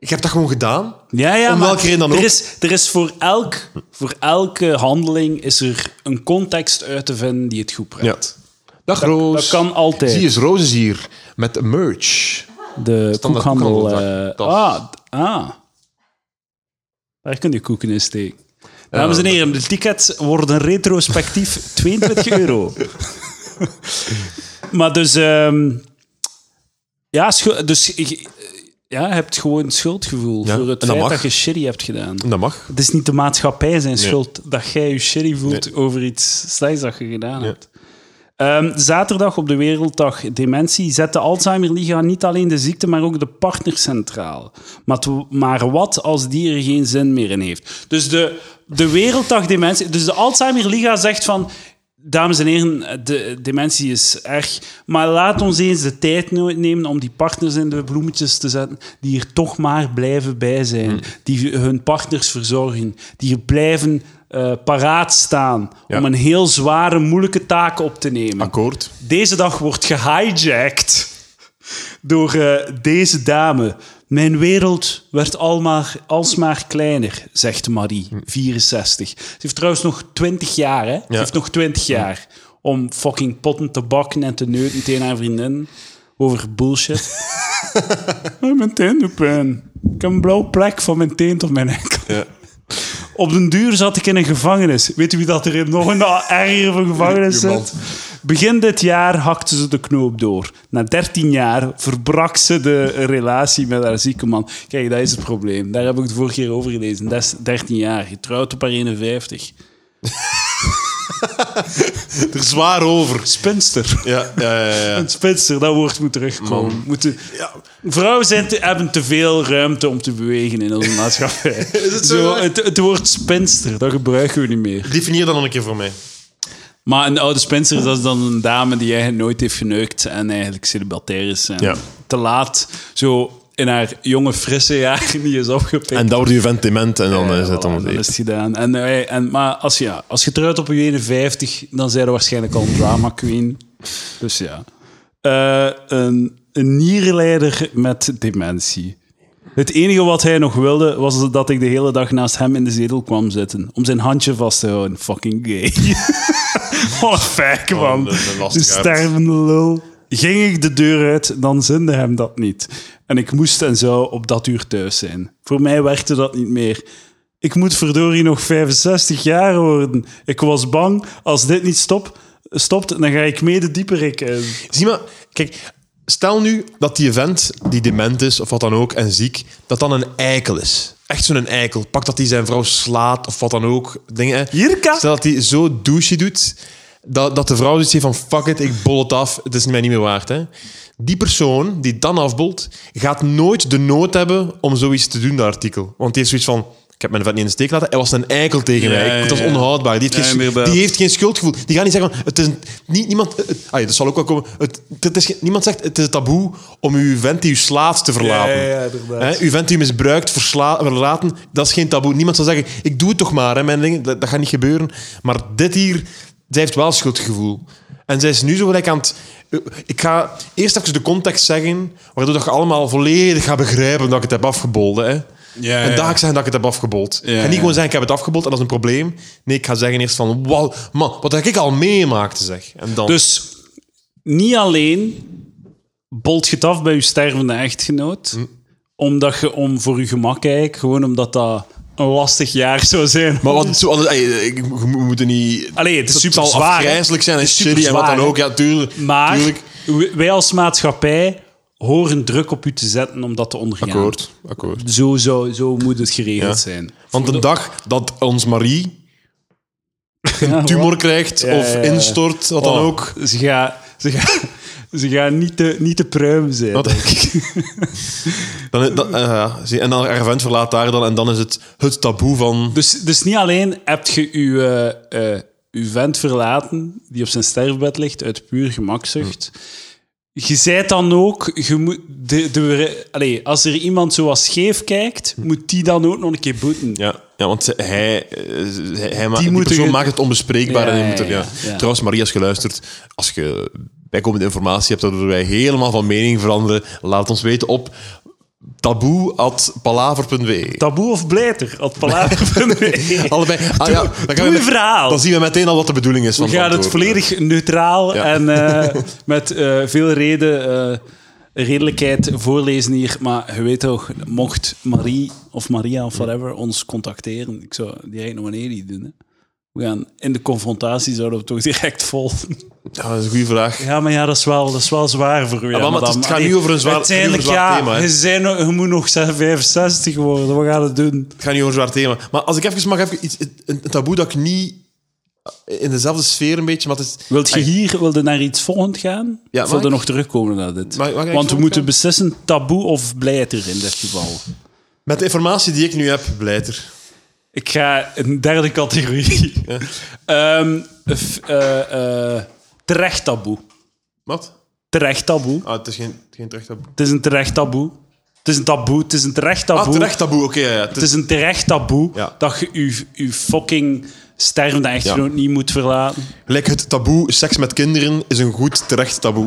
[SPEAKER 2] je hebt dat gewoon gedaan.
[SPEAKER 1] Ja, ja,
[SPEAKER 2] Om
[SPEAKER 1] maar
[SPEAKER 2] welke reden dan
[SPEAKER 1] er
[SPEAKER 2] ook.
[SPEAKER 1] Is, er is voor, elk, voor elke handeling is er een context uit te vinden die het goed praat.
[SPEAKER 2] Dag Roos.
[SPEAKER 1] dat kan altijd.
[SPEAKER 2] Zie eens, Roos is hier met merch.
[SPEAKER 1] De koekhandel...
[SPEAKER 2] koekhandel,
[SPEAKER 1] eh,
[SPEAKER 2] dat-
[SPEAKER 1] ah, d- ah. Daar kun je koeken in steken. Dames en
[SPEAKER 2] Eh,
[SPEAKER 1] heren, de tickets worden
[SPEAKER 2] [laughs]
[SPEAKER 1] retrospectief 22 euro. maar dus... ehm, ja, schu- dus... ik- ja, je hebt gewoon schuldsgevoel
[SPEAKER 2] Ja,
[SPEAKER 1] voor het
[SPEAKER 2] en dat
[SPEAKER 1] feit
[SPEAKER 2] mag.
[SPEAKER 1] dat je shitty hebt gedaan.
[SPEAKER 2] Dat mag.
[SPEAKER 1] Het is niet de maatschappij zijn schuld dat jij je shitty voelt over iets slechts dat je gedaan hebt. Ehm, zaterdag op de Werelddag Dementie zet de Alzheimer-liga niet alleen de ziekte, maar ook de partner centraal. Maar, t- maar wat als die er geen zin meer in heeft? Dus de, de Werelddag Dementie, dus de Alzheimer-liga zegt van. Dames en heren, de dementie is erg. Maar laat ons eens de tijd no- nemen om die partners in de bloemetjes te zetten. die er toch maar blijven bij zijn. Die hun partners verzorgen. Die er blijven eh, paraat staan.
[SPEAKER 2] Ja.
[SPEAKER 1] om een heel zware, moeilijke taak op te nemen.
[SPEAKER 2] Akkoord.
[SPEAKER 1] Deze dag wordt gehijacked [laughs] door eh, deze dame. Mijn wereld werd almaar, alsmaar kleiner, zegt Marie, 64. Ze heeft trouwens nog 20 jaar, hè? Ze
[SPEAKER 2] Hm. Ja.
[SPEAKER 1] heeft nog 20 jaar om fucking potten te bakken en te neuten tegen haar vriendin over
[SPEAKER 2] [laughs]
[SPEAKER 1] bullshit. Oh, mijn teen doet pijn. Ik heb een blauwe plek van mijn teen tot mijn enkel.
[SPEAKER 2] Ja.
[SPEAKER 1] Op den duur zat ik in een gevangenis. Weet u wie dat er in nog een ergere gevangenis
[SPEAKER 2] Iemand.
[SPEAKER 1] zit? Begin dit jaar hakte ze de knoop door. Na 13 jaar verbrak ze de relatie met haar zieke man. Kijk, dat is het probleem. Daar heb ik het vorige keer over gelezen. Dat is 13 jaar, getrouwd op haar 51.
[SPEAKER 2] [laughs] Er zwaar over.
[SPEAKER 1] Spinster.
[SPEAKER 2] Ja, ja, ja. ja, ja.
[SPEAKER 1] Een spinster, dat woord moet terugkomen. Moeten, Vrouwen zijn te- hebben te veel ruimte om te bewegen in onze
[SPEAKER 2] [laughs]
[SPEAKER 1] maatschappij.
[SPEAKER 2] het zo?
[SPEAKER 1] het, het woord spinster, dat gebruiken we niet meer.
[SPEAKER 2] Definieer dat nog een keer voor mij.
[SPEAKER 1] Maar een oude Spencer, dat is dan een dame die eigenlijk nooit heeft geneukt en eigenlijk celibatair is. En
[SPEAKER 2] Ja.
[SPEAKER 1] Te laat, zo in haar jonge, frisse jaren, die is opgepikt.
[SPEAKER 2] En dat wordt je vent dement en dan eh, is
[SPEAKER 1] Ja, voilà,
[SPEAKER 2] het allemaal
[SPEAKER 1] dan
[SPEAKER 2] zeker.
[SPEAKER 1] is het gedaan. En, eh, en, maar als, ja, als je trouwt op je 51, dan zijn er waarschijnlijk al een drama queen. Dus ja. Eh, een, een nierleider met dementie. Het enige wat hij nog wilde, was dat ik de hele dag naast hem in de zetel kwam zitten. Om zijn handje vast te houden. Fucking gay. [laughs] Oh, wat een fek, man.
[SPEAKER 2] een- een
[SPEAKER 1] de
[SPEAKER 2] lastige uit.
[SPEAKER 1] stervende lul. Ging ik de deur uit, dan zinde hem dat niet. En ik moest en zou op dat uur thuis zijn. Voor mij werkte dat niet meer. Ik moet verdorie nog 65 jaar worden. Ik was bang, als dit niet stop, stopt, dan ga ik mee de dieperik in.
[SPEAKER 2] Zie maar, kijk, stel nu dat die vent die dement is of wat dan ook en ziek, dat dan een eikel is. Echt zo'n eikel. Pak dat hij zijn vrouw slaat of wat dan ook. Dingen. hè.
[SPEAKER 1] Jirka?
[SPEAKER 2] Stel dat hij zo douche doet, dat, dat de vrouw zoiets heeft van fuck it, ik bol het af, het is mij niet meer waard. Hè? Die persoon die dan afbolt, gaat nooit de nood hebben om zoiets te doen, dat artikel. Want die heeft zoiets van, ik heb mijn vent niet in de steek laten, hij was een eikel tegen
[SPEAKER 1] Ja,
[SPEAKER 2] mij. Ik- dat
[SPEAKER 1] ja,
[SPEAKER 2] is
[SPEAKER 1] ja.
[SPEAKER 2] onhoudbaar. Die heeft,
[SPEAKER 1] Ja,
[SPEAKER 2] geen,
[SPEAKER 1] meer bij-
[SPEAKER 2] die heeft geen schuldgevoel. Die gaat niet zeggen, van, het is een- niet, niemand... Het, ah ja, dat zal ook wel komen. Het, het is, geen- niemand zegt, het is taboe om uw vent die u slaat te verlaten.
[SPEAKER 1] Ja, ja, ja, inderdaad.
[SPEAKER 2] Hè, uw vent die u misbruikt, versla- verlaten, dat is geen taboe. Niemand zal zeggen, ik doe het toch maar, hè, mijn ding. Dat, dat gaat niet gebeuren. Maar dit hier, zij heeft wel schuldgevoel. En zij is nu zo gelijk aan het... Ik ga eerst even de context zeggen, waardoor dat je allemaal volledig gaat begrijpen dat ik het heb afgebolden. Hè.
[SPEAKER 1] Ja,
[SPEAKER 2] en
[SPEAKER 1] ja.
[SPEAKER 2] daar ga ik zeggen dat ik het heb afgebold.
[SPEAKER 1] Ja,
[SPEAKER 2] ik ga niet
[SPEAKER 1] ja.
[SPEAKER 2] gewoon zeggen, ik heb het afgebold en dat is een probleem. Nee, ik ga zeggen eerst van, wow, man, wat heb ik al meemaakte, zeg. En dan...
[SPEAKER 1] Dus niet alleen bolt je het af bij je stervende echtgenoot,
[SPEAKER 2] Hm.
[SPEAKER 1] omdat je om voor je gemak eigenlijk, gewoon omdat dat een lastig jaar zou zijn.
[SPEAKER 2] maar wat, zo, alles- ey, ik- we moeten niet...
[SPEAKER 1] Allee, het is
[SPEAKER 2] Het
[SPEAKER 1] super
[SPEAKER 2] zal
[SPEAKER 1] zwaar. hè.
[SPEAKER 2] afgrijzelijk zijn en
[SPEAKER 1] Het is super
[SPEAKER 2] shitty en wat
[SPEAKER 1] zwaar,
[SPEAKER 2] dan
[SPEAKER 1] hè.
[SPEAKER 2] ook. Ja, tuurlijk.
[SPEAKER 1] Maar
[SPEAKER 2] tuurlijk.
[SPEAKER 1] w- wij als maatschappij horen druk op u te zetten om dat te ondergaan.
[SPEAKER 2] Akkoord, akkoord.
[SPEAKER 1] Zo, zo, zo moet het geregeld
[SPEAKER 2] Ja.
[SPEAKER 1] zijn.
[SPEAKER 2] Want de dag dat ons
[SPEAKER 1] [laughs]
[SPEAKER 2] Marie
[SPEAKER 1] Ja,
[SPEAKER 2] tumor krijgt
[SPEAKER 1] Ja,
[SPEAKER 2] of
[SPEAKER 1] ja, ja.
[SPEAKER 2] instort, wat dan
[SPEAKER 1] Oh,
[SPEAKER 2] ook.
[SPEAKER 1] Ze gaan, ze gaan, ze gaan niet, te, niet te pruim zijn.
[SPEAKER 2] Wat?
[SPEAKER 1] denk [laughs] ik.
[SPEAKER 2] Dan, dan, eh, ja, zie, en dan haar vent verlaat daar dan en dan is het het taboe van...
[SPEAKER 1] Dus, dus niet alleen heb je uw, eh, eh, uw vent verlaten, die op zijn sterfbed ligt, uit puur gemakzucht. Je zijt dan ook, je moet, de, de, allee, als er iemand zoals scheef kijkt, moet die dan ook nog een keer boeten.
[SPEAKER 2] Ja, ja want ze- hij, eh, hij, hij ma-
[SPEAKER 1] Die
[SPEAKER 2] die
[SPEAKER 1] moeten
[SPEAKER 2] persoon
[SPEAKER 1] ge-
[SPEAKER 2] maakt het onbespreekbaar.
[SPEAKER 1] Ja,
[SPEAKER 2] en hij
[SPEAKER 1] ja,
[SPEAKER 2] moet er- ja,
[SPEAKER 1] ja, ja.
[SPEAKER 2] Trouwens, Marie, als je luistert, als je bijkomende informatie hebt, waardoor wij helemaal van mening veranderen, laat het ons weten op
[SPEAKER 1] [laughs]
[SPEAKER 2] taboe.palaver.be.
[SPEAKER 1] Taboe of blijter? At palaver.be.
[SPEAKER 2] Allebei. Ah, ja, dan, gaan
[SPEAKER 1] doe
[SPEAKER 2] we
[SPEAKER 1] je verhaal.
[SPEAKER 2] dan zien we meteen al wat de bedoeling is van
[SPEAKER 1] We gaan het
[SPEAKER 2] antwoord.
[SPEAKER 1] volledig neutraal
[SPEAKER 2] Ja.
[SPEAKER 1] en
[SPEAKER 2] [laughs]
[SPEAKER 1] eh, met eh, veel reden, eh, redelijkheid voorlezen hier. Maar je weet toch, mocht Marie of Maria of whatever ons contacteren, ik zou direct nog een eerie doen. Hè. We gaan in de confrontatie zouden we toch direct volgen.
[SPEAKER 2] Ja, dat is een goede vraag.
[SPEAKER 1] [laughs] Ja, maar ja, dat is wel, dat is wel zwaar voor u. Ja,
[SPEAKER 2] maar het is-
[SPEAKER 1] madame.
[SPEAKER 2] het gaat
[SPEAKER 1] Allee,
[SPEAKER 2] nu over een zwaar-
[SPEAKER 1] uiteindelijk,
[SPEAKER 2] het gaat nu over een
[SPEAKER 1] ja,
[SPEAKER 2] zwaar thema,
[SPEAKER 1] Je, zijn, nog- je moet nog 65 worden. We gaan het doen.
[SPEAKER 2] Het gaat niet over een zwaar thema. Maar als ik even mag, even iets, een, een taboe dat ik niet... In dezelfde sfeer een beetje, maar het is...
[SPEAKER 1] Wilt je hier wilde naar iets volgend gaan?
[SPEAKER 2] Ja,
[SPEAKER 1] of
[SPEAKER 2] mag
[SPEAKER 1] wilde
[SPEAKER 2] ik?
[SPEAKER 1] nog terugkomen naar dit?
[SPEAKER 2] Mag- mag ik
[SPEAKER 1] Want we
[SPEAKER 2] volgend
[SPEAKER 1] moeten
[SPEAKER 2] gaan?
[SPEAKER 1] beslissen taboe of blijter in dit geval.
[SPEAKER 2] Met de informatie die ik nu heb, blijter.
[SPEAKER 1] Ik ga een derde categorie. Ehm, f- eh, eh, terecht taboe.
[SPEAKER 2] Wat?
[SPEAKER 1] Terecht taboe.
[SPEAKER 2] Ah, het is geen, geen terecht taboe.
[SPEAKER 1] Het is een terecht taboe. Het is een taboe. Het is een terecht taboe.
[SPEAKER 2] Ah, terecht taboe, oké. ja, ja. Het
[SPEAKER 1] Het
[SPEAKER 2] is-
[SPEAKER 1] is een terecht taboe
[SPEAKER 2] Ja.
[SPEAKER 1] dat je je, je fucking stervende echtgenoot niet moet verlaten.
[SPEAKER 2] Gelijk het taboe, seks met kinderen is een goed terecht taboe.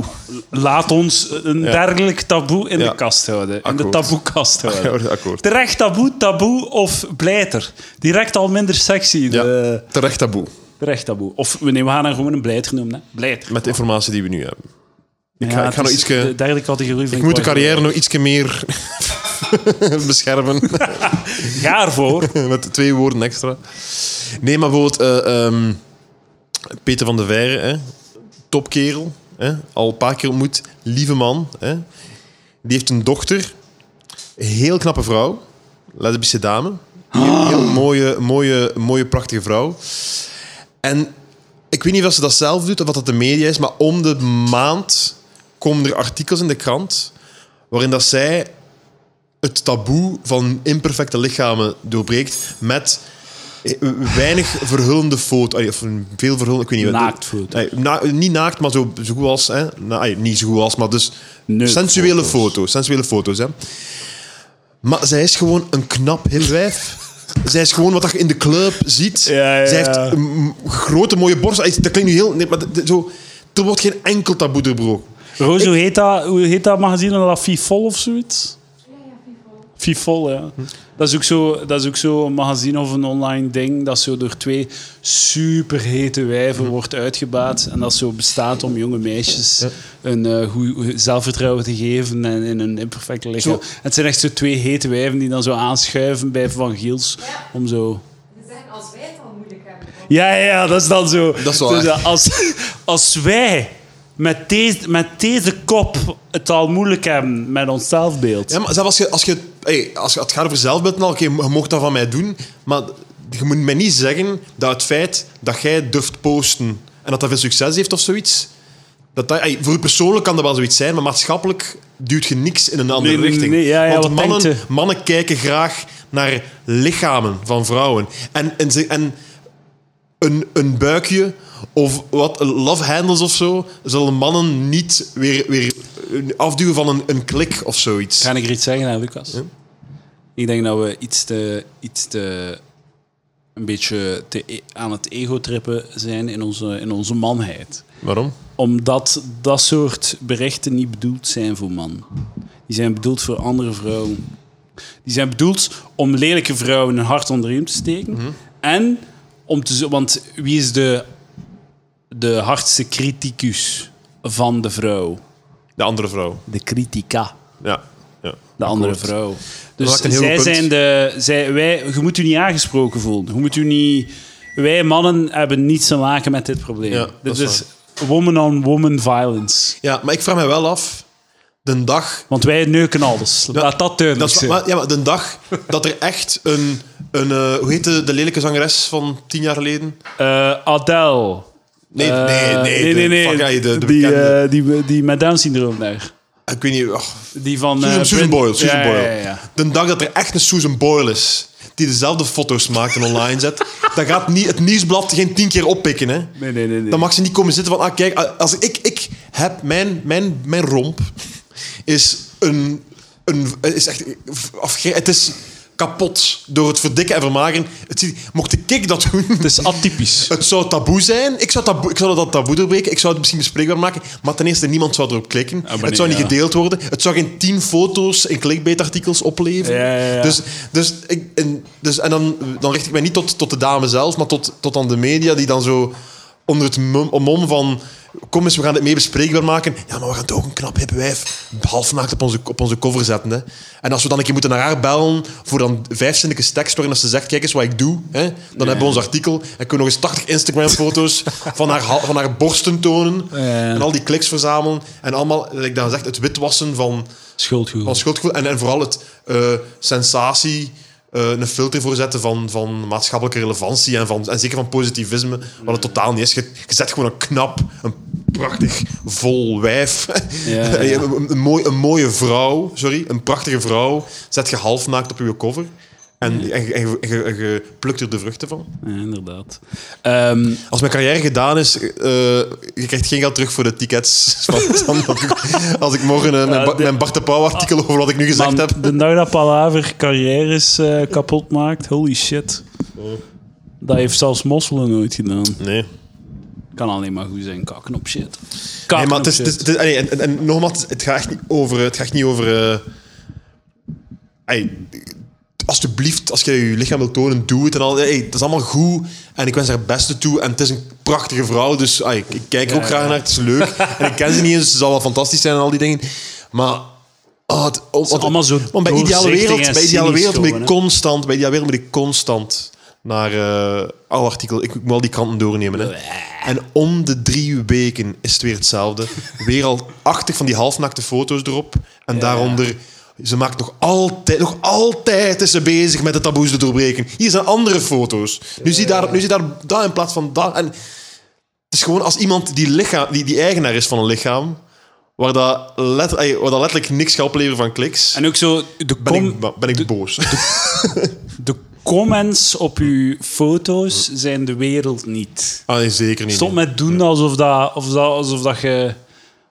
[SPEAKER 1] Laat ons een dergelijk taboe in
[SPEAKER 2] Ja.
[SPEAKER 1] de kast houden. In de
[SPEAKER 2] Akkoord.
[SPEAKER 1] taboekast houden.
[SPEAKER 2] Akkoord.
[SPEAKER 1] Terecht taboe, taboe of blijter. Direct al minder sexy.
[SPEAKER 2] Ja,
[SPEAKER 1] de-
[SPEAKER 2] terecht taboe.
[SPEAKER 1] Terecht taboe. Of we nemen- we gaan haar gewoon een blijter noemen. Hè. Blijter.
[SPEAKER 2] Met de informatie die we nu hebben. Ik
[SPEAKER 1] Ja,
[SPEAKER 2] ga, ik
[SPEAKER 1] het
[SPEAKER 2] ga nog
[SPEAKER 1] is
[SPEAKER 2] ietske-
[SPEAKER 1] De derde categorie van
[SPEAKER 2] ik moet de carrière nog ietsje meer [laughs] beschermen. [laughs]
[SPEAKER 1] Ga ervoor.
[SPEAKER 2] Met twee woorden extra. Nee, maar bijvoorbeeld eh, ehm, Peter van der Veire, hè? topkerel, hè? al een paar keer ontmoet, lieve man. Hè? Die heeft een dochter, een heel knappe vrouw, lesbische dame. Heel, heel mooie, mooie, mooie, prachtige vrouw. En ik weet niet of ze dat zelf doet of wat dat de media is, maar om de maand komen er artikels in de krant waarin dat zij het taboe van imperfecte lichamen doorbreekt met eh, weinig verhullende foto. Allee, Of veel verhullende, ik weet niet wat-
[SPEAKER 1] Naaktfoto.
[SPEAKER 2] Allee, na- niet naakt, maar zo, zo goed als. Hè? Na- allee, niet zo goed als, maar dus
[SPEAKER 1] Neukfoto's.
[SPEAKER 2] sensuele foto's. Sensuele foto's, hè. Maar zij is gewoon een knap heel wijf. zij is gewoon wat je in de club ziet.
[SPEAKER 1] Ja, ja,
[SPEAKER 2] Zij heeft
[SPEAKER 1] ja.
[SPEAKER 2] een grote mooie borst. Allee, Dat klinkt nu heel... Nee, maar d- d- zo, er wordt geen enkel taboe doorbroken.
[SPEAKER 1] Roos, hoe heet dat, hoe heet dat magazine? La Fifol of zoiets? Fifol, ja. Dat is ook zo- dat is ook zo'n magazine of een online ding dat zo door twee superhete wijven wordt uitgebaat. En dat zo bestaat om jonge meisjes een eh, goed goed zelfvertrouwen te geven en in een imperfect lichaam.
[SPEAKER 2] Zo.
[SPEAKER 1] En het zijn echt zo twee hete wijven die dan zo aanschuiven bij Van Giels om zo...
[SPEAKER 3] Ze zeggen als wij het al moeilijk hebben. dan-
[SPEAKER 1] Ja, ja, ja, dat is dan zo.
[SPEAKER 2] Dat is wel
[SPEAKER 1] Dus,
[SPEAKER 2] waar.
[SPEAKER 1] eh, als, als wij met deze, met deze kop het al moeilijk hebben met ons zelfbeeld.
[SPEAKER 2] Ja, maar zelfs als je... Als je, hey, als je het gaat over zelfbeeld, al, oké, je mocht dat van mij doen. Maar je moet mij niet zeggen dat het feit dat jij durft posten en dat dat veel succes heeft of zoiets... Dat dat, hey, voor je persoonlijk kan dat wel zoiets zijn, maar maatschappelijk duwt je niks in een andere
[SPEAKER 1] Nee, nee,
[SPEAKER 2] richting.
[SPEAKER 1] nee, ja, eh. ja,
[SPEAKER 2] Want
[SPEAKER 1] wat
[SPEAKER 2] mannen,
[SPEAKER 1] denkt je?
[SPEAKER 2] mannen kijken graag naar lichamen van vrouwen. En, en, ze, en een, een buikje of wat love handles of zo, zullen mannen niet weer, weer afduwen van een, een klik of zoiets.
[SPEAKER 1] Ga ik er iets zeggen aan Lucas? Ik denk dat we iets te, iets te een beetje te e- aan het ego trippen zijn in onze, in onze manheid.
[SPEAKER 2] Waarom?
[SPEAKER 1] Omdat dat soort berichten niet bedoeld zijn voor mannen. Die zijn bedoeld voor andere vrouwen. Die zijn bedoeld om lelijke vrouwen een hart onder de riem te steken.
[SPEAKER 2] Mhm.
[SPEAKER 1] En om te... zo- Want wie is de, de hardste criticus van de vrouw?
[SPEAKER 2] De andere vrouw.
[SPEAKER 1] De critica.
[SPEAKER 2] Ja. ja.
[SPEAKER 1] De andere vrouw. Dus
[SPEAKER 2] maakt een heel
[SPEAKER 1] zij
[SPEAKER 2] goed punt.
[SPEAKER 1] zijn de... Zij, wij, je moet u niet aangesproken voelen. Je moet u niet... Wij mannen hebben niets te maken met dit probleem.
[SPEAKER 2] Ja, dat
[SPEAKER 1] dit
[SPEAKER 2] is
[SPEAKER 1] is woman-on-woman violence.
[SPEAKER 2] Ja, maar ik vraag me wel af, de dag
[SPEAKER 1] Want wij neuken alles. Laat dat
[SPEAKER 2] Dat
[SPEAKER 1] duidelijk
[SPEAKER 2] is-
[SPEAKER 1] zijn.
[SPEAKER 2] maar, ja, maar de dag dat er echt een... een eh, hoe heette de, lelijke zangeres van tien jaar geleden?
[SPEAKER 1] Eh, Adele.
[SPEAKER 2] Nee,
[SPEAKER 1] Eh,
[SPEAKER 2] nee, nee. de, fuck, ja, de, de
[SPEAKER 1] die,
[SPEAKER 2] bekende.
[SPEAKER 1] eh, die, die met Down-syndroom daar.
[SPEAKER 2] ik weet niet... ach,
[SPEAKER 1] Die van... eh,
[SPEAKER 2] Susan, Susan
[SPEAKER 1] Brit-
[SPEAKER 2] Boyle. Susan
[SPEAKER 1] Ja,
[SPEAKER 2] Boyle.
[SPEAKER 1] ja, ja, ja.
[SPEAKER 2] De dag dat er echt een Susan Boyle is, die dezelfde foto's maakt en online
[SPEAKER 1] [laughs]
[SPEAKER 2] zet, dan gaat nie- het nieuwsblad geen tien keer oppikken. Hè.
[SPEAKER 1] Nee, nee, nee. nee.
[SPEAKER 2] Dan mag ze niet komen zitten van, ah kijk, als ik, ik heb mijn, mijn, mijn romp is een, een is echt, afge- het is kapot door het verdikken en vermagen. Het, ziet- mocht ik dat doen,
[SPEAKER 1] Het is atypisch.
[SPEAKER 2] het zou taboe zijn. Ik zou, taboe, ik zou dat taboe doorbreken. Ik zou het misschien bespreekbaar maken. Maar ten eerste, niemand zou erop klikken.
[SPEAKER 1] Ah, maar nee,
[SPEAKER 2] het zou niet
[SPEAKER 1] ja.
[SPEAKER 2] gedeeld worden. Het zou geen tien foto's in clickbait-artikels opleveren.
[SPEAKER 1] Ja, ja, ja.
[SPEAKER 2] Dus, dus, ik, en, dus, en dan, dan richt ik mij niet tot, tot de dame zelf, maar tot, tot aan de media die dan zo onder het mom mom van... Kom eens, we gaan dit mee bespreekbaar maken. Ja, maar we gaan toch ook een knap hip wijf halfnaakt op onze, op onze cover zetten. Hè. En als we dan een keer moeten naar haar bellen voor dan vijf zinnetjes tekst waarin ze zegt, kijk eens wat ik doe. Hè, dan hebben we ons artikel en kunnen we nog eens 80
[SPEAKER 1] [laughs]
[SPEAKER 2] Instagram-foto's van, haar, hal- van haar borsten tonen.
[SPEAKER 1] ja.
[SPEAKER 2] En al die kliks verzamelen. En allemaal, zoals ik daar zegt, het witwassen van van
[SPEAKER 1] Schuldgevoel.
[SPEAKER 2] schuldgevoel. En, en vooral het eh, sensatie, eh, een filter voorzetten van, van maatschappelijke relevantie en, van, en zeker van positivisme, wat het totaal niet is. Je, je zet gewoon een knap, een prachtig, vol wijf. [laughs]
[SPEAKER 1] Ja, ja, ja.
[SPEAKER 2] een, een mooi, een mooie vrouw, sorry, een prachtige vrouw, zet je halfnaakt op je cover. En, en, en, en- en- en je plukt er de vruchten van.
[SPEAKER 1] Ja, inderdaad. Ehm,
[SPEAKER 2] Als mijn carrière gedaan is, eh, je krijgt geen geld terug voor de tickets. [laughs] Van Sam. Als ik-
[SPEAKER 1] [laughs]
[SPEAKER 2] als ik morgen eh, mijn,
[SPEAKER 1] Ja,
[SPEAKER 2] Ba-
[SPEAKER 1] de- Ah.
[SPEAKER 2] mijn Bart de Pauw artikel over wat ik nu gezegd
[SPEAKER 1] man,
[SPEAKER 2] heb.
[SPEAKER 1] de dag dat Palaver carrières eh, kapot maakt, holy shit. Dat heeft zelfs Mosselen nooit gedaan.
[SPEAKER 2] Nee.
[SPEAKER 1] Kan alleen maar goed zijn, kakken op shit.
[SPEAKER 2] nee
[SPEAKER 1] Kakken
[SPEAKER 2] maar
[SPEAKER 1] op
[SPEAKER 2] het is, het is-
[SPEAKER 1] shit.
[SPEAKER 2] het is- allee, en, en, en nogmaals, het gaat echt niet over. Het gaat echt niet over eh, allee, alsjeblieft, als je je lichaam wilt tonen, doe het. En al, hey, het is allemaal goed en ik wens haar het beste toe. En het is een prachtige vrouw, dus ah, ik, ik kijk er ook
[SPEAKER 1] Ja,
[SPEAKER 2] graag
[SPEAKER 1] ja.
[SPEAKER 2] naar. Het is leuk. en ik ken ze niet eens, ze zal wel fantastisch zijn en al die dingen. Maar... Oh, het, oh, want-
[SPEAKER 1] allemaal zo
[SPEAKER 2] want bij ideale
[SPEAKER 1] doorzichtig
[SPEAKER 2] wereld,
[SPEAKER 1] en
[SPEAKER 2] bij ideale
[SPEAKER 1] cynisch
[SPEAKER 2] wereld moet ik
[SPEAKER 1] gewoon, hè.
[SPEAKER 2] constant, bij ideale wereld moet ik constant naar eh alle artikelen. Ik moet al die kanten doornemen. Hè. En om de drie weken is het weer hetzelfde. Weer al achtig van die halfnakte foto's erop. En daaronder ze maakt nog altijd, nog altijd is ze bezig met de taboes te doorbreken. Hier zijn andere foto's. Nu zie je daar, nu zie je daar dat in plaats van dat. En het is gewoon als iemand die, lichaam, die, die eigenaar is van een lichaam, waar dat, let, ey, waar dat letterlijk niks gaat opleveren van kliks,
[SPEAKER 1] En ook zo, de,
[SPEAKER 2] ben,
[SPEAKER 1] com-
[SPEAKER 2] ik, ben ik boos. [laughs]
[SPEAKER 1] de comments op uw foto's zijn de wereld niet.
[SPEAKER 2] Ah, nee, zeker niet.
[SPEAKER 1] Stop
[SPEAKER 2] nee.
[SPEAKER 1] met doen alsof dat, of dat, alsof dat je...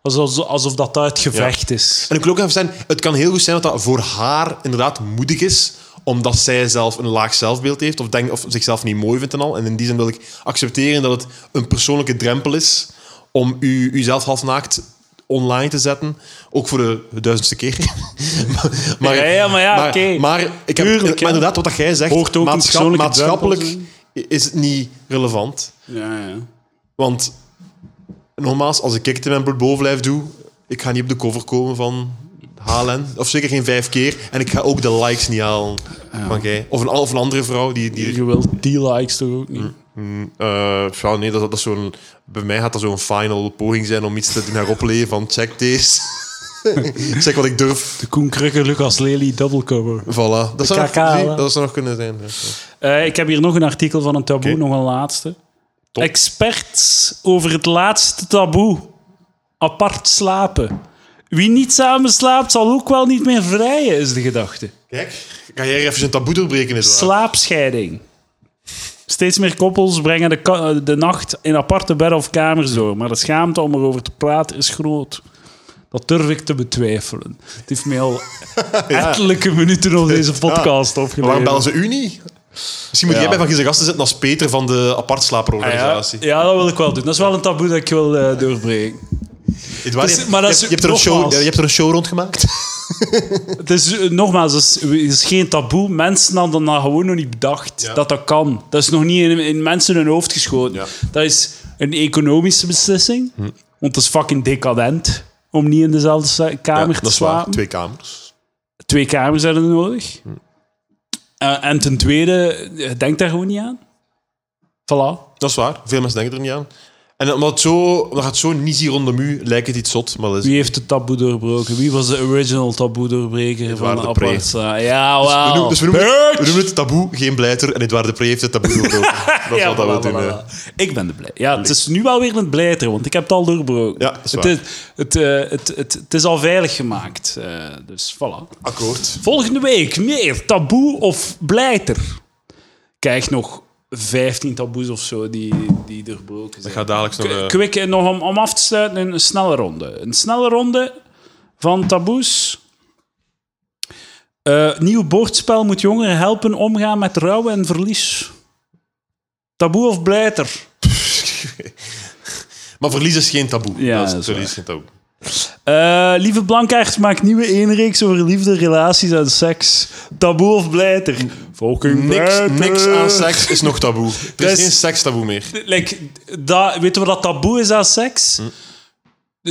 [SPEAKER 1] Alsof, alsof dat uit gevecht is.
[SPEAKER 2] En ik wil ook even zijn, het kan heel goed zijn dat dat voor haar inderdaad moedig is, omdat zij zelf een laag zelfbeeld heeft of, denkt, of zichzelf niet mooi vindt en al. En in die zin wil ik accepteren dat het een persoonlijke drempel is om u, uzelf halfnaakt online te zetten, ook voor de duizendste keer. [laughs] maar,
[SPEAKER 1] Ja, ja, maar ja,
[SPEAKER 2] maar,
[SPEAKER 1] oké.
[SPEAKER 2] maar ik heb,
[SPEAKER 1] Tuurlijk,
[SPEAKER 2] maar
[SPEAKER 1] ja.
[SPEAKER 2] inderdaad, wat dat jij zegt,
[SPEAKER 1] Hoort ook een persoonlijke
[SPEAKER 2] maatschappelijk
[SPEAKER 1] drempel
[SPEAKER 2] is het niet relevant.
[SPEAKER 1] Ja, ja.
[SPEAKER 2] Want nogmaals, als ik het in mijn bovenlijf doe, ik ga niet op de cover komen van HLN. Of zeker geen vijf keer. En ik ga ook de likes niet halen. Van jij. Of, een, of een andere vrouw die. die
[SPEAKER 1] Je wilt die likes toch ook niet?
[SPEAKER 2] Mm, eh, ja, nee, dat, dat is zo'n. Bij mij gaat dat zo'n final poging zijn om iets te doen heropleveren van check deze. [laughs] check wat ik durf.
[SPEAKER 1] De Koen Krukke, Lucas Lely, double cover.
[SPEAKER 2] Voilà. Dat zou, nog,
[SPEAKER 1] KK,
[SPEAKER 2] zie,
[SPEAKER 1] hè?
[SPEAKER 2] dat zou nog kunnen zijn. ja.
[SPEAKER 1] Eh, ik heb hier nog een artikel van een taboe,
[SPEAKER 2] Oké.
[SPEAKER 1] nog een laatste.
[SPEAKER 2] Top.
[SPEAKER 1] Experts over het laatste taboe. Apart slapen. Wie niet samen slaapt, zal ook wel niet meer vrijen, is de gedachte.
[SPEAKER 2] Kijk, ga jij even een taboe doorbreken? Is dat?
[SPEAKER 1] Slaapscheiding. Steeds meer koppels brengen de, ka- de nacht in aparte bedden of kamers door. Maar de schaamte om erover te praten is groot. Dat durf ik te betwijfelen. Het heeft mij al ettelijke minuten op deze podcast
[SPEAKER 2] Maar waarom bellen
[SPEAKER 1] opgeleverd.
[SPEAKER 2] ze u niet? Misschien moet
[SPEAKER 1] Ja.
[SPEAKER 2] jij bij Van Giezen Gasten zitten als Peter van de
[SPEAKER 1] Ja,
[SPEAKER 2] apartslaperorganisatie.
[SPEAKER 1] ja, dat wil ik wel doen. Dat is wel een taboe dat ik wil eh, doorbreken.
[SPEAKER 2] Edouard,
[SPEAKER 1] Dus,
[SPEAKER 2] je, hebt-
[SPEAKER 1] maar dat is-
[SPEAKER 2] je, hebt er een show,
[SPEAKER 1] nogmaals.
[SPEAKER 2] je hebt er een show rondgemaakt.
[SPEAKER 1] Het is eh, nogmaals, het is, het is geen taboe. Mensen hadden dat gewoon nog niet bedacht
[SPEAKER 2] Ja.
[SPEAKER 1] dat dat kan. Dat is nog niet in, in mensen hun hoofd geschoten.
[SPEAKER 2] Ja. Hm.
[SPEAKER 1] Dat is een economische beslissing, want dat is fucking decadent om niet in dezelfde sa- kamer te
[SPEAKER 2] dat is waar.
[SPEAKER 1] slapen.
[SPEAKER 2] Twee Hm. kamers.
[SPEAKER 1] Twee kamers zijn er nodig. Eh, en ten tweede, eh, denk daar gewoon niet aan. Voilà.
[SPEAKER 2] Dat is waar. Veel mensen denken er niet aan. En omdat het zo, omdat het zo niet zie rondom u, lijkt het iets zot. Maar dat is,
[SPEAKER 1] Wie heeft het taboe doorbroken? Wie was de original taboe doorbreker van
[SPEAKER 2] waren
[SPEAKER 1] de
[SPEAKER 2] de pre.
[SPEAKER 1] apartsa? Ja,
[SPEAKER 2] we
[SPEAKER 1] wel.
[SPEAKER 2] noemen, dus we noemen, het,
[SPEAKER 1] Bitch!
[SPEAKER 2] we noemen het taboe, geen pleiter. En Edouard de Pre heeft het taboe
[SPEAKER 1] [laughs]
[SPEAKER 2] doorbroken. Dat is
[SPEAKER 1] Ja,
[SPEAKER 2] wat
[SPEAKER 1] voilà,
[SPEAKER 2] dat we doen. eh.
[SPEAKER 1] voilà,
[SPEAKER 2] hè.
[SPEAKER 1] voilà. Ik ben de blij. Ja, het is nu wel weer een blijter, want ik heb het al doorbroken.
[SPEAKER 2] Ja, dat is
[SPEAKER 1] het,
[SPEAKER 2] waar.
[SPEAKER 1] is, het, eh, het, het, het is al veilig gemaakt. eh, dus voilà.
[SPEAKER 2] Akkoord.
[SPEAKER 1] Volgende week meer taboe of blijter. Kijk nog 15 taboes of zo die, die doorbroken
[SPEAKER 2] Ik
[SPEAKER 1] zijn.
[SPEAKER 2] ga dadelijk nog... eh,
[SPEAKER 1] K- Kwik, eh, nog om, om af te sluiten, een, een snelle ronde. Een snelle ronde van taboes. Eh, nieuw bordspel moet jongeren helpen omgaan met rouw en verlies. Taboe of blijter?
[SPEAKER 2] maar verlies is geen taboe.
[SPEAKER 1] Ja,
[SPEAKER 2] dat is,
[SPEAKER 1] dat is
[SPEAKER 2] verlies is geen taboe.
[SPEAKER 1] Eh, Lieve Blankaert maakt nieuwe eenreeks over liefde, relaties en seks. Taboe of blijter? Fucking
[SPEAKER 2] Niks,
[SPEAKER 1] blijter.
[SPEAKER 2] niks aan seks is nog taboe. Er
[SPEAKER 1] Dat
[SPEAKER 2] is
[SPEAKER 1] is-
[SPEAKER 2] geen sekstaboe meer.
[SPEAKER 1] Like, dat, weten we dat taboe is aan seks?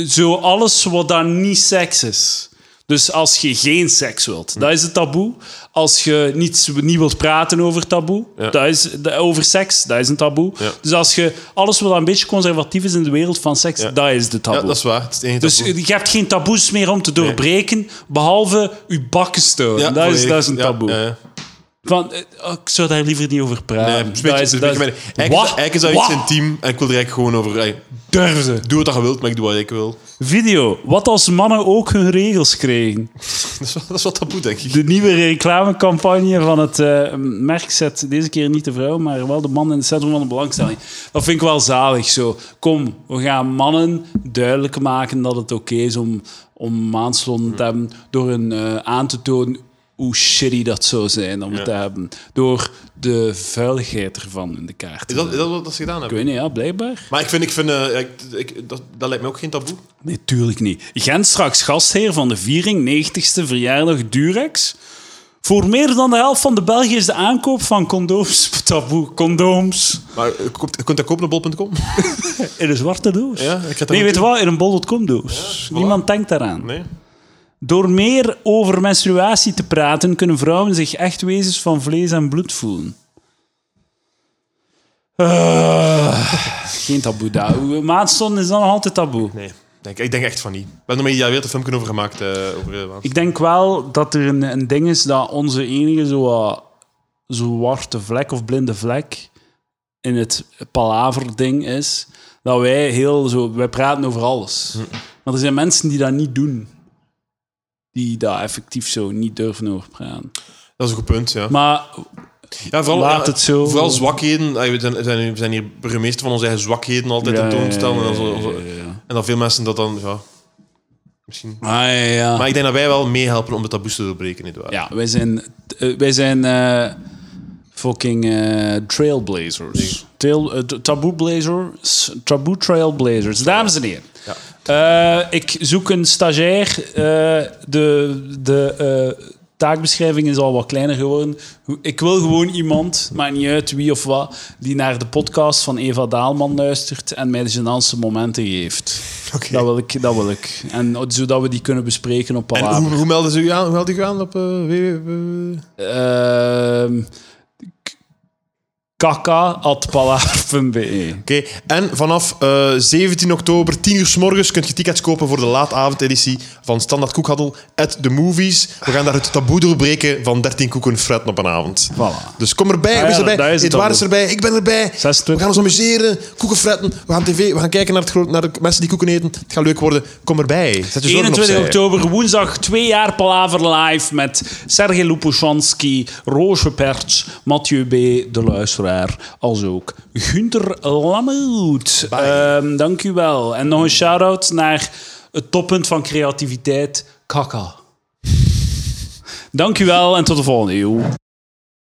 [SPEAKER 1] Zo alles wat dan niet seks is. Dus als je geen seks wilt, dat is het taboe. Als je niet, niet wilt praten over taboe,
[SPEAKER 2] Ja.
[SPEAKER 1] dat is, dat- over seks, dat is een taboe.
[SPEAKER 2] Ja.
[SPEAKER 1] Dus als je alles wat een beetje conservatief is in de wereld van seks,
[SPEAKER 2] Ja.
[SPEAKER 1] dat is de taboe.
[SPEAKER 2] Ja, dat is waar. Het is het enige
[SPEAKER 1] dus
[SPEAKER 2] taboe.
[SPEAKER 1] je hebt geen taboes meer om te doorbreken, behalve je bakken stoten.
[SPEAKER 2] Ja,
[SPEAKER 1] dat, is,
[SPEAKER 2] volledig.
[SPEAKER 1] dat is een
[SPEAKER 2] Ja,
[SPEAKER 1] taboe.
[SPEAKER 2] ja, ja.
[SPEAKER 1] Van, eh, oh, ik zou daar liever niet over praten.
[SPEAKER 2] Nee, spreek-
[SPEAKER 1] Dat is-
[SPEAKER 2] spreek
[SPEAKER 1] dat
[SPEAKER 2] je
[SPEAKER 1] is-
[SPEAKER 2] mij niet. eigenlijk,
[SPEAKER 1] Wat?
[SPEAKER 2] is- eigenlijk is dat iets
[SPEAKER 1] Wat?
[SPEAKER 2] intiem en ik wil er eigenlijk gewoon over... ey,
[SPEAKER 1] Durf ze.
[SPEAKER 2] doe wat je wilt, maar ik doe wat ik wil. [laughs]
[SPEAKER 1] Video. Wat als mannen ook hun regels kregen?
[SPEAKER 2] Dat is wel, dat is wel taboe, denk ik.
[SPEAKER 1] De nieuwe reclamecampagne van het eh, merk zet deze keer niet de vrouw, maar wel de man in het centrum van de belangstelling. Dat vind ik wel zalig zo. Kom, we gaan mannen duidelijk maken dat het oké is om, om maandslonden te hebben door een, eh, aan te tonen hoe shitty dat zou zijn om het te hebben. Door de vuiligheid ervan in de kaart. te
[SPEAKER 2] Is dat, is
[SPEAKER 1] zetten.
[SPEAKER 2] dat wat ze gedaan
[SPEAKER 1] Ik
[SPEAKER 2] hebben?
[SPEAKER 1] weet niet, ja, blijkbaar.
[SPEAKER 2] Maar ik vind... Ik vind eh, ja, ik- ik- dat, dat lijkt me ook geen taboe.
[SPEAKER 1] Nee, tuurlijk niet. Gent straks gastheer van de viering, 90ste verjaardag Durex. Voor meer dan de helft van de Belgen is de aankoop van condooms [laughs] taboe. Condooms
[SPEAKER 2] Maar eh, koopt- je kunt dat kopen op
[SPEAKER 1] [laughs]
[SPEAKER 2] bol.com?
[SPEAKER 1] in een zwarte doos.
[SPEAKER 2] Ja, ik had dat
[SPEAKER 1] nee,
[SPEAKER 2] ook
[SPEAKER 1] weet je
[SPEAKER 2] doen.
[SPEAKER 1] wat? In een bol.com doos.
[SPEAKER 2] voilà.
[SPEAKER 1] Niemand denkt daaraan.
[SPEAKER 2] Nee.
[SPEAKER 1] Door meer over menstruatie te praten, kunnen vrouwen zich echt wezens van vlees en bloed voelen. Eh, geen taboe daar. Maatstonden is dan nog altijd taboe.
[SPEAKER 2] Nee. Denk, ik denk echt van niet. We hebben er maar ja, weer een filmpje over gemaakt. eh, over, eh, wat.
[SPEAKER 1] Ik denk wel dat er een, een ding is dat onze enige zo, wat zwarte vlek of blinde vlek in het palaverding is. Dat wij heel zo, wij praten over alles. Maar er zijn mensen die dat niet doen. Die daar effectief zo niet durven over praten.
[SPEAKER 2] dat is een goed punt, ja.
[SPEAKER 1] Maar
[SPEAKER 2] Ja, vooral,
[SPEAKER 1] Laat
[SPEAKER 2] ja,
[SPEAKER 1] het zo.
[SPEAKER 2] Vooral zwakheden. Ah, We zijn, we zijn, we zijn hier burgemeester van onze eigen zwakheden altijd
[SPEAKER 1] Ja,
[SPEAKER 2] tentoonstellen.
[SPEAKER 1] ja, ja,
[SPEAKER 2] En, dan zo-
[SPEAKER 1] ja, ja, ja.
[SPEAKER 2] en dan veel mensen dat dan... Ja, misschien.
[SPEAKER 1] Ah, ja, ja.
[SPEAKER 2] Maar ik denk dat wij wel meehelpen om de taboes te doorbreken, nietwaar?
[SPEAKER 1] ja, wij zijn, eh, wij zijn eh, fucking eh, trailblazers. Trail, eh, t- taboe blazers. Taboe trailblazers. Dames en heren.
[SPEAKER 2] Ja.
[SPEAKER 1] Eh, ik zoek een stagiair. Eh, de de eh, taakbeschrijving is al wat kleiner geworden. Hoe- Ik wil gewoon iemand, maakt niet uit wie of wat, die naar de podcast van Eva Daalman luistert en mij de gênantste momenten geeft.
[SPEAKER 2] [laughs] Oké.
[SPEAKER 1] Dat, wil ik, dat wil ik. En zodat we die kunnen bespreken op
[SPEAKER 2] En
[SPEAKER 1] Palaver.
[SPEAKER 2] hoe, hoe melden ze u aan? Hoe melden u aan op eh www?
[SPEAKER 1] Ehm, k- kaka.palaver.be.
[SPEAKER 2] Oké, en vanaf eh, 17 oktober, 10 uur s morgens, kunt je tickets kopen voor de laatavondeditie van Standaard Koekhandel at the Movies. We gaan daar het taboe doorbreken van 13 koeken fretten op een avond.
[SPEAKER 1] Voilà.
[SPEAKER 2] Dus kom erbij,
[SPEAKER 1] Ah
[SPEAKER 2] wees
[SPEAKER 1] ja,
[SPEAKER 2] erbij.
[SPEAKER 1] daar is het
[SPEAKER 2] Edouard is
[SPEAKER 1] taboe.
[SPEAKER 2] erbij, ik ben erbij.
[SPEAKER 1] 26
[SPEAKER 2] We gaan ons amuseren, koeken fretten, we gaan tv, we gaan kijken naar, het gro- naar de mensen die koeken eten. Het gaat leuk worden, kom erbij. Zet je zorgen
[SPEAKER 1] 21
[SPEAKER 2] opzij.
[SPEAKER 1] oktober, woensdag, twee jaar Palaver live met Sergej Lupushansky, Roosje Perts, Mathieu B., de luisteraar, als ook Gunther Lammeroet. Ehm, dank u wel. En nog een shout-out naar het toppunt van creativiteit, Kaka. Dank u wel en tot de volgende eeuw.